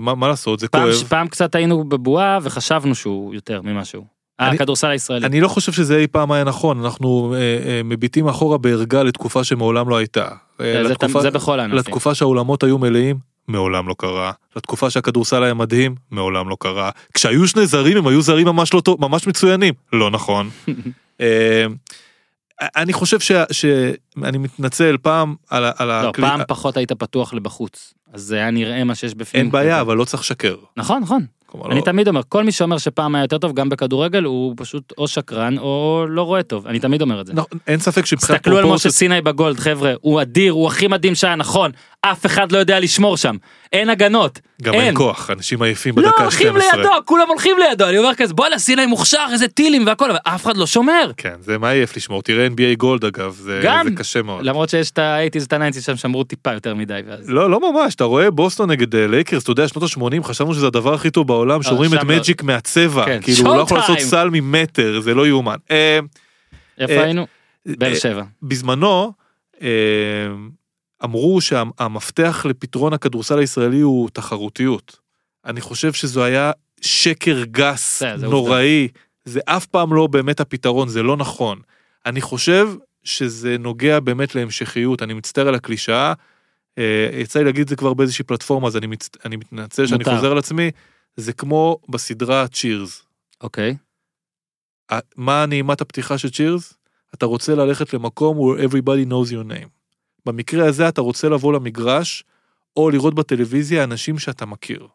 מה מה לעשות, זה פעם, כואב. פעם קצת היינו בבועה וחשבנו שהוא יותר ממה שהוא. אה, אני- הכדורסל הישראלי. אני לא חושב שזה אי פעם היה נכון, אנחנו אה, אה, מביטים אחורה בערגה לתקופה שמעולם לא הייתה. אה, זה- זה- לתקופה- זה בכל הענפים. לתקופה שהאולמות היו מלאים, מעולם לא קרה. לתקופה שהכדורסל היה מדהים, מעולם לא קרה. כשהיו שני זרים הם היו זרים ממש לא טוב, ממש מצוינים. לא <laughs> נכון. אה, אני חושב ש... ש- אני מתנצל פעם על ה... על לא, הקלי- פעם פחות היית פתוח לבחוץ. אז זה היה נראה מה שיש בפנים. אין בעיה, אבל לא צריך לשקר. נכון, נכון. כלומר, כן. אני לא- תמיד אומר, כל מי שאומר שפעם היה יותר טוב, גם בכדורגל, הוא פשוט או שקרן או לא רואה טוב. אני תמיד אומר את זה. נכון, אין ספק שמבחינת תסתכלו על משה פרופורציות- סיני בגולד, חבר'ה, הוא אדיר, הוא הכי מדהים שהיה נכון. אף אחד לא יודע לשמור שם. אין הגנות. גם אין כוח, אנשים עייפים לא, בדקה ה-12. הולכים לידו, כולם הולכים לידו. אני אומר כזה, בואנה, סיני מוכשר, איזה טילים והכל, אבל אף אחד לא שומר. כן, זה מה עייף לשמור, תראה NBA גולד אגב, זה, גם. זה קשה מאוד. למרות שיש את ה-80's, את ה-90's שם שמרו טיפה יותר מדי, ואז... לא, לא ממש, אתה רואה בוסטון נגד אה, לייקרס, אתה יודע, שנות ה-80 חשבנו שזה הדבר הכי טוב בעולם, שומרים שם את לא. מג'יק מהצבע, כן, כאילו הוא לא יכול Showtime. לעשות סל ממטר, זה לא יאומן. אה, איפה אה, היינו? באר אה, שבע. בזמנו, אה, אמרו שהמפתח לפתרון הכדורסל הישראלי הוא תחרותיות. אני חושב שזו היה שקר גס, זה- זה נוראי, זה אף פעם לא באמת הפתרון, זה לא נכון. אני חושב שזה נוגע באמת להמשכיות, אני מצטער על הקלישאה. אה, יצא לי להגיד את זה כבר באיזושהי פלטפורמה, אז אני, מצ... אני מתנצל שאני מותר. חוזר על עצמי. זה כמו בסדרה צ'ירס. אוקיי. מה נעימת הפתיחה של צ'ירס? אתה רוצה ללכת למקום where everybody knows your name. במקרה הזה אתה רוצה לבוא למגרש, או לראות בטלוויזיה אנשים שאתה מכיר.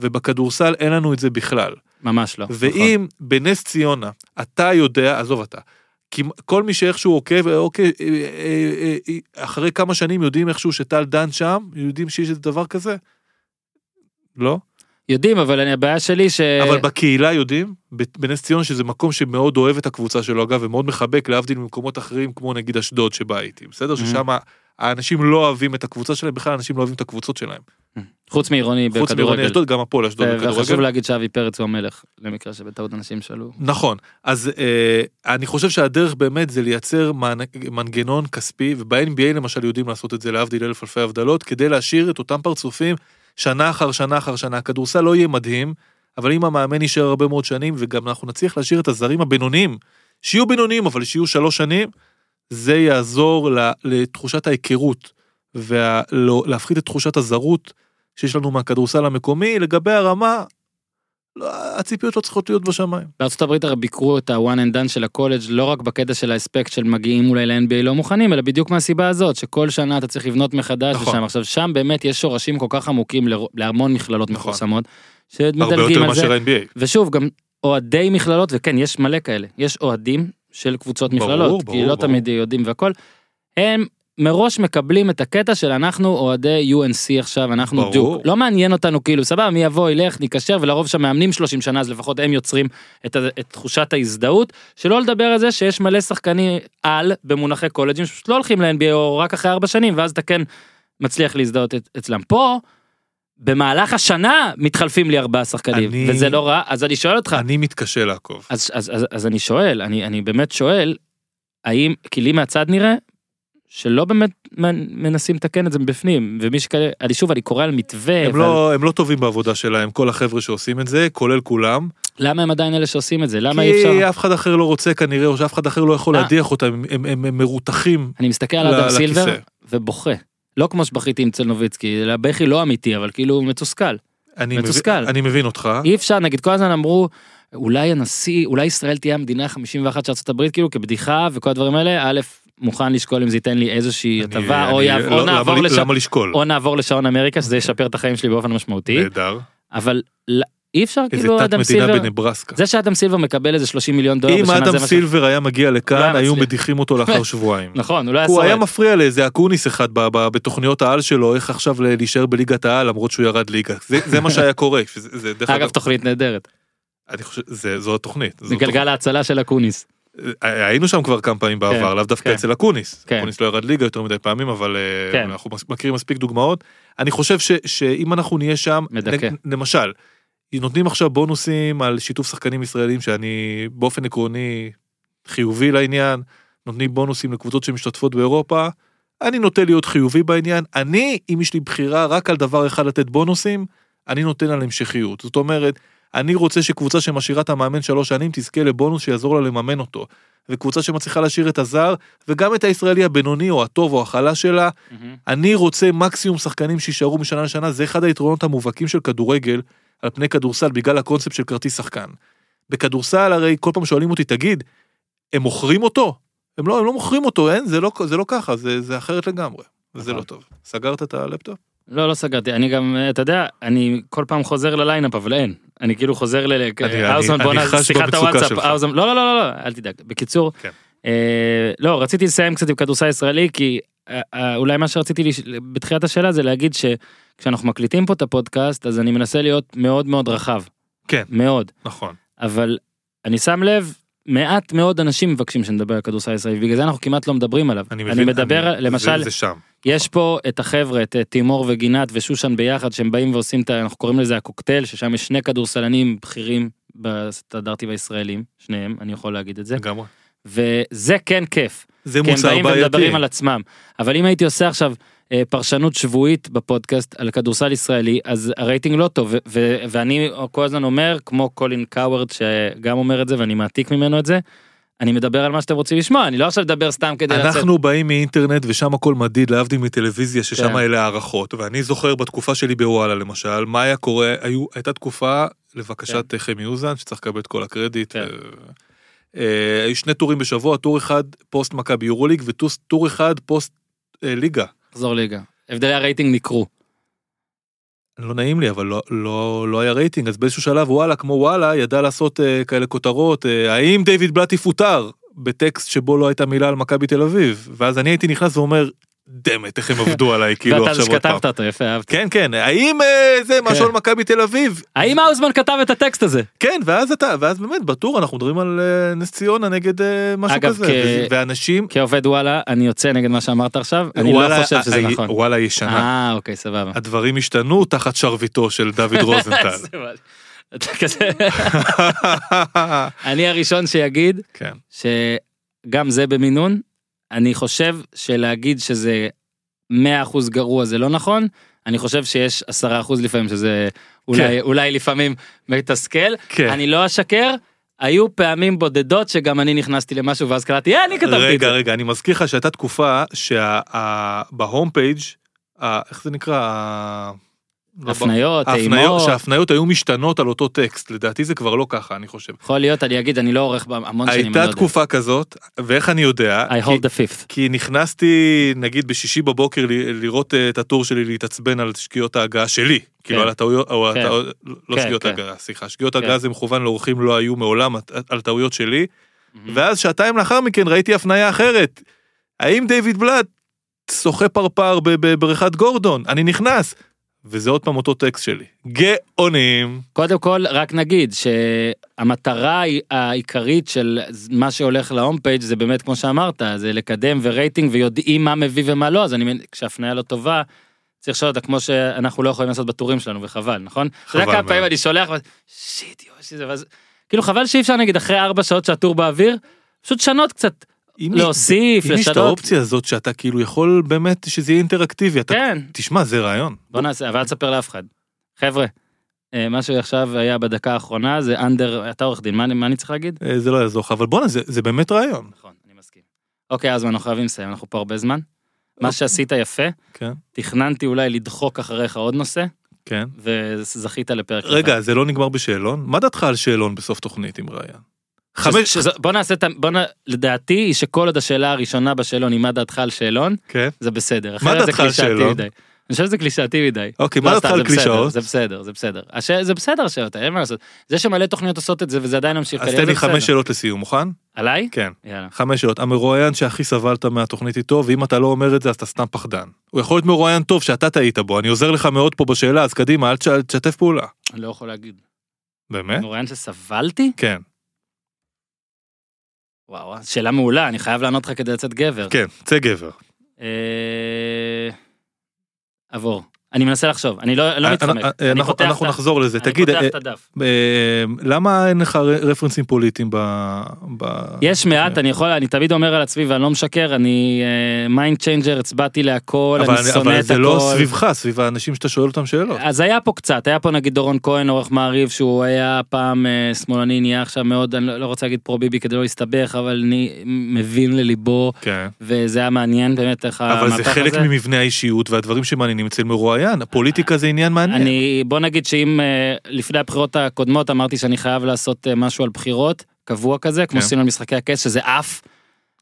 ובכדורסל אין לנו את זה בכלל. ממש לא. נכון. ואם בנס ציונה אתה יודע, עזוב אתה, כי כל מי שאיכשהו עוקב, אה, אוקיי, אה, אה, אה, אחרי כמה שנים יודעים איכשהו שטל דן שם, יודעים שיש איזה דבר כזה? לא? יודעים, אבל אני- הבעיה שלי ש... אבל בקהילה יודעים, ב- בנס ציונה שזה מקום שמאוד אוהב את הקבוצה שלו אגב, ומאוד מחבק להבדיל ממקומות אחרים כמו נגיד אשדוד שבה הייתי, בסדר? ששם האנשים לא אוהבים את הקבוצה שלהם, בכלל אנשים לא אוהבים את הקבוצות שלהם. חוץ מעירוני חוץ מעירוני בכדורגל. אשדוד, גם הפועל אשדוד ו- וחשוב בכדורגל. להגיד שאבי פרץ הוא המלך, למקרה שבטעות אנשים שאלו. נכון, אז אה, אני חושב שהדרך באמת זה לייצר מענ- מנגנון כספי, וב-NBA למשל יודעים לעשות את זה להבדיל אלף אלפי הבדלות, כדי להשאיר את אותם פרצופים שנה אחר שנה אחר שנה. הכדורסל לא יהיה מדהים, אבל אם המאמן יישאר הרבה מאוד שנים, וגם אנחנו נצליח להשאיר את הזרים הבינוניים, שיהיו בינוניים אבל שיהיו שלוש שנים, זה יעזור ל- לתחושת ההיכרות, ולהפחית את תחושת הזרות שיש לנו מהכדורסל המקומי, לגבי הרמה, לא, הציפיות לא צריכות להיות בשמיים. בארצות הברית הרי ביקרו את ה-one and done של הקולג' לא רק בקטע של האספקט של מגיעים אולי ל-NBA לא מוכנים, אלא בדיוק מהסיבה הזאת, שכל שנה אתה צריך לבנות מחדש נכון. לשם. עכשיו, שם באמת יש שורשים כל כך עמוקים ל- להמון מכללות נכון. מפורסמות, הרבה שמדלגים יותר על זה. מאשר ה-NBA. ושוב, גם אוהדי מכללות, וכן, יש מלא כאלה, יש אוהדים של קבוצות ברור, מכללות, כי ברור, לא ברור. תמיד יודעים והכל, הם מראש מקבלים את הקטע של אנחנו אוהדי UNC עכשיו, אנחנו ברור. דיוק. לא מעניין אותנו כאילו, סבבה, מי יבוא, ילך, ניקשר, ולרוב שם מאמנים 30 שנה, אז לפחות הם יוצרים את, ה- את תחושת ההזדהות, שלא לדבר על זה שיש מלא שחקני על במונחי קולג'ים שפשוט לא הולכים ל-NBA או רק אחרי ארבע שנים, ואז אתה כן מצליח להזדהות את, אצלם. פה, במהלך השנה מתחלפים לי ארבעה שחקנים, אני- וזה לא רע, אז אני שואל אותך, אני מתקשה לעקוב. אז, אז, אז, אז אני שואל, אני, אני באמת שואל, האם, כי לי מהצד נראה, שלא באמת מנ- מנסים לתקן את זה מבפנים, ומי שכאלה, אני שוב, אני קורא על מתווה, הם אה, אבל לא, הם לא טובים בעבודה שלהם, כל החבר'ה שעושים את זה, כולל כולם. למה הם עדיין אלה שעושים את זה? למה אי אפשר? כי אף אחד אחר לא רוצה כנראה, או שאף אחד אחר לא יכול אה. להדיח אותם, הם- הם- הם הם מרותחים. אני מסתכל על ל- אדם לכיסא. סילבר ובוכה. לא כמו שבכיתי עם צלנוביצקי, אלא בכי לא אמיתי, אבל כאילו מתוסכל. אה. אני מבין- מתוסכל. אני מבין אותך. אי אפשר, נגיד, כל הזמן אמרו, אולי הנשיא, אולי ישראל תהיה המדינה ה-51 של ארצות הברית, כאילו כבדיחה וכל הדברים האלה, א', מוכן לשקול אם זה ייתן לי איזושהי אני- הטבה, או אני- יעב- לא- או למה נעבור לי- לשעון- למה לשקול? או נעבור לשעון אמריקה, שזה ישפר את החיים שלי באופן משמעותי, נהדר. אבל ל- אי אפשר, איזה כאילו, תת אדם מדינה סילבר, בנברסקה. זה שאדם סילבר מקבל איזה 30 מיליון דולר אם בשנה, זה אדם מה ש- סילבר היה מגיע לא היה לכאן, היו מצליח. מדיחים אותו לאחר שבועיים. נכון, הוא לא היה הוא היה שורד. מפריע לאיזה אקוניס אחד ב- ב- בתוכניות העל שלו, איך עכשיו ל- להישאר בליגת העל למרות שהוא ירד ליגה. זה- זה מה שהיה קורה. <laughs> שזה- זה דרך אגב, תוכנית נהדרת. אני חושב, זה- זו התוכנית. זו אה, זה גלגל ההצלה של אקוניס. היינו שם כבר כמה פעמים בעבר, כן, לאו דווקא כן. אצל אקוניס. כן. אקוניס לא ירד ליגה יותר מדי פעמים, אבל אה, כן. אנחנו מס- מכירים מספיק דוגמאות. אני חושב ש- שאם אנחנו נהיה שם, מדכא. נ- למשל, נותנים עכשיו בונוסים על שיתוף שחקנים ישראלים, שאני באופן עקרוני חיובי לעניין, נותנים בונוסים לקבוצות שמשתתפות באירופה, אני נוטה להיות חיובי בעניין. אני, אם יש לי בחירה רק על דבר אחד לתת בונוסים, אני נותן על המשכיות. זאת אומרת, אני רוצה שקבוצה שמשאירה את המאמן שלוש שנים תזכה לבונוס שיעזור לה לממן אותו. וקבוצה שמצליחה להשאיר את הזר, וגם את הישראלי הבינוני או הטוב או החלש שלה, אני רוצה מקסימום שחקנים שיישארו משנה לשנה, זה אחד היתרונות המובהקים של כדורגל על פני כדורסל בגלל הקונספט של כרטיס שחקן. בכדורסל הרי כל פעם שואלים אותי, תגיד, הם מוכרים אותו? הם לא, הם לא מוכרים אותו, אין, זה לא, זה לא ככה, זה, זה אחרת לגמרי. זה נכון. לא טוב. סגרת את הלפטופ? לא, לא סגרתי, אני גם, אה, אתה יודע, אני כל פעם חוזר לליינאפ, אבל אין. אני כאילו חוזר ל... אני- האוזמן, אני בוא נע- חש שיחת במצוקה הוואטסאפ, שלך. האוזמן, לא, לא, לא, לא, לא, אל תדאג. בקיצור, כן. אה, לא, רציתי לסיים קצת עם כדורסל ישראלי, כי אה, אה, אולי מה שרציתי לש- בתחילת השאלה זה להגיד שכשאנחנו מקליטים פה את הפודקאסט, אז אני מנסה להיות מאוד מאוד רחב. כן. מאוד. נכון. אבל אני שם לב, מעט מאוד אנשים מבקשים שנדבר על כדורסל ישראלי, בגלל זה אנחנו כמעט לא מדברים עליו. אני מבין. אני מדבר, אני- למשל, זה, זה שם. יש פה את החבר'ה, את אה, תימור וגינת ושושן ביחד, שהם באים ועושים את, ה- אנחנו קוראים לזה הקוקטייל, ששם יש שני כדורסלנים בכירים בסטנדרטים הישראלים, שניהם, אני יכול להגיד את זה, לגמרי. וזה כן כיף, אוקיי. זה כי הם מוצר באים בעייתי. ומדברים על עצמם. אבל אם הייתי עושה עכשיו אה, פרשנות שבועית בפודקאסט על כדורסל ישראלי, אז הרייטינג לא טוב, ו- ו- ואני כל הזמן אומר, כמו קולין קאוורד שגם אומר את זה ואני מעתיק ממנו את זה, אני מדבר על מה שאתם רוצים לשמוע, אני לא עכשיו מדבר סתם כדי לצאת. אנחנו באים מאינטרנט ושם הכל מדיד להבדיל מטלוויזיה ששם כן. אלה הערכות ואני זוכר בתקופה שלי בוואלה למשל מה היה קורה היו הייתה תקופה לבקשת חמי אוזן שצריך לקבל את כל הקרדיט. כן. אה, אה, היו שני טורים בשבוע טור אחד פוסט מכבי יורוליג וטור אחד פוסט אה, ליגה. נחזור ליגה. הבדלי הרייטינג ניכרו. לא נעים לי אבל לא לא לא היה רייטינג אז באיזשהו שלב וואלה כמו וואלה ידע לעשות אה, כאלה כותרות אה, האם דיוויד בלאט יפוטר בטקסט שבו לא הייתה מילה על מכבי תל אביב ואז אני הייתי נכנס ואומר. דמת איך הם עבדו עליי <laughs> כאילו ואתה זה עכשיו עוד פעם. שכתבת אותו, יפה, אהבתי. כן כן האם אה, זה משהו כן. על מכבי תל אביב האם האוזמן כתב את הטקסט הזה? כן ואז אתה ואז באמת בטור אנחנו מדברים על אה, נס ציונה נגד אה, משהו אגב, כזה כ- וזה- ואנשים כעובד וואלה, אני יוצא נגד מה שאמרת עכשיו, אני לא וואלה, חושב שזה ה- נכון. וואלה ישנה אה, אוקיי, סבבה. הדברים השתנו תחת שרביטו של <laughs> דוד רוזנטל. סבבה. אתה כזה- אני הראשון שיגיד <laughs> כן שגם זה במינון, אני חושב שלהגיד שזה 100% גרוע זה לא נכון, אני חושב שיש 10% לפעמים שזה אולי, אולי לפעמים מתסכל, כן. אני לא אשקר, היו פעמים בודדות שגם אני נכנסתי למשהו ואז קלטתי, אה, אני כתבתי את רגע זה. רגע אני מזכיר לך שהייתה תקופה שבהום פייג' איך זה נקרא. ה- לא, הפניות, ההפניות, טעימות, שההפניות היו משתנות על אותו טקסט לדעתי זה כבר לא ככה אני חושב. יכול להיות, אני אגיד, אני לא עורך בה המון שנים, אני לא הייתה יודע. תקופה כזאת ואיך אני יודע I כי- hold the fifth. כי נכנסתי נגיד בשישי בבוקר ל- לראות אה, את הטור שלי להתעצבן על שגיאות ההגעה שלי. כאילו על הטעויות, או כן. הטעו- לא כן, שגיאות כן. ההגעה, סליחה, שגיאות כן. ההגעה זה מכוון לאורחים לא היו מעולם הט- על טעויות שלי, Mm-hmm. Mm-hmm. ואז שעתיים לאחר מכן ראיתי הפניה אחרת. האם דיוויד בלאט שוחה פרפר ב- בבריכת גורדון? אני נכנס. וזה עוד פעם אותו טקסט שלי. גאונים. קודם כל, רק נגיד שהמטרה היא- העיקרית של מה שהולך להום פייג' זה באמת, כמו שאמרת, זה לקדם ורייטינג ויודעים מה מביא ומה לא, אז אני מבין, כשהפניה לא טובה, צריך לשאול אותה כמו שאנחנו לא יכולים לעשות בטורים שלנו, וחבל, נכון? אתה יודע חבל כמה פעמים מאוד. אני שולח, ואומר, שיט, יואו, שיט, ואז... כאילו חבל שאי אפשר נגיד אחרי ארבע שעות שהטור באוויר, פשוט שנות קצת. אם- להוסיף, אם יש את לשנות. האופציה הזאת שאתה כאילו יכול באמת שזה יהיה אינטראקטיבי, אתה... כן. תשמע, זה רעיון. בוא נעשה, אבל אל תספר לאף אחד. חבר'ה, אה, מה שעכשיו היה בדקה האחרונה זה אנדר, אתה עורך דין, מה אני- מה אני צריך להגיד? אה, זה לא יעזור לך, אבל בואנה, זה, זה באמת רעיון. נכון, אני מסכים. אוקיי, אז אנחנו חייבים לסיים, אנחנו פה הרבה זמן. אוקיי. מה שעשית יפה, כן, תכננתי אולי לדחוק אחריך עוד נושא, כן. וזכית לפרק. רגע, זה לא נגמר בשאלון? מה דעתך על שאלון בסוף תוכנית עם רעיון? חמש... חמש... שזה, בוא נעשה את ה... בוא נ... לדעתי היא שכל עוד השאלה הראשונה בשאלון היא מה דעתך על שאלון, כן. זה בסדר. אחרת זה דעתך על קלישאתי שאלון? מדי. אני חושב שזה קלישאתי מדי. אוקיי, לא, מה דעתך סתם, על זה בסדר, קלישאות? זה בסדר, זה בסדר. הש... זה בסדר השאלות, האלה, אין מה לעשות. זה שמלא תוכניות עושות את זה וזה עדיין ממשיך. אז כנראה תן לי זה בסדר. חמש שאלות לסיום, מוכן? עליי? כן. יאללה. חמש שאלות. המרואיין שהכי סבלת מהתוכנית איתו, ואם אתה לא אומר את זה אז אתה סתם פחדן. הוא יכול להיות מרואיין טוב שאתה טעית בו, אני עוזר לך מאוד פה בשאלה, אז קדימה, אל תש- אל תשתף פעולה. אני לא יכול להגיד. באמת? מוריין שסבלתי? כן, וואו, שאלה מעולה, אני חייב לענות לך כדי לצאת גבר. כן, צא גבר. אה, עבור. אני מנסה לחשוב, אני לא לא אה, מתחמק. אה, אה, אני אנחנו- פותח את אנחנו ה- נחזור לזה, אני תגיד, פותח אה, את הדף. אה, למה אין לך ר- רפרנסים פוליטיים ב- ב- יש אה. מעט, אני יכול, אני תמיד אומר על עצמי ואני לא משקר, אני אה, מיינד צ'יינג'ר, הצבעתי להכל, אבל- אני שונא את הכל. אבל זה לא סביבך, סביב האנשים שאתה שואל אותם שאלות. אז היה פה קצת, היה פה נגיד דורון כהן, עורך מעריב, שהוא היה פעם אה, שמאלני, נהיה עכשיו מאוד, אני לא לא רוצה להגיד פרו ביבי כדי לא להסתבך, אבל אני מבין לליבו, כן. וזה היה מעניין באמת איך אבל זה המהפך חלק אה, הזה. ממבנה האישיות והדברים שמעניינים אצל מרואיין, הפוליטיקה זה עניין מעניין. אני, בוא נגיד שאם אה, לפני הבחירות הקודמות אמרתי שאני חייב לעשות אה, משהו על בחירות, קבוע כזה, כמו כן. שעשינו על משחקי הכס, שזה עף.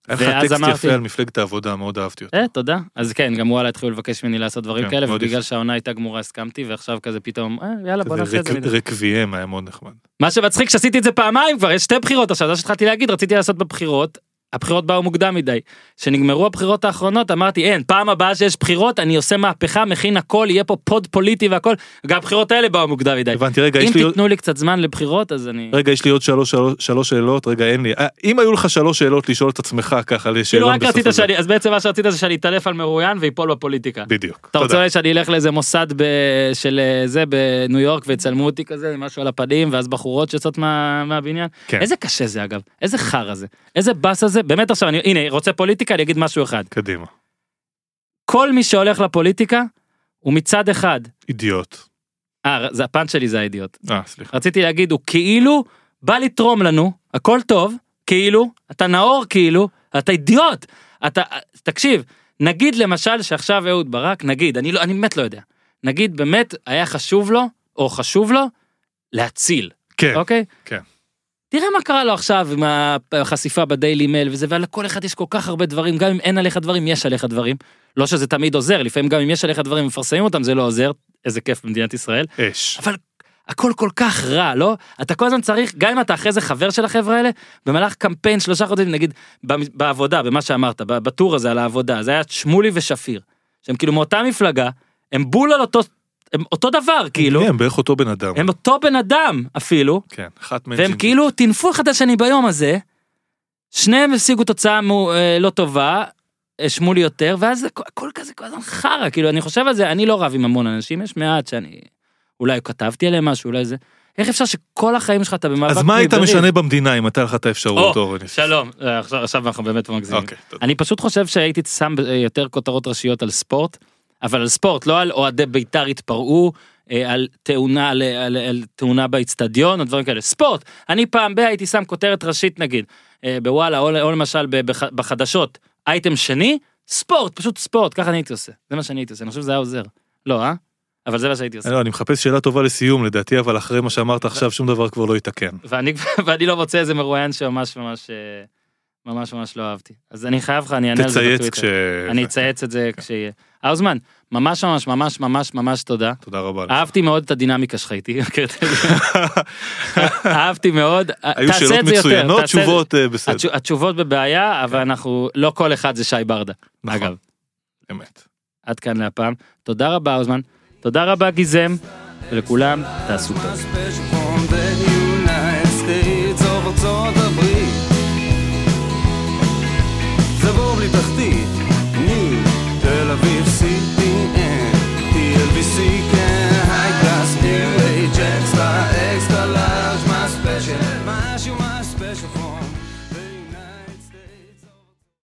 היה לך ואז טקסט אמרתי- יפה על מפלגת העבודה, מאוד אהבתי אותו. אה, תודה. אז כן, גם וואלה התחילו לבקש ממני לעשות דברים כן, כאלה, מאוד ובגלל יפה. שהעונה הייתה גמורה הסכמתי, ועכשיו כזה פתאום, אה, יאללה בוא נעשה את זה. זה נדע. רקביהם היה מאוד נחמד. מה שמצחיק שעשיתי את זה פעמיים כבר, יש שתי בחירות עכשיו, זה שהתחלתי להגיד, רציתי לעשות בבחירות, הבחירות באו מוקדם מדי. כשנגמרו הבחירות האחרונות אמרתי, אין, פעם הבאה שיש בחירות, אני עושה מהפכה, מכין הכל, יהיה פה פוד פוליטי והכל, גם הבחירות האלה באו מוקדם מדי. הבנתי, רגע, אם יש לי עוד- תיתנו לי קצת זמן לבחירות, אז אני... רגע, יש לי עוד שלוש- שלוש- שלוש שאלות, רגע, אין לי. אה, אם היו לך שלוש שאלות לשאול את עצמך ככה, כאילו לשאלון רק בסוף רצית הזה. שאני, אז בעצם מה שרצית זה שאני אטלף על מרואיין ויפול בפוליטיקה. בדיוק. אתה רוצה תודה. אולי שאני אלך לאיזה מוסד ב... של אה, זה בניו יורק ויצלמו אותי כזה משהו על הפנים ואז בחורות שיוצאות מה... מהבניין כן. איזה קשה זה אגב איזה חרא זה איזה באסה זה באמת עכשיו אני הנה רוצה פוליטיקה אני אגיד משהו אחד קדימה. כל מי שהולך לפוליטיקה הוא מצד אחד אידיוט. אה זה הפאנץ' שלי זה האידיוט אה, סליחה. רציתי להגיד הוא כאילו בא לתרום לנו הכל טוב כאילו אתה נאור כאילו אתה אידיוט אתה תקשיב נגיד למשל שעכשיו אהוד ברק נגיד אני לא אני באמת לא יודע נגיד באמת היה חשוב לו או חשוב לו להציל כן, אוקיי כן. תראה מה קרה לו עכשיו עם החשיפה בדיילי מייל וזה ועל כל אחד יש כל כך הרבה דברים גם אם אין עליך דברים יש עליך דברים לא שזה תמיד עוזר לפעמים גם אם יש עליך דברים מפרסמים אותם זה לא עוזר איזה כיף במדינת ישראל אש. אבל הכל כל כך רע, לא? אתה כל הזמן צריך, גם אם אתה אחרי זה חבר של החבר'ה האלה, במהלך קמפיין שלושה חודשים, נגיד, במ- בעבודה, במה שאמרת, ב- בטור הזה על העבודה, זה היה שמולי ושפיר, שהם כאילו מאותה מפלגה, הם בול על אותו, הם אותו דבר, כאילו, הם כן, בערך אותו בן אדם. הם אותו בן אדם אפילו, כן, אחת מהן. והם ג'ינג'ית. כאילו טינפו אחד את השני ביום הזה, שניהם השיגו תוצאה מו, אה, לא טובה, אה, שמולי יותר, ואז זה הכ- הכל כזה כל הזמן חרא, כאילו אני חושב על זה, אני לא רב עם המון אנשים, יש מעט שאני, אולי כתבתי עליהם משהו, אולי זה, איך אפשר שכל החיים שלך אתה במאבק אז מה היית ליברי? משנה במדינה אם הייתה לך את האפשרות, אוקיי, או, אורן? שלום, אה, עכשיו עכשיו אנחנו באמת מגזימים. אוקיי, תודה. אני פשוט חושב שהייתי שם אה, יותר כותרות ראשיות על ספורט, אבל על ספורט, לא על אוהדי בית"ר התפרעו, אה, על תאונה, על, על, על תאונה באיצטדיון, או דברים כאלה. ספורט, אני פעם ב- הייתי שם כותרת ראשית נגיד, אה, בוואלה, או, או למשל ב- בח- בחדשות, אייטם שני, ספורט, פשוט ספורט, ככה אני הייתי עושה, זה מה שאני הייתי עושה, אני חושב שזה היה עוזר. לא, אה? אבל זה מה שהייתי עושה. לא, אני מחפש שאלה טובה לסיום לדעתי, אבל אחרי מה שאמרת עכשיו שום דבר כבר לא יתקן. ואני, <laughs> ואני לא מוצא איזה מרואיין שממש ממש אה, ממש ממש לא אהבתי. אז אני חייב לך, אני אענה על זה תצייץ בטוויטר. כש... אני אצייץ את זה כשיהיה. האוזמן, ממש ממש ממש ממש ממש תודה. תודה רבה. לך. אהבתי מאוד את הדינמיקה שלך איתי, מכיר את זה? <laughs> אהבתי מאוד, היו תעשה את זה שאלות יותר. מצוינות, תעשה את זה- תשובות אה, בסדר. התשו- התשובות בבעיה, אבל אנחנו, לא כל אחד זה שי ברדה. נכון. אגב, אמת. עד כאן להפעם. תודה רבה, האוזמן. תודה רבה, גיזם, ולכולם, תעשו טוב. My special from the United States of ארצות הברית. זה בור בלי תחתית, ניו, תל אביב, CTN, TLBC, כן, high class, new age, extra, extra large, my special, משהו, my special from